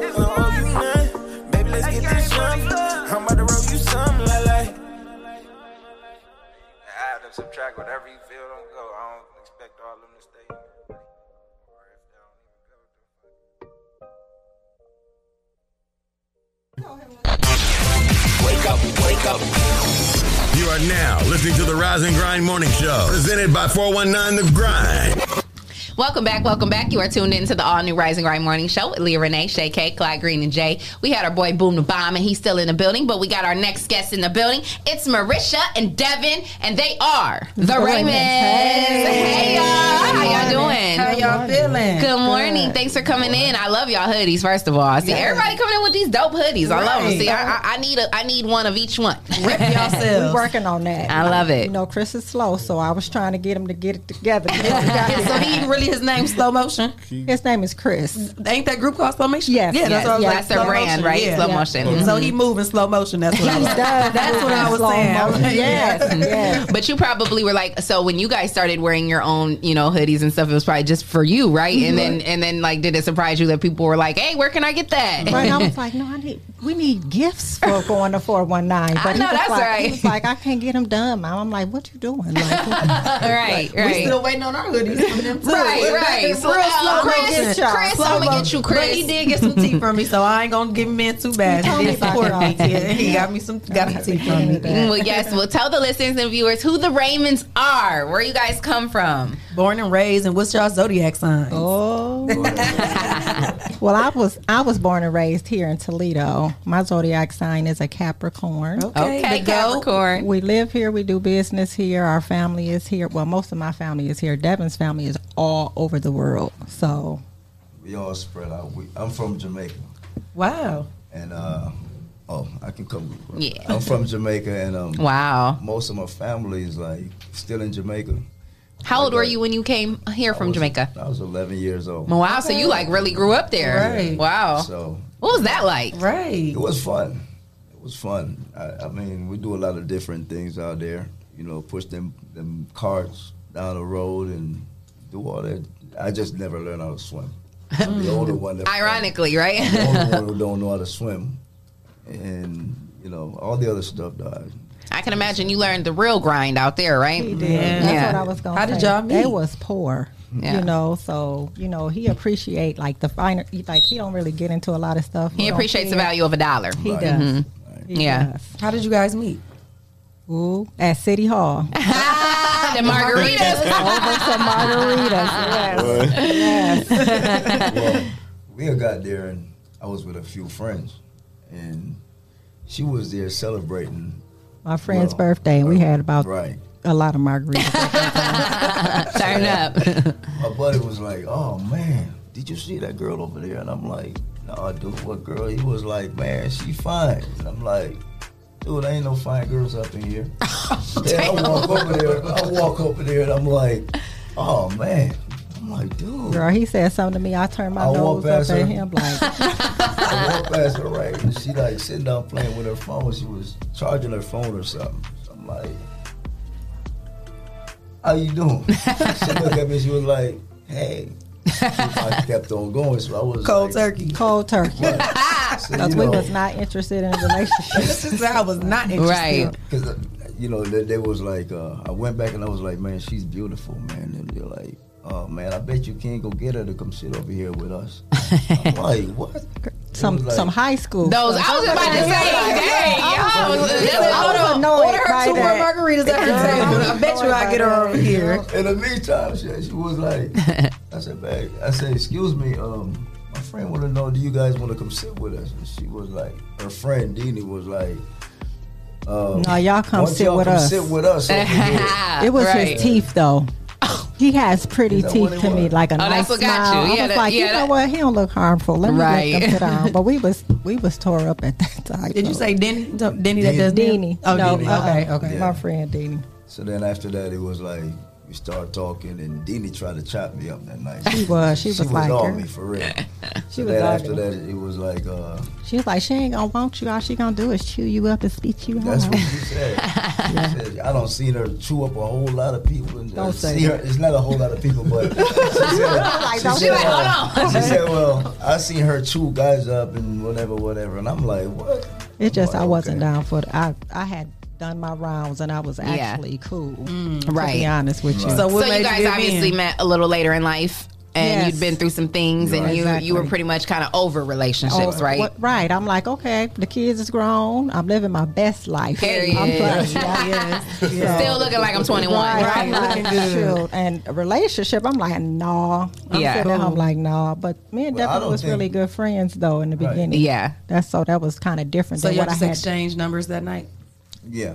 I don't owe you none. Baby, let's get this jump. I'm about to roll you some. Like, like.
Add and subtract whatever you feel don't go. I don't expect all of them to stay.
Wake up, wake up. You are now listening to the Rise and Grind Morning Show, presented by 419 The Grind.
Welcome back, welcome back. You are tuned in to the all new Rising Grind Morning Show with Leah Renee, Shay K, Clyde Green, and Jay. We had our boy Boom the Bomb, and he's still in the building, but we got our next guest in the building. It's Marisha and Devin, and they are the,
The
Raymonds.
Raymonds. Hey.
Hey, y'all. How y'all
Morning.
doing?
How y'all
morning. Good morning. Thanks for coming in. I love y'all hoodies. First of all, I see
Yes.
everybody coming in with these dope hoodies. I love them.
Right.
See, I, I, I need a, I need one of each one. Rip
We working on that.
I love it.
You know, Chris is slow, so I was trying to get him to get it together.
So he
really his name slow motion. His name is Chris. Ain't that group called slow motion? Yes.
Yeah, that's what I was like,
That's their
slow
brand,
motion,
right?
yeah.
Slow
Yeah.
motion.
So
Mhm.
he move in slow motion. That's what I
He
was.
does.
That's what I was
Slow
saying.
motion.
Yeah.
But you probably were like, so when you guys started wearing your own, you know, hoodies and stuff, it was probably just for you, right? And then,
Right.
and then, like, did it surprise you that people were like, "Hey, where can I get that?"
Right, I was like, no, I need. We need gifts for going to four one nine.
I know, that's
like,
right.
He was like, I can't get them done. Mom, I'm like, what you doing? Like,
right,
we
right.
still
waiting on our hoodies from them too.
Right, right. So,
Real
uh,
slow
Chris,
motion.
Chris,
Slow
I'ma
mo-
get you, Chris.
But he did get some tea from me, so I ain't gonna give him in too bad. He did support me. Yeah, he got me some got some tea from me.
Mm, well, yes. Well, tell the listeners and viewers who the Raymonds are, where you guys come from.
Born and raised, and what's y'all zodiac sign?
Oh, well, I was I was born and raised here in Toledo. My zodiac sign is a Capricorn.
Okay, Okay, the goat. Capricorn.
We live here. We do business here. Our family is here. Well, most of my family is here. Devin's family is all over the world. So
We all spread out. We, I'm from Jamaica,
wow.
and uh, oh, I can come.
Yeah.
I'm from Jamaica, and um,
wow,
most of my family is like still in Jamaica.
How old were you when you came here from Jamaica?
I was 11 years old.
Wow, so you like really grew up there.
Right.
Wow.
So
What was that like?
Right.
it was fun. It was fun. I, I mean, we do a lot of different things out there. You know, push them them carts down the road and do all that. I just never learned how to swim. I'm the older one. that-
Ironically, right?
the only one who don't know how to swim, and you know all the other stuff. Died.
I can imagine you learned the real grind out there, right?
He did. That's what I was going.
How did y'all
They
meet?
was poor.
Yeah.
You know, so you know he appreciate like the finer. Like he don't really get into a lot of stuff.
He
don't
appreciates the
care.
value of a dollar.
He does.
Mhm.
He
Yeah.
does.
How did you guys meet?
Ooh, at City Hall.
the margaritas.
Over some margaritas. Yes. yes.
well, we had got there, and I was with a few friends, and she was there celebrating.
My friend's birthday. We had about
right.
a lot of margaritas.
Turn up.
My buddy was like, "Oh man, did you see that girl over there?" And I'm like, "No, dude, what girl?" He was like, "Man, she fine." And I'm like. Dude, ain't no fine girls up in here.
Oh,
Then I walk over there. I walk over there, and I'm like, "Oh man!" I'm like, "Dude,
Girl, he said something to me. I turned my
I
nose
walked
up
past her.
at him like,
I walked past her, right? And she like sitting down playing with her phone. She was charging her phone or something. So I'm like, how you doing? she looked at me. She was like, hey. So I kept on going. So I was
Cold
like,
turkey.
Cold turkey.
so, you
because we
know,
was not interested in a relationship.
this is I was not interested.
Because uh, you know, they, they was like, uh, I went back and I was like, man, she's beautiful, man. And they're like, oh man, I bet you can't go get her to come sit over here with us. I'm like, what?
Some
like-
some high school.
Those- I was about to say, dang, y'all was-
He
that's-
said,
hold
I was
on.
annoyed
Order her
by
two more
that.
margaritas at the table. I bet you I get her over here.
In the meantime, she, she was like, I said, babe, I said, excuse me, um, my friend want to know, do you guys want to come sit with us? And she was like, her friend Dini was like,
Oh.
um,
No, y'all come
"Why don't
sit
y'all
with
come
us."
Sit with us. over here?"
It was his teeth though. He has pretty teeth to me, like a
Oh,
nice
that's what got
smile.
you. Yeah,
I was
that-
like,
yeah,
you know
that-
what? He don't look harmful. Let me
Right.
let him sit down. But we was we was tore up at that time.
Did you say Denny? Denny that does
Denny?
Oh,
no,
Denny.
uh-uh.
Okay, okay.
My friend Denny.
So then after that, it was like, we started talking, and Dini tried to chop me up that night.
She was. She
she
was like
on
her.
me, for real.
She
so
was
then
on
after
me.
that, it was like, uh,
She was like, she ain't gonna want you. All she gonna do is chew you up and spit you
That's
out.
what she said. She said, I don't see her chew up a whole lot of people. And,
Don't say
see her.
that.
It's not a whole lot of people, but she said,
Like,
she
don't
said,
say that.
"Well," she said, well, I seen her chew guys up and whatever, whatever. And I'm like, what?
It just I wasn't down for it. I I had done my rounds and I was actually cool.
Mm,
to
right.
be honest with you.
So, you guys obviously met a little later in life, and
Yes.
you'd been through some things, and
Right.
you you were
Exactly.
pretty much kind of over relationships,
Oh,
right?
what- right. I'm like, okay, the kids is grown. I'm living my best life. I'm blessed.
Still looking like I'm 21.
Right, I'm
Right.
like, shoot. And a relationship, I'm like, nah. I'm
Yeah.
sitting at home like, nah. But me and
Well, I
Devin
don't
was
think-
really good friends though in the
Right.
beginning.
Yeah.
That's so that was kind of different
So
than
y'all
what I
just
had.
exchanged numbers that night.
Yeah.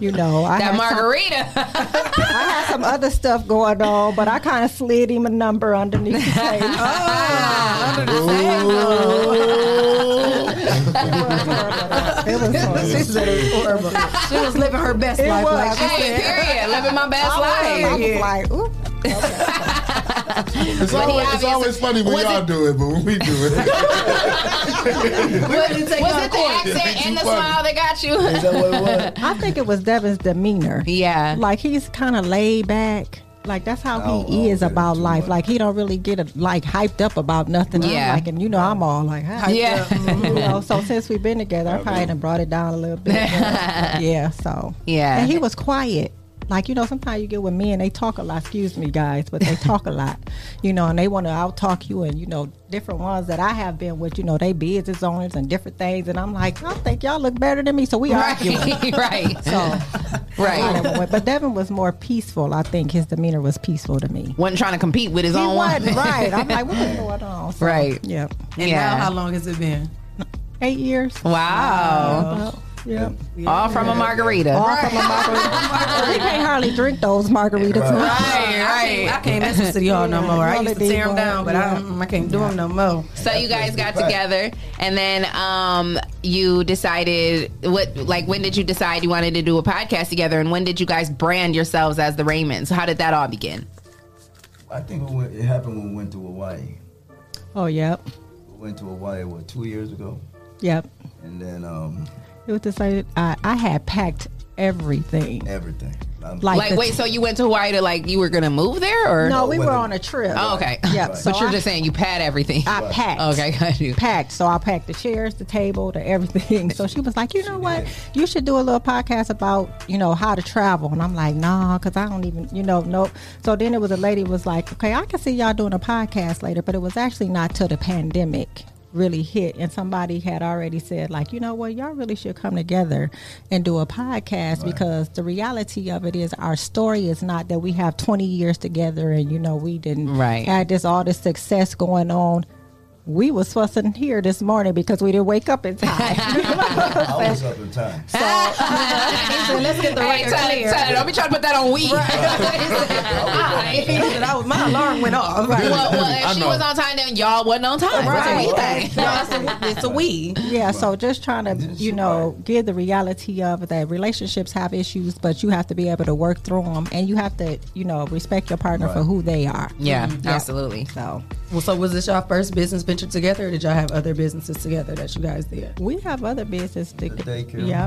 You know, I
That
had some-
margarita.
I had some some other stuff going on, but I kind of slid him a number underneath the table.
Oh,
she said it was horrible. She was living her best
It
life.
was.
Like she
Hey,
said.
period. Living my best
I was,
life.
I was like, ooh.
It's
But
always, it's
he obviously-
always funny when
was
y'all do it, but when we do it.
was
it the accent and the smile that got you?
I think it was Devin's demeanor.
Yeah.
Like he's kind of laid back. Like that's how he is about life. Like he don't really get like hyped up about nothing. I'm
Yeah.
Like and you know I'm all like hyped
Yeah.
up. you know, so since we've been together, I probably done brought it down a little bit. but, yeah. So
Yeah.
Oh. And he was quiet. Like you know, sometimes you get with men, they talk a lot. Excuse me, guys, but they talk a lot. You know, and they want to out talk you, and you know, different ones that I have been with. You know, they business owners and different things, and I'm like, I think y'all look better than me, so we
Right,
arguing.
right.
So
Right.
Devin went- but Devin was more peaceful. I think his demeanor was peaceful to me.
Wasn't trying to compete with his
He
own
wasn't,
one.
right. I'm like, what is going on? Oh, So,
Right.
Yep.
And
Yeah.
now, how long has it been?
Eight years.
Wow.
Yep.
All from a margarita.
All from a margarita. we can't hardly drink those margaritas.
Right, right. I can't mess with City Hall no more. I used to tear them down, but I, don't- I can't do them no more.
So you guys got together, and then um, you decided what? Like, when did you decide you wanted to do a podcast together, and when did you guys brand yourselves as the Raymonds? How did that all begin?
I think it, went, it happened when we went to Hawaii.
Oh, yep.
We went to Hawaii what two years ago,
Yep.
and then um,
It was decided I, I had packed everything.
everything. I'm-
Like,
the-
wait, so you went to Hawaii to like you were gonna move there, or
No, we were on a trip.
Oh, okay,
Yep. So
but you're
I-
just saying you pad everything.
I packed.
Okay, got you.
Packed. So I packed the chairs, the table, the everything. So she was like, you know what? You should do a little podcast about, you know, how to travel. And I'm like, nah, because I don't even, you know, nope. So then it was a lady was like, okay, I can see y'all doing a podcast later, but it was actually not till the pandemic really hit and somebody had already said like you know what y'all really should come together and do a podcast because the reality of it is our story is not that we have 20 years together and you know we didn't
Right.
had this all this success going on we was fussing here this morning because we didn't wake up in time.
I was up in time.
let's get the
Hey,
record
tell it-
clear.
tell it. Don't be trying to put that on we.
He said I was- my alarm went off.
Well, well, if she was on time, then y'all wasn't on time.
Right.
That's what we think.
it's a we.
Yeah, so just trying to, you know, give the reality of that relationships have issues, but you have to be able to work through them and you have to, you know, respect your partner for
Right.
who they are.
Yeah,
Mhm.
absolutely.
So,
Well, Mm-hmm. so was this y'all first business venture together, or did y'all have other businesses together that you guys did?
We have other business to Yep,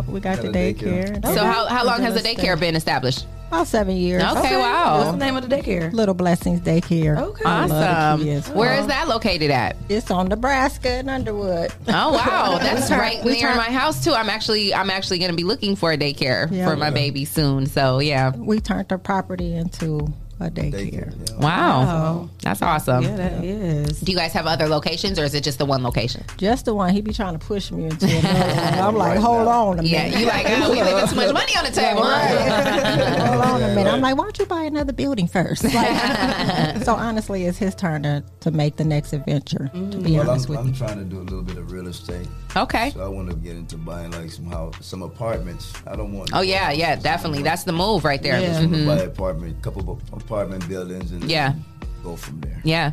we got the daycare.
So how, how long has the
Interesting.
daycare been established?
About seven years.
Okay, wow. What's the
name of the daycare?
Little Blessings Daycare.
Okay.
I love the
Awesome.
kids. Oh.
Where is that located at?
It's on Nebraska and Underwood.
Oh wow, that's
We
right
turn- we
near
turn-
my house too. I'm actually I'm actually gonna be looking for a daycare
Yeah.
for my
Yeah.
baby soon. So yeah,
We turned the property into a daycare.
wow,
Wow.
that's awesome.
Yeah, that
is.
Do you guys have other locations or is it just the one location?
Just the one he be trying to push me into. Another one. I'm like, hold on a
Yeah,
minute.
you like ah, we leaving too much money on the table.
hold on a minute. I'm like, why don't you buy another building first? Like, so honestly, it's his turn to, to make the next adventure. To
Mm.
be
well,
honest
I'm,
with
I'm trying to do a little bit of real estate.
Okay.
So I want to get into buying like some house, some apartments. I don't want.
Oh yeah, yeah, definitely. That's the move right there.
I just want to buy
Mhm.
apartment, couple of apartment buildings, and
Yeah.
go from there.
Yeah.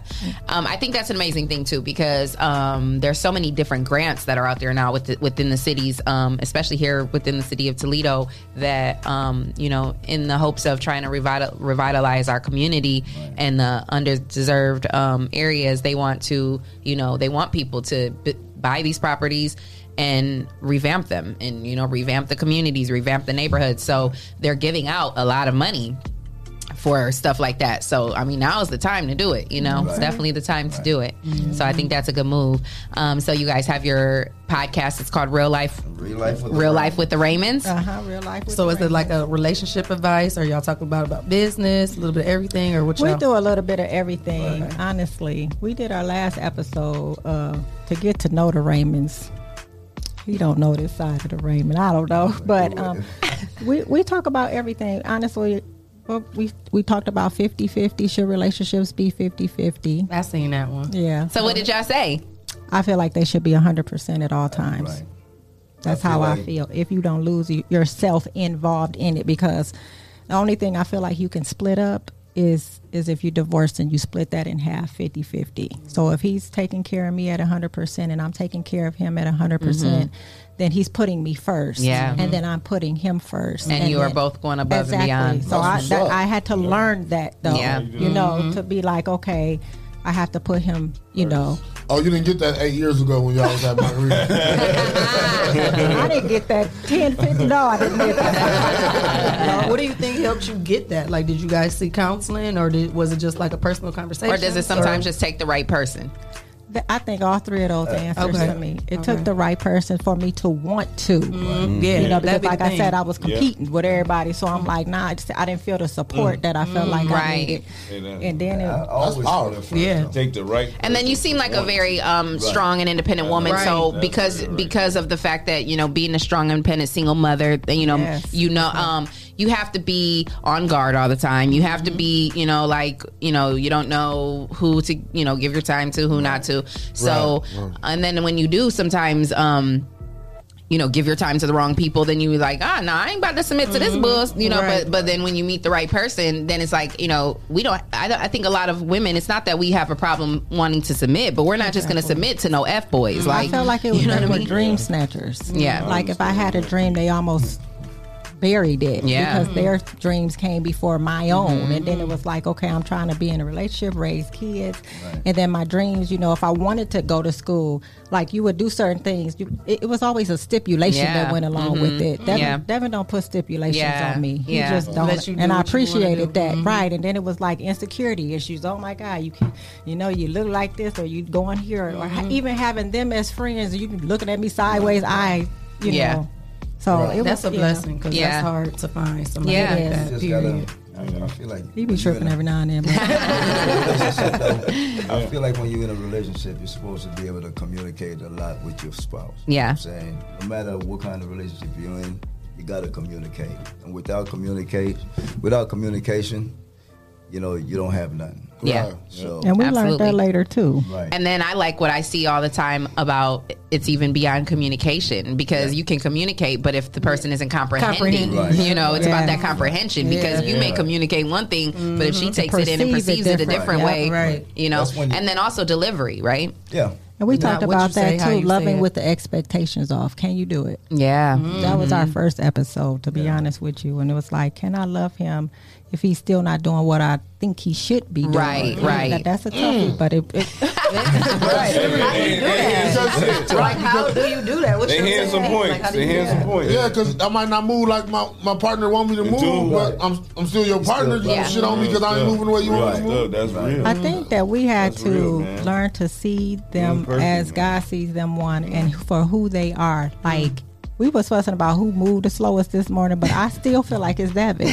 Um, I think that's an amazing thing too because um, there's so many different grants that are out there now with the, within the cities, um, especially here within the city of Toledo, that um, you know, in the hopes of trying to revital, revitalize our community and the underserved um, areas, they want to, you know, they want people to b- buy these properties and revamp them and you know revamp the communities revamp the neighborhoods so they're giving out a lot of money for stuff like that. So I mean, now is the time to do it. You know, it's
Right.
definitely the time to do it. So I think that's a good move. Um, so you guys have your podcast. It's called Real Life.
Real life
with the
Real
Raymonds.
life with the Raymonds.
Uh-huh, real life.
So is it like a relationship advice, or y'all talking about about business, a little bit of everything, or what
We
y'all?
do a little bit of everything, honestly. We did our last episode uh, to get to know the Raymonds. He don't know this side of the Raymond. I don't know, but um, we we talk about everything. Honestly, well, we we talked about 50-50. Should relationships be 50-50?
I seen that one.
Yeah.
So what did y'all say?
I feel like they should be hundred percent at all times. That's
I feel
how I
like-
feel. If you don't lose y- yourself involved in it, because The only thing I feel like you can split up is is if you divorce and you split that in half 50-50. So if he's taking care of me at 100% and I'm taking care of him at 100%,
Mhm.
percent then he's putting me first.
Yeah.
And then I'm putting him first.
And you are
then-
both going above and
exactly.
beyond.
So I,
That's
that,
what's up. Mm-hmm.
I had to learn that though.
Yeah.
You know,
Mhm.
to be like, okay, I have to put him, you know.
Oh, you didn't get that eight years ago when y'all was at Margarita.
I didn't get that 10, 50. No, I didn't get that.
Uh, what do you think helped you get that? Like, did you guys see counseling, or did, was it just like a personal conversation?
Or does it sometimes just take the right person?
Th- I think all three of those answers
okay.
for me. It
Okay.
took the right person for me to want to.
Mhm.
Yeah,
Yeah,
you know, because
that'd be the
like I said,
thing.
I was
Yeah.
competing with everybody, so I'm like, nah, I, just, I didn't feel the support
Mm.
that I felt
Mm.
like I
Right.
needed.
And, uh,
And then it,
That's all. Yeah. Take the right.
And then you seem like a very um,
Right.
strong and independent woman.
Right.
So
That's
because because of the fact that you know being a strong, independent single mother, then, you know you know um, you have to be on guard all the time. You have to be you know like you know you don't know who to you know give your time to, who not to. So
Right. Right.
and then when you do, sometimes. Um, you know, give your time to the wrong people, then you be like, ah, no, I ain't about to submit to this
Mm-hmm.
Mhm.
bull, you know.
Right.
But but then when you meet the right person, then it's like, you know, we don't. I, don't- I think a lot of women, it's not that we have a problem wanting to submit, but we're not just going to submit to no f boys. Like
Mm-hmm. I felt like it was
you know
they
what I
were
mean?
dream snatchers.
Yeah.
like if I had a dream, they almost buried it
Yeah. Mm-hmm.
because their dreams came before my own, and then it was like, okay, I'm trying to be in a relationship, raise kids, and then my dreams. You know, if I wanted to go to school, like you would do certain things. You, it, it was always a stipulation
Yeah.
that went along
Mhm.
with it. Devin,
Yeah.
Devin don't put stipulations
Yeah.
on me. He
Yeah.
just
Let
don't,
you do
and I
what you wanna
appreciated
do.
that.
Mhm.
Right, and then it was like insecurity issues. Oh my God, you can, you know, you look like this, or you going here, or ha-
Mm-hmm.
even having them as friends, you looking at me sideways. I, you
Yeah.
know, so
Right.
it
That's
was,
a
you know.
blessing 'cause that's Yeah. hard to find somebody
Yeah,
like
it
that,
is.
Just gotta, I, I feel like
He be tripping every now and then. but-
I feel like when you're in a relationship, you're supposed to be able to communicate a lot with your spouse.
Yeah.
You know what I'm saying no matter what kind of relationship you're in, you gotta communicate. And without communicate, without communication, you know you don't have nothing.
Yeah.
Right. So
and we learned that later too.
And then I like what I see all the time about it's even beyond communication because you can communicate, but if the person isn't comprehending,
Comprehending. Right.
you know, it's about
Yeah.
that comprehension because
Yeah.
you may
Yeah.
communicate one thing, but if
Mm-hmm.
she
Mhm.
takes it in and
Perceive it
perceives it, a
different.
different
Yeah,
way,
right.
you know, and then also delivery, right?
Yeah.
And we
Not
talked
what
about
you say,
that
how
too,
you say
loving
it.
with the expectations off. Can you do it?
Yeah.
That was our
Mhm.
first episode, to be honest with you. And it was like, can I love him if he's still not doing what I think he should be doing?
Right, right.
That, that's a toughie, but it, it
Like, how do you do that? What's your technique? Like, how do you do that?
Yeah, because I might not move like my, my partner want me to move, but I'm I'm still your partner. You
Yeah.
shit on me because I ain't moving the way you want me to move.
That's real.
I think that we had
That's
to
real, man.
learn to see them
Real person,
as
man.
God sees them one and for who they are. Like we was fussing about who moved the slowest this morning, but I still feel like it's Devin,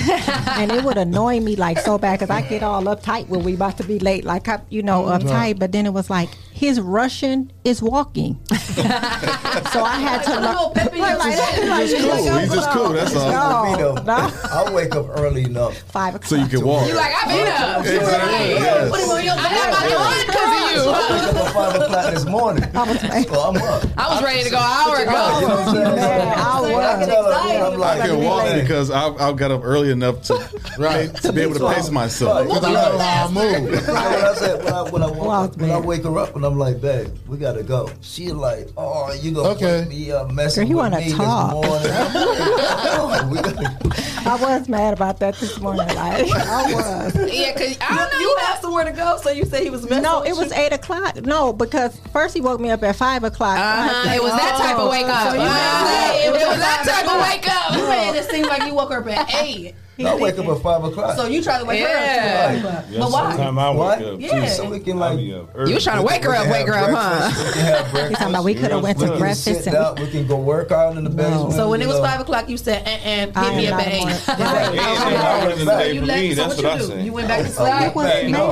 and it would annoy me like so bad because I get all uptight when we about to be late, like I, you know
Right.
uptight. But then it was like his Russian is walking, so I had to.
Like a little pep in your step. He's
like,
just cool.
like,
He's just cool, that's all.
Me though, I wake up early enough.
Five o'clock.
So you can walk.
You like, I've been up.
Exactly.
Like,
Yes.
put him on your I had my lawn 'cause of you.
I wake up at five o'clock this morning. So I'm up.
I was ready to go an hour ago.
You know what I'm saying? I get excited. I'm like,
I can walk because I, I got up early enough to, to be able to pace myself.
Right.
how I move.
I said, when I, when, I walk, when I wake her up and I'm like, babe, we gotta go. She like, oh, you gonna
Okay.
wake me up messing
Girl, he
with
wanna
me
talk.
this morning. I'm like, "No, we gotta
I was mad about that this morning. Like I was.
Yeah, because I don't know.
You have somewhere to go, so you said he was messing
No,
with
it was
you?
eight o'clock. No, because first he woke me up at five o'clock. oh.
Uh-huh. It was that type of wake up. Uh-huh. It was that type of wake up.
You made it seem like you woke her up at eight.
I wake up at five o'clock.
So you try to wake her up
Right.
too. But why?
Sometime I wake
Why?
up, too.
Yeah. So we can like.
You was tryna wake her up, wake her up, huh?
huh?
talking about we coulda went to breakfast
We can sit
and-
down, we can go work out in the basement.
So when it was
you know.
five o'clock, you said, "And
I
hit me
am
up
not
at eight.
Right.
You left- so what you do? You went back to
I
sleep.
went back.
No.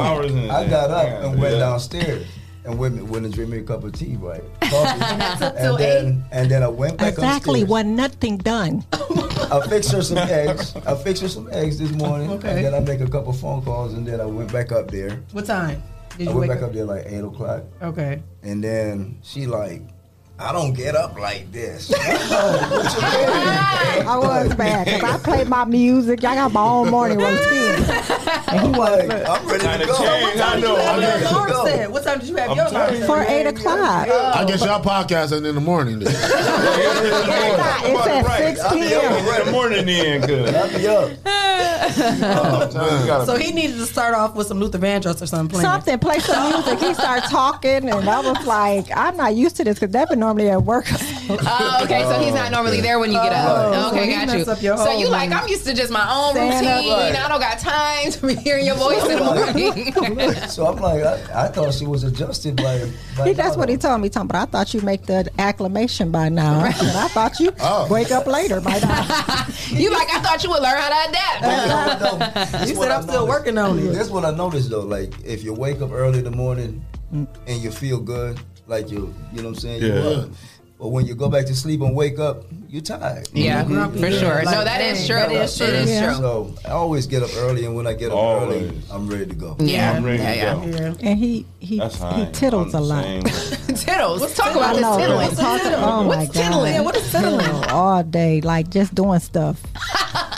I got up and went downstairs and went went and drink me a cup of tea, right? Coffee. and then and then I went back
Exactly,
upstairs.
wasn't nothing done.
I fixed her some eggs. I fixed her some eggs this morning.
Okay.
And then I make a couple phone calls and then I went back up there.
What time? Did
I
you
went
wake
back
up?
up there like eight o'clock.
Okay.
And then she like, I don't get up like this.
I was Oh, bad because I played my music. I got my own morning routine. And he was
I'm ready to go.
What time did you have your alarm
go.
set? What time did you have
I'm
your
tired.
alarm set?
for eight o'clock.
I guess y'all podcast ain't in the morning. Then.
It's at six p.m.
in the morning then, good.
Oh,
So he needed to start off with some Luther Vandross or something. Playing.
Something, play some music. He started talking, and I was like, I'm not used to this because that been normally at work.
Oh, okay. So he's not normally there when you get up.
Oh,
Okay,
he
got
mess
you.
up your
So
whole
you like,
morning.
I'm used to just my own
Stand up,
routine.
right.
I don't got time to be hearing your voice in the morning.
so I'm like, I, I thought she was adjusted by. by
He, that's what he told me, Tom. But I thought you make the acclamation by now. I said, I thought you wake up later by now.
you like, I thought you would learn how to adapt.
you said I'm still working on it. That's what I noticed though. Like if you wake up early in the morning and you feel good, like you, you know what I'm saying. You
Yeah.
up. But when you go back to sleep and wake up, you're tired.
Yeah,
You're
for sure. No, that is
dang,
true. It is Yeah. true.
So I always get up early, and when I get up early, I'm ready to go.
Yeah. I'm ready to Yeah, yeah.
And he he
That's how I
he
am.
tittles a
I'm the
lot.
same.
Tittles. talk about
I
this
know,
tittling.
let's talk- oh my
What's
God.
tittling? Yeah, what is tittling?
Tiddle all day, like just doing stuff.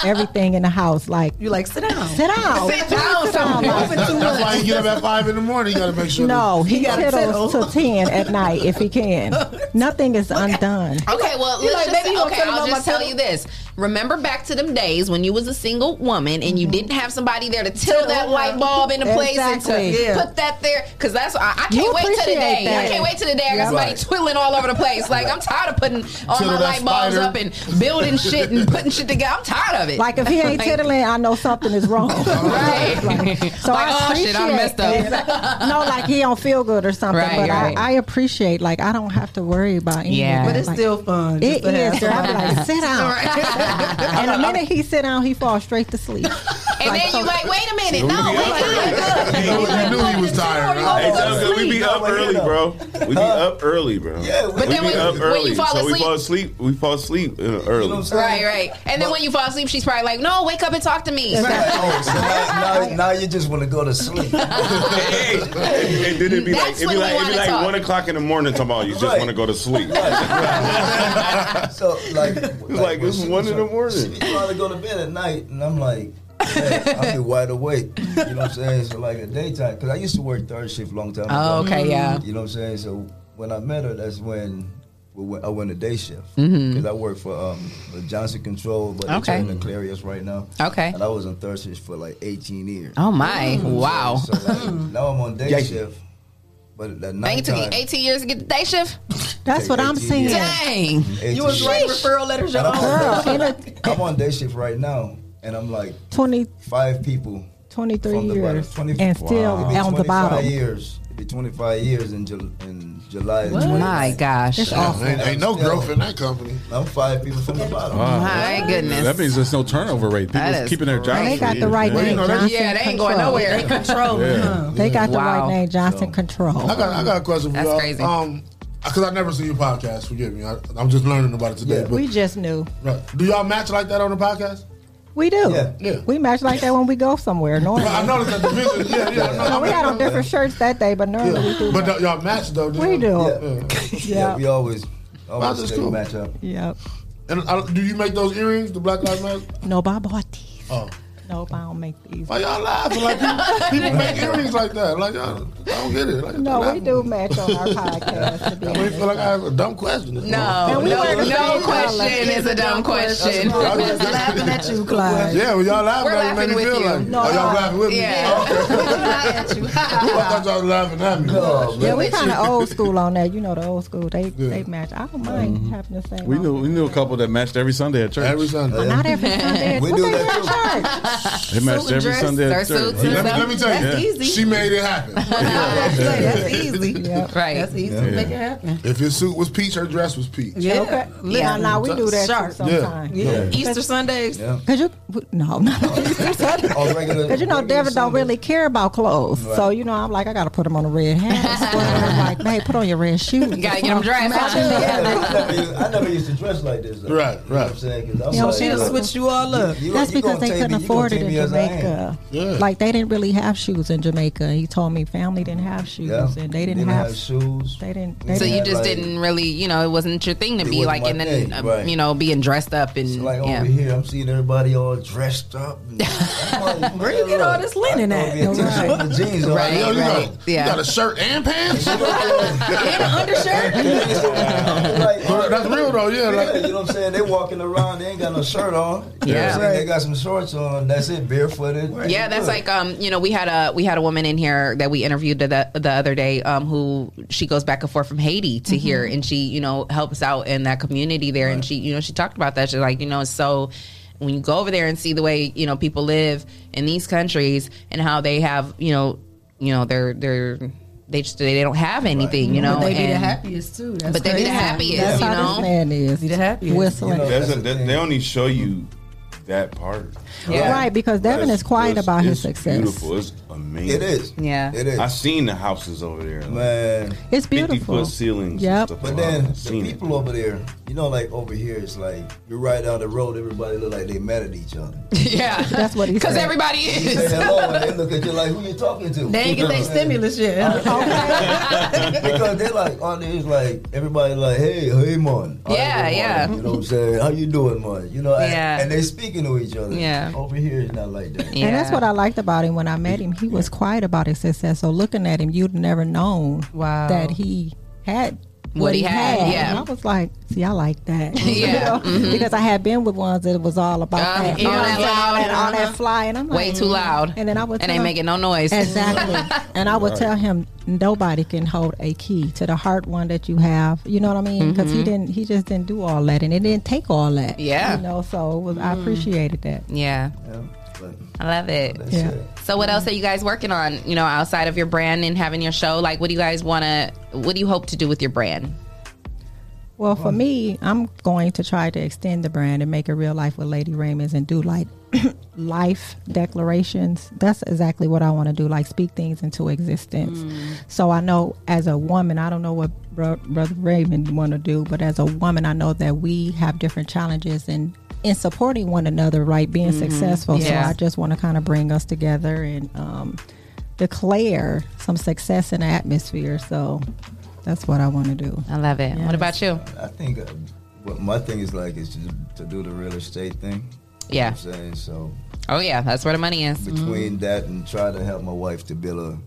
Everything in the house, like
You like sit down.
Sit down.
Sit down
Sit down.
somewhere.
Like,
That's why you get up at five in the morning. You gotta make sure.
No,
that-
he tittles to ten at night if he can. Nothing is undone.
Okay, well,
You like,
let's just,
baby, you gonna
okay,
tell them
I'll
about
just
my
tell you this. Remember back to them days when you was a single woman and
Mm-hmm.
you didn't have somebody there to till that light bulb into place and
Exactly.
to
Yeah.
put that there. Because that's I, I can't
You
wait till the
appreciate
day. I
that.
can't wait till the day I got
Yeah.
somebody
Right.
twiddling all over the place. Like I'm tired of putting all
Tittle
my
that
light bulbs
spider.
up and building shit and putting shit together. I'm tired of it.
Like if he ain't tittling, I know something is wrong.
right?
So
Like,
I
oh,
appreciate
shit, I messed up.
Exactly. no, like he don't feel good or something.
Right,
but
right.
I, I appreciate like I don't have to worry about anything.
Yeah. But
it's still
Oh,
fun.
It
just to have
is. Girl. I'm
somebody.
like sit down. and the minute he sit down, he falls straight to sleep.
And then you like, wait a minute, no,
Yeah.
wait,
knew he was tired.
huh?
Hey, Doug, we be up early, bro. We be up early, bro. Yeah,
But
we
then
be
when-
up
when you
early.
fall
so we
asleep-
fall asleep. We fall asleep uh, early.
Right, right. And then when you fall asleep, she's probably like, no, wake up and talk to me.
Oh, so now, now, now you just want to go to sleep.
And then it'd be like
That's
it'd
when we
be like it'd be
wanna
like
talk.
one o'clock in the morning. Talking about you just want to go to sleep.
so like,
like, it's one in the morning.
She be trying to go to bed at night, and I'm like, man, I'll be wide awake. You know what I'm saying? So like at daytime, because I used to work third shift long time ago.
Oh, okay, yeah.
You know what I'm saying? So when I met her, that's when. we went- I went to day shift because
Mhm.
I work for um, the Johnson Control, but
Okay.
okay. they're in Clarius right now.
Okay.
and I was on third shift for like 18 years.
Oh, my.
You know what I'm
Wow.
saying? So, like, now I'm on day
Yeah.
shift, but at
Dang,
night
it took you 18 years to get the day shift?
That's what I'm 18 saying.
Dang.
You was writing Sheesh. referral
letters
And I'm on
Girl,
day shift- I'm on day shift right now, and I'm like
20,
five people
23
from the bottom.
years and still
It'd be
on the
25
bottom.
Years, it'd be 25 years in, Jul- in July.
What? My gosh. It's awful.
Ain't- ain't no growth in that company.
I'm five people from the bottom.
Wow.
My goodness.
That means there's no turnover rate. People
That
is
is
keeping their jobs.
They
for
got the
years.
right
Well, you
name,
know,
Johnson.
Yeah, they ain't
Control.
going nowhere. They
control.
Yeah.
Uh, They got the
Wow.
right name, Johnson Control.
I got, I got a question for
That's
y'all.
crazy.
Um, because I never see your podcast. Forgive me. I, I'm just learning about it today.
we
But
just knew.
right. do y'all match like that on the podcast?
We do.
Yeah. Yeah.
We match like that when we go somewhere. Normally,
I noticed that division. Yeah, yeah. no,
No, we
I
had
mean,
on different shirts that day, but normally we do.
But th- y'all match though. didn't
We
you?
do.
Yeah.
Yeah.
We always,
Wow,
always
that's
stay
cool.
match up.
Yep.
And I, do you make those earrings, the Black Lives Matter?
No, but I bought these.
Oh.
Nope, I don't make these.
Why y'all laughing like people, people make earrings like that? Like y'all, I don't get it. Like,
No, we
laughing.
do match on our podcast. To be
I mean, feel like I have a dumb question. No,
And we no, wear the no same question color.
is a dumb question.
Just
laughing at you, Clyde.
Yeah, well, y'all laughing
We're
at me.
laughing
Made me
with
feel
you.
like.
No,
oh, y'all
uh,
laughing with me. Oh,
yeah.
I thought y'all was laughing at me. Oh,
yeah, we kind of old school on that. You know, the old school. They they match. I don't mind having the same.
We knew we knew a couple that matched every Sunday at church. Every
Sunday.
Not every Sunday.
We
what
do
they
that
do at church?
They matched
Suit and
every
dress,
Sunday
their
at church.
suits and Let me- stuff. let me tell you, That's
easy.
she made it happen.
That's easy.
Right.
That's easy.
Yeah.
Make it happen.
If his suit was peach, her dress was peach.
Yeah.
Okay. Yeah, now we do that too
Sharp.
sometimes.
Yeah. Yeah.
Easter Sundays.
Yeah.
Cause you no no because you know Devin don't really care about clothes so you know I'm like I gotta put him on a red hat I'm like hey put on your red shoes you
gotta get him dressed, huh?
I never used to dress like this. Though.
Right,
You know what I'm saying? 'Cause I'm
Yeah,
like,
she'll
look,
switch
you all up.
you- you-
That's
you
because
gonna
they
take
couldn't
me- you gonna
imported in
18 years I am.
Jamaica.
Yeah.
Like they didn't really have shoes in Jamaica. He told me family didn't have shoes
Yeah.
and they didn't,
Didn't
have,
have shoes.
They didn't. They
So you
didn't-
just didn't really, you know, it wasn't your thing to
It
be
wasn't
like,
my
and then
thing,
uh,
right.
you know, being dressed up and
Like
yeah.
over here, I'm seeing everybody all dressed up. And Where you get all this
linen
at? T-shirt and jeans on.
Right,
Yo, you
right.
know,
Yeah.
you got a
shirt and pants?
and an undershirt.
That's real though, yeah. Like,
you know what I'm saying? They walking around, they ain't got no shirt on. You know what
Yeah.
I'm saying? they got some shorts on. That's it, barefooted.
Yeah, that's like um, you know, we had a we had a woman in here that we interviewed the the other day um who she goes back and forth from Haiti to here and she, you know, helps out in that community there and she, you know, she talked about that. She's like, you know, it's so when you go over there and see the way, you know, people live in these countries and how they have, you know, you know, they're they're they just they don't have anything, you know.
But they be the
and-
happiest too. That's
But they be the
crazy.
happiest,
That's
you
how
know?
this man is. He the happiest. Whistling.
That's a- that- they only show you that part.
Yeah. Right, because Devin
That's-
is quiet
it's-
about his
it's
success.
Beautiful, it's amazing.
It is.
Yeah.
It is.
I seen the houses over there, like,
man.
It's
50
beautiful.
foot ceilings.
Yep.
And stuff
But
like that.
then
I've
the
seen it.
people over there, you know, like over here, it's like you're right down the road. Everybody look like they mad at each other.
Yeah.
That's what he
Because
said.
everybody
You say
is.
hello, and they look at you like, who you talking to?
They ain't get their stimulus
Uh-huh.
yet.
because they like on there is like everybody like, hey, hey, man. All
Yeah,
right, good
yeah.
morning. You know what I'm saying? How you doing, man? You know, and-
Yeah.
and, they speaking to each other.
Yeah.
Over here, it's not like that.
And that's what I liked about him when I met him. He was quiet about his success. So looking at him, you'd never known
Wow.
that he had
What he had, yeah.
And I was like, see, I like that.
Yeah. Mhm.
Because I had been with ones that it was all about
Uh,
that.
yeah,
all
that
that
loud,
loud and all
uh-huh.
that fly. And I'm
Way
like,
too
mm-hmm.
loud.
And then I would
And
tell
ain't
him-
making no noise.
Exactly. and I would
Right.
tell him nobody can hold a key to the heart one that you have. You know what I mean? Because he
Mhm.
didn't. He just didn't do all that, and it didn't take all that.
Yeah.
You know. So it was, I
Mm.
appreciated that.
Yeah. I love it.
Yeah.
So what else are you guys working on, you know, outside of your brand and having your show? Like what do you guys want to what do you hope to do with your brand?
Well, for me, I'm going to try to extend the brand and make it real life with Lady Raymond's and do like life declarations. That's exactly what I want to do, like speak things into existence.
Mm.
So I know as a woman, I don't know what Bro- Brother Raymond want to do, but as a woman, I know that we have different challenges and in supporting one another, right? Being
Mm-hmm.
Mhm.
successful.
Yeah.
So I just want to kind of bring us together and um, declare some success in the atmosphere. So that's what I want to do.
I love it. What about you?
I think uh, what my thing is like is to, to do the real estate thing.
Yeah.
You know what I'm saying so.
Oh yeah, that's where the money is.
Between that and try to help my wife to build a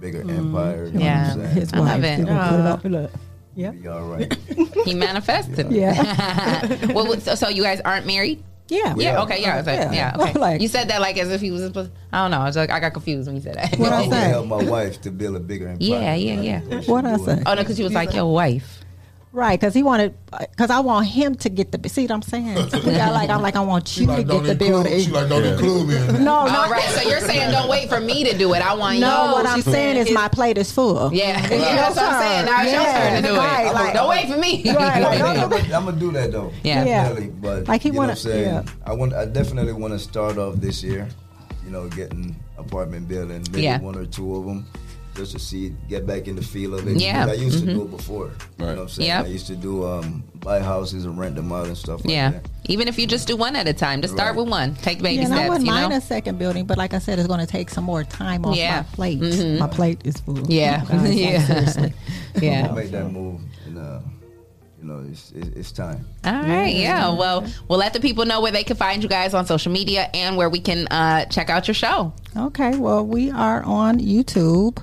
bigger empire. You
Yeah.
know what I'm saying?
His I love wife. it. Put it up,
Yeah.
Be all right.
He manifested.
Yeah.
well, so, so you guys aren't married?
Yeah.
Yeah.
Yeah.
Okay. Yeah. I was like,
Yeah.
yeah.
Well,
Okay. you said that like as if he was supposed. I don't know. I was like, I got confused when you said that.
I would help my wife to build a bigger empire.
Yeah. Yeah. Yeah.
What I say?
Oh no, because you was like your wife.
Right, because he wanted, because I want him to get the. See what I'm saying? We got like I'm like I want you to get the building.
She like, don't include me.
No, no.
All right. So you're saying don't wait for me to do it. I want
no,
you.
what I'm
She's
saying is my plate is full.
Yeah.
It's
Yeah,
your
that's what I'm saying.
turn.
Now it's your
Yeah,
turn to do it.
right,
I'm
like-
like, don't wait for me.
Right, like, don't-
I'm gonna do that though.
Yeah.
Yeah.
Really, but
Like, he
you know
wanna-
what I'm saying?
yeah.
I want. I definitely want to start off this year. You know, getting apartment building, maybe
Yeah.
one or two of them, just to see get back in the feel of it.
Yeah.
Because I used
Mhm.
to do it before. You know what I'm saying?
Yep.
I used to do um, buy houses and rent them out and stuff. Like
Yeah.
That.
Even if you just do one at a time, just start with one. Take baby
yeah, and I
steps.
wouldn't
You
mind
know.
a second building, but like I said, it's going to take some more time off
Yeah.
my plate.
Mhm.
My plate is full.
Yeah.
Guys, like,
Yeah.
seriously.
Yeah.
I'm gonna make that move. And, uh, you know, it's, it's, it's time.
All right, yeah. Well, we'll let the people know where they can find you guys on social media and where we can uh, check out your show.
Okay, well, we are on YouTube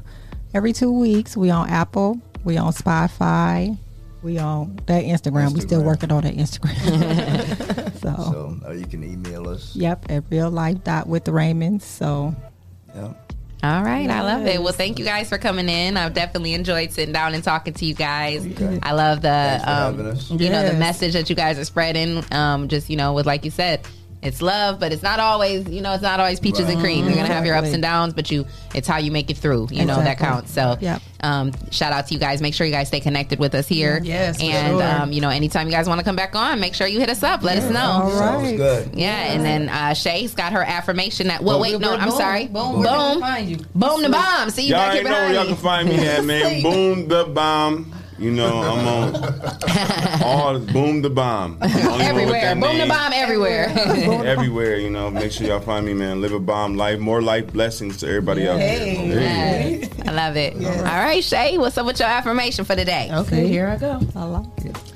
every two weeks. We on Apple, we on Spotify, we on that Instagram. We still working on that Instagram. so,
So uh, you can email us.
yep, at real life dot with the Raymonds. So,
All right, I love it. Well,
Yes.
thank you guys for coming in. I've definitely enjoyed sitting down and talking to you guys. I love the
for
um,
having us.
you know the
Yes.
message that you guys are spreading. Um, just you know, with like you said, it's love, but it's not always you know it's not always peaches and
Right.
cream. You're gonna have your ups
Exactly.
and downs, but you it's how you make it through. You know that
Exactly.
counts. So
Yep.
um, shout out to you guys. Make sure you guys stay connected with us here.
Yes, for
and
sure.
um, you know anytime you guys want to come back on, make sure you hit us up. Let us know.
All
Sounds right. good.
Yeah, and then uh, Shay's got her affirmation that. Well,
Well,
wait,
we're-
no,
we're
I'm
boom.
sorry.
Boom.
boom.
Find you.
Boom the bomb. See you
y'all
back here
ain't know where
behind
y'all
me.
can find me at, man. Boom the bomb. You know, I'm on all boom the bomb. I don't even know what
everywhere.
that
Boom the
means.
bomb everywhere.
Everywhere, you know. Make sure y'all find me, man. Live a bomb life. More life blessings to everybody out there.
Hey.
There you go.
I love it. All right, Shay, what's up with your affirmation for today?
Okay, here I go. I like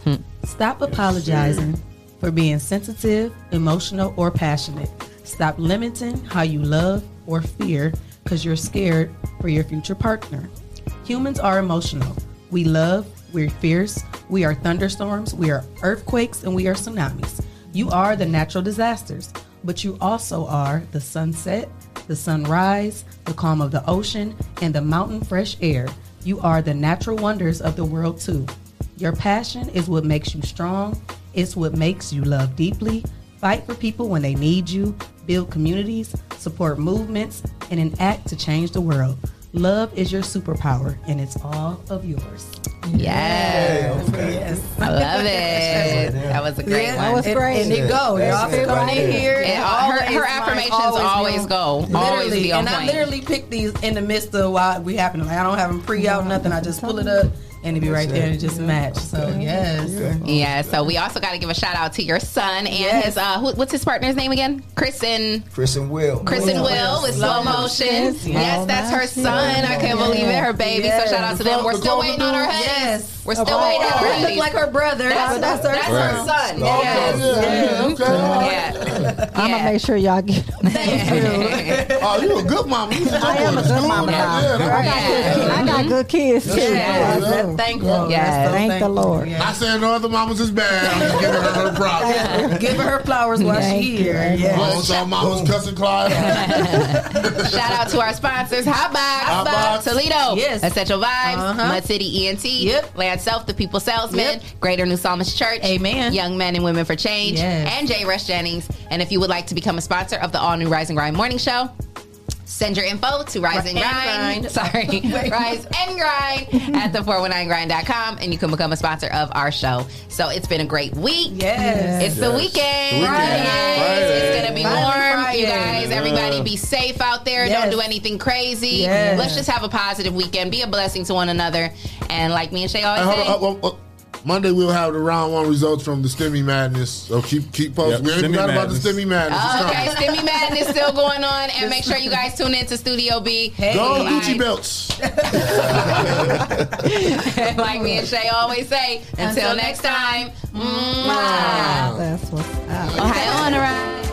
it. Stop apologizing for being sensitive, emotional, or passionate. Stop limiting how you love or fear because you're scared for your future partner. Humans are emotional. We love, we're fierce, we are thunderstorms, we are earthquakes, and we are tsunamis. You are the natural disasters, but you also are the sunset, the sunrise, the calm of the ocean, and the mountain fresh air. You are the natural wonders of the world, too. Your passion is what makes you strong. It's what makes you love deeply, fight for people when they need you, build communities, support movements, and enact to change the world. Love is your superpower, and it's all of yours.
Yes. I love it. That was a great
Yeah,
one.
that was And- great. and it go. Y'all
That's
can
it
come
right
in here.
And
Her-
all- her,
her
affirmations
always
always,
be on-
go. always
Literally,
be on
and I
point.
literally pick these in the midst of why we happen. Like I don't have them pre out nothing. I just pull it up and it be right there and it just match. So yes,
yeah, so we also got to give a shout out to your son and his uh, who, what's his partner's name again? Chris and
Chris and Will.
Chris and Will with slow motion. Yes, that's her son. I can't believe it. Her baby.
Yes.
So shout out to them. We're still waiting on her hoodies.
Yes.
We're still
Oh,
waiting on her
that
hoodies.
look like her brother.
That's,
That's-
that's,
that's
her,
her
son.
Yeah.
Yes.
Yeah,
Mhm.
I'm gonna make sure y'all get
Oh, you a good mama. You
I am a good mama. I got good kids. I got good kids too.
Yes.
Yes.
Thank
God.
Yes.
Yes.
Thank the Lord.
I said no other mamas is bad. I'm just giving her her props.
Give her her flowers while
Thank
she here.
you. Oh, so mamas cussing Clyde.
Shout out to our sponsors, Hot Box,
Hot Box.
Toledo,
Yes.
Essential Vibes,
Uh-huh.
Mud City ENT, Land Self, The People Salesman, Greater New Psalmist Church, Amen, Young Men and Women for Change,
Yes.
and Jay Rush Jennings. And if you would like to become a sponsor of the all new Rise and Grind Morning Show, send your info to Rise and
And
Grind,
Grind.
sorry, Rise and Grind at the419grind.com, and you can become a sponsor of our show. So it's been a great week.
Yes.
It's the
Yes.
weekend.
The weekend.
Friday. It's going to be
Finally
warm.
Friday.
You guys, everybody be safe out there. Don't
Yes.
do anything crazy.
Yes.
Let's just have a positive weekend. Be a blessing to one another. And like me and Shay always
Hey,
say,
hold on, oh, oh, oh. Monday we'll have the round one results from the STEMI madness. So keep keep
Yep,
posting. we ain't
STEMI
forgot about the
madness.
STEMI madness. It's
oh,
coming.
okay, Stimmy Madness still going on. And make sure you guys tune in to Studio B.
Go
like,
Gucci belts.
like me and Shay always say, until, next time. mwah.
That's what's up.
Ohio on a ride.